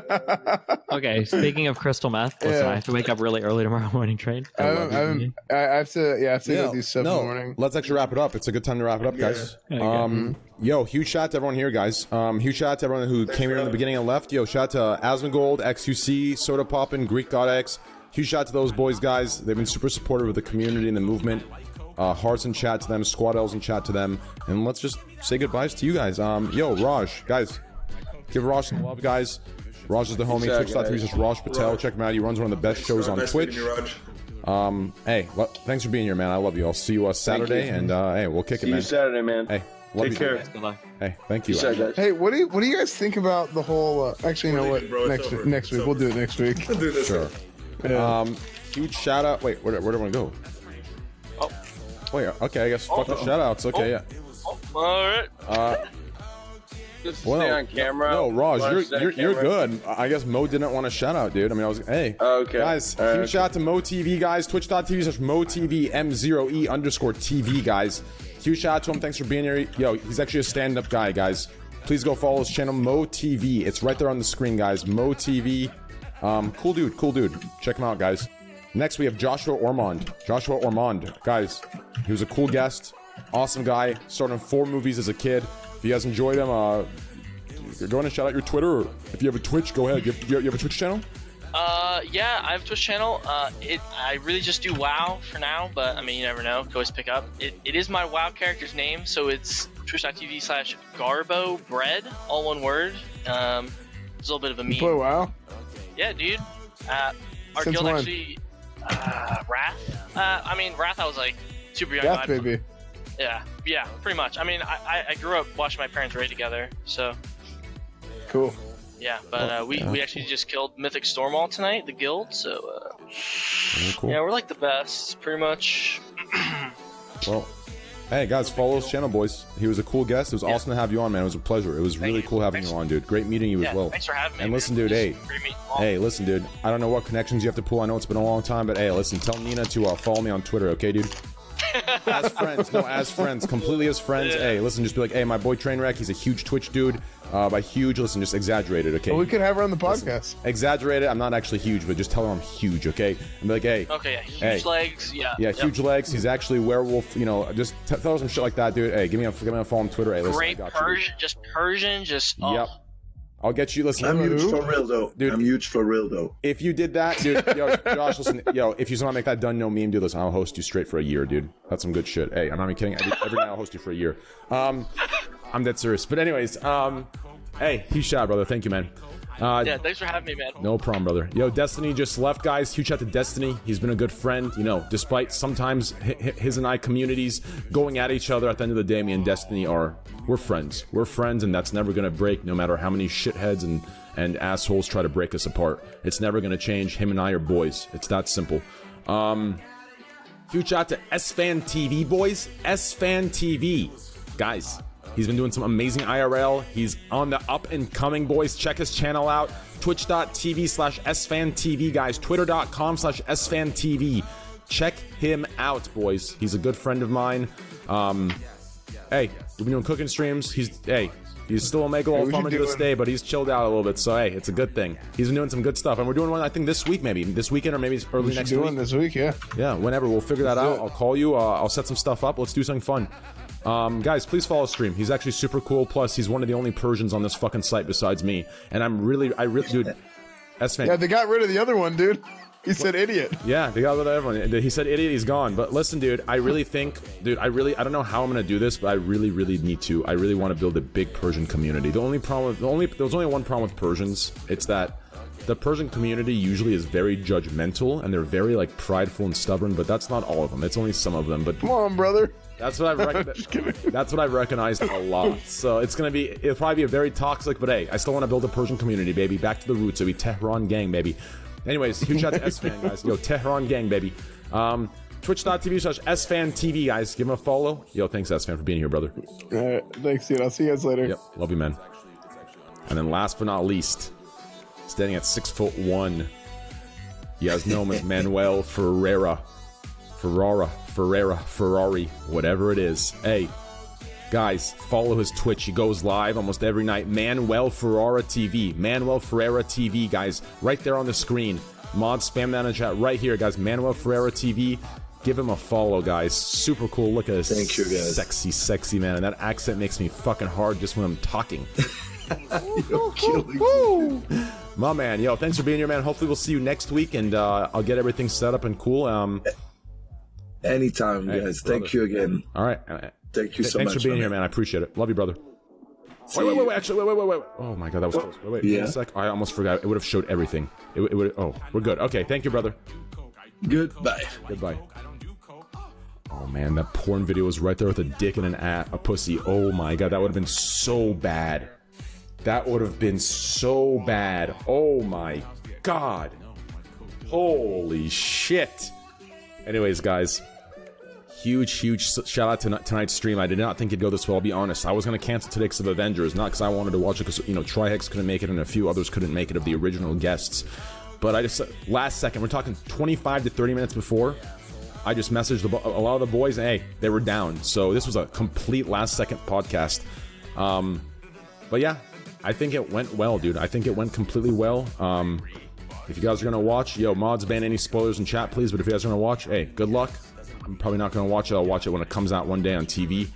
J: Okay, speaking of crystal meth, listen,
E: Yeah.
J: I have to wake up really early tomorrow morning. Train. I
E: I,
J: love
E: haven't- I,
J: you,
E: haven't- I I have to. Yeah, I have to
B: Yeah,
E: go do stuff in
B: no,
E: the morning.
B: Let's actually wrap it up. It's a good time to wrap it up, guys.
J: Yeah. Okay.
B: Um, yo, huge shout out to everyone here, guys. Um, huge shout out to everyone who came here in the beginning and left. Yo, shout out to Asmongold, XUC, Soda Poppin, Greek.x. Huge shout out to those boys, guys. They've been super supportive of the community and the movement. Uh, hearts and chat to them, squad L's and chat to them. And let's just say goodbyes to you guys. Um, yo, Raj, guys, give Raj some love, guys. Raj is the homie.
I: Check,
B: Twitch.tv
I: guys.
B: is Raj Patel. Check him out. He runs one of the best shows on
F: Nice
B: Twitch.
F: meeting you, Raj.
B: Um, hey, lo- thanks for being here, man. I love you. I'll see you uh, Saturday,
I: you.
B: and uh, hey, we'll kick
I: See
B: it,
I: you
B: man.
I: Saturday, man.
B: Hey, love
I: Take
B: you,
I: care.
B: dude. Hey, thank you.
E: Hey, what do you what do you guys think about the whole? Uh, actually, you know what?
B: bro. It's
E: next
B: over.
E: next week we'll do it next week.
B: Sure. Um, huge shout out. Wait, where, where do I want to go? Oh. Wait. Okay, I guess fuck the
I: Oh.
B: shout outs. Okay,
H: Oh,
I: All right.
B: yeah. Uh,
I: Just
B: well,
I: stay on camera.
B: No,
I: Wanna
B: Raj,
I: stay on
B: you're you're, you're
I: camera?
B: good. I I guess Mo didn't want to shout out, dude. I mean, I was hey,
I: Okay.
B: guys,
I: All right,
B: huge
I: okay.
B: shout out to Mo TV guys, twitch.tv slash Mo TV M zero E underscore TV guys. Huge shout out to him. Thanks for being here. Yo, he's actually a stand up guy, guys. Please go follow his channel Mo TV. It's right there on the screen, guys. Mo TV. Um, cool dude, cool dude. Check him out, guys. Next we have Joshua Ormond. Joshua Ormond, guys, he was a cool guest, awesome guy. Started in four movies as a kid. If you guys enjoyed him, uh, you're going to shout out your Twitter, or if you have a Twitch, go ahead. You have, you have a Twitch channel?
H: Uh, yeah, I have a Twitch channel. Uh, it I really just do WoW for now, but I mean you never know. Could always pick up. It, it is my WoW character's name, so it's twitch.tv slash Garbo Bread, all one word. Um, it's a little bit of a meme.
E: You play WoW?
H: Yeah, dude. Uh, our
E: Since
H: guild
E: when?
H: actually uh, Wrath. Uh, I mean Wrath. I was like super young.
E: Death
H: but I-
E: baby.
H: Yeah, yeah, pretty much. I mean I, I, I grew up watching my parents raid together, so
E: Cool.
H: yeah. But uh, we we actually just killed Mythic Stormwall tonight, the guild. So. Uh,
B: Mm,
H: yeah, we're like the best, pretty much.
B: Well, hey guys, follow his channel, boys. He was a cool guest. It was awesome to have you on, man. It was a pleasure. It was really cool having you on, dude. Great meeting you
H: Yeah,
B: as well.
H: thanks for having me,
B: And
H: man.
B: listen, dude. Hey,
H: Great meeting you all.
B: hey, listen, dude. I don't know what connections you have to pull. I know it's been a long time, but hey, listen. Tell Nina to uh, follow me on Twitter, okay, dude? as friends, no, as friends, completely as friends. Hey, listen, just be like, hey, my boy Trainwreck. He's a huge Twitch dude. Uh, by huge, listen, just exaggerated, okay?
E: Well, we could have her on the podcast.
B: Exaggerated. I'm not actually huge, but just tell her I'm huge, okay? And be like, hey,
H: Okay, yeah, huge
B: hey,
H: legs, yeah.
B: yeah,
H: yep.
B: huge legs. He's actually werewolf. You know, just t- tell us some shit like that, dude. Hey, give me a give me a follow on Twitter. Hey, listen,
H: Great
B: I got you.
H: Persian, just Persian, just oh,
B: Yep. I'll get you. Listen,
G: I'm huge for real though.
B: Dude.
G: I'm huge for real though.
B: If you did that, dude, yo, Josh, listen, yo, if you just want to make that done, no meme, dude, listen, I'll host you straight for a year, dude. That's some good shit. Hey, I'm not even kidding. I do, every night I'll host you for a year. Um, I'm dead serious. But anyways, um, hey, huge shout, out, brother. Thank you, man. Uh,
H: yeah. Thanks for having me, man.
B: No problem, brother. Yo, Destiny just left, guys. Huge shout to Destiny. He's been a good friend. You know, despite sometimes hi- hi- his and I communities going at each other, at the end of the day, me and Destiny are we're friends. We're friends, and that's never gonna break, no matter how many shitheads and and assholes try to break us apart. It's never gonna change. Him and I are boys. It's that simple. Um, Huge shout out to S Fan TV boys, S Fan TV guys. He's been doing some amazing IRL. He's on the up and coming, boys. Check his channel out. Twitch.tv slash SFanTV, guys. Twitter.com slash SFanTV. Check him out, boys. He's a good friend of mine. Um, hey, we've been doing cooking streams. He's, hey, he's still Omega
E: Hey,
B: Law
E: what you
B: Farmer to this
E: doing?
B: day day, but he's chilled out a little bit. So hey, it's a good thing. He's been doing some good stuff, and we're doing one I think this week, maybe this weekend or maybe it's early
E: We should
B: next
E: do
B: week.
E: one this week, yeah.
B: Yeah, whenever we'll figure that out.
E: Let's do
B: I'll call you. Uh, I'll set some stuff up. Let's do something fun. Um, guys, please follow stream. He's actually super cool. Plus, he's one of the only Persians on this fucking site besides me, and I'm really, I really, dude. S fan.
E: Yeah, they got rid of the other one, dude. He said idiot.
B: Yeah, they got rid of everyone. He said, "Idiot, he's gone." But listen, dude, I really think, dude, I really, I don't know how I'm gonna do this, but I really, really need to. I really want to build a big Persian community. The only problem, with, the only, there's only one problem with Persians. It's that the Persian community usually is very judgmental and they're very like prideful and stubborn. But that's not all of them. It's only some of them. But
E: Come on, brother.
B: that's what I've rec- that's what I've recognized a lot. So it's gonna be it'll probably be a very toxic, but hey, I still want to build a Persian community, baby. Back to the roots, so we Tehran gang, baby. Anyways, huge shout out to S Fan guys. Yo, Tehran gang, baby. Um, Twitch.tv slash S Fan TV guys. Give him a follow. Yo, thanks S Fan for being here, brother.
E: All right, thanks, dude. I'll see you guys later.
B: Yep, love you, man. And then last but not least, standing at six foot one, you guys know him as Manuel Ferreira, Ferrara, Ferreira, Ferrari, whatever it is. Hey, guys, follow his Twitch. He goes live almost every night. Manuel Ferrara TV, Manuel Ferreira TV, guys, right there on the screen. Mod spam that in the chat right here, guys. Manuel Ferreira TV. Give him a follow, guys. Super cool. Look at this.
G: Thank you, guys.
B: Sexy, sexy man. And that accent makes me fucking hard just when I'm talking. My man, yo, thanks for being here, man. Hopefully, we'll see you next week, and uh, I'll get everything set up and cool. Um,
G: Anytime,
B: Hey,
G: guys.
B: brother.
G: Thank you again.
B: all right, uh,
G: Thank you
B: th-
G: so
B: thanks
G: much,
B: for being
G: my
B: here, man. I appreciate it. Love you, brother. Wait, wait, wait, wait, actually, wait, wait, wait, wait. Oh my god, that was close. Wait, wait, wait
G: Yeah.
B: a sec. I almost forgot. It would have showed everything. It, would- it would. Oh, we're good. Okay, thank you, brother.
G: Goodbye.
B: Goodbye. Oh man, that porn video was right there with a dick and an a, a pussy. Oh my god, that would have been so bad. That would have been so bad. Oh my god. Holy shit. Anyways, guys, huge, huge s- shout out to n- tonight's stream. I did not think it'd go this well. I'll be honest. I was gonna cancel today because of Avengers, not because I wanted to watch it. Because you know, Trihex couldn't make it, and a few others couldn't make it of the original guests. But I just last second, we're talking 25 to 30 minutes before. I just messaged the, bo- a lot of the boys, and hey, they were down. So this was a complete last second podcast. Um, but yeah, I think it went well, dude. I think it went completely well. Um, if you guys are gonna watch, yo, mods ban any spoilers in chat, please. But if you guys are gonna watch, hey, good luck. I'm probably not gonna watch it. I'll watch it when it comes out one day on TV.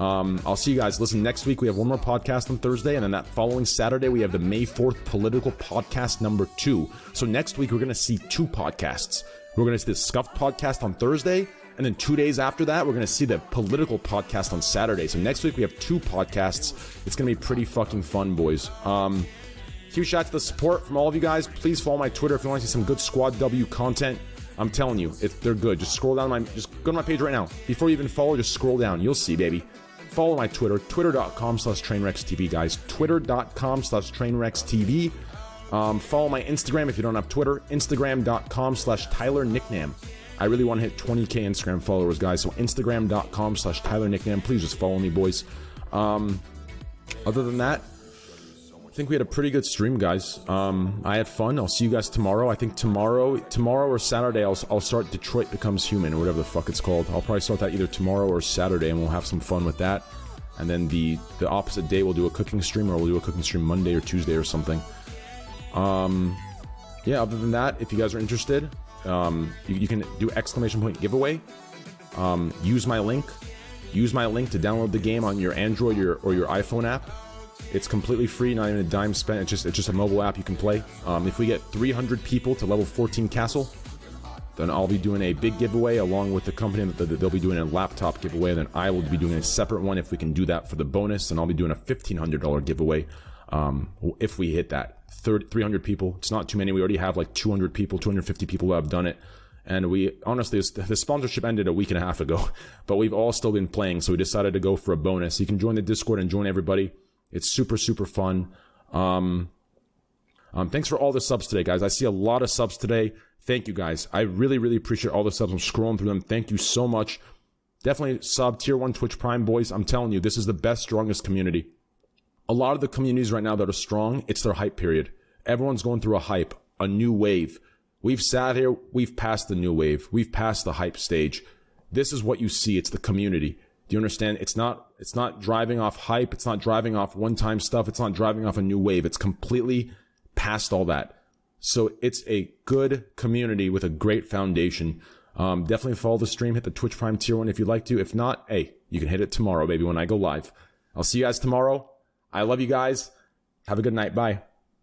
B: Um, I'll see you guys. Listen, next week we have one more podcast on Thursday, and then that following Saturday we have the May 4th political podcast number two. So next week we're gonna see two podcasts. We're gonna see the Scuffed podcast on Thursday, and then two days after that, we're going to see the political podcast on Saturday. So next week, we have two podcasts. It's going to be pretty fucking fun, boys. Um, huge shout out to the support from all of you guys. Please follow my Twitter if you want to see some good Squad W content. I'm telling you, if they're good, just scroll down my just go to my page right now. Before you even follow, just scroll down. You'll see, baby. Follow my Twitter, twitter.com slash trainwreckstv, guys. Twitter.com slash trainwreckstv. Um, follow my Instagram if you don't have Twitter, Instagram.com slash Tyler Nicknam. I really want to hit 20k Instagram followers, guys. So Instagram.com slash Tyler Nicknam. Please just follow me, boys. Um, other than that, I think we had a pretty good stream, guys. Um, I had fun. I'll see you guys tomorrow. I think tomorrow, tomorrow or Saturday, I'll, I'll start Detroit Becomes Human or whatever the fuck it's called. I'll probably start that either tomorrow or Saturday, and we'll have some fun with that. And then the the opposite day, we'll do a cooking stream, or we'll do a cooking stream Monday or Tuesday or something. Um, yeah, other than that, if you guys are interested, um, you, you can do exclamation point giveaway. Um, use my link. Use my link to download the game on your Android your, or your iPhone app. It's completely free, not even a dime spent. It's just it's just a mobile app you can play. Um, if we get 300 people to level 14 castle, then I'll be doing a big giveaway along with the company that that they'll be doing a laptop giveaway. And then I will be doing a separate one if we can do that for the bonus. And I'll be doing a $1,500 giveaway um, if we hit that. 30, 300 people. It's not too many. We already have like 200 people, 250 people who have done it. And we honestly, it's- the sponsorship ended a week and a half ago, but we've all still been playing. So we decided to go for a bonus. You can join the Discord and join everybody. It's super, super fun. Um, um, thanks for all the subs today, guys. I see a lot of subs today. Thank you, guys. I really, really appreciate all the subs. I'm scrolling through them. Thank you so much. Definitely sub tier one Twitch Prime boys. I'm telling you, this is the best, strongest community. A lot of the communities right now that are strong, it's their hype period. Everyone's going through a hype, a new wave. We've sat here, we've passed the new wave, we've passed the hype stage. This is what you see. It's the community. Do you understand? It's not it's not driving off hype, it's not driving off one-time stuff, it's not driving off a new wave. It's completely past all that. So it's a good community with a great foundation. Um, definitely follow the stream, hit the Twitch Prime tier one if you'd like to. If not, hey, you can hit it tomorrow, baby, when I go live. I'll see you guys tomorrow. I love you guys. Have a good night. Bye.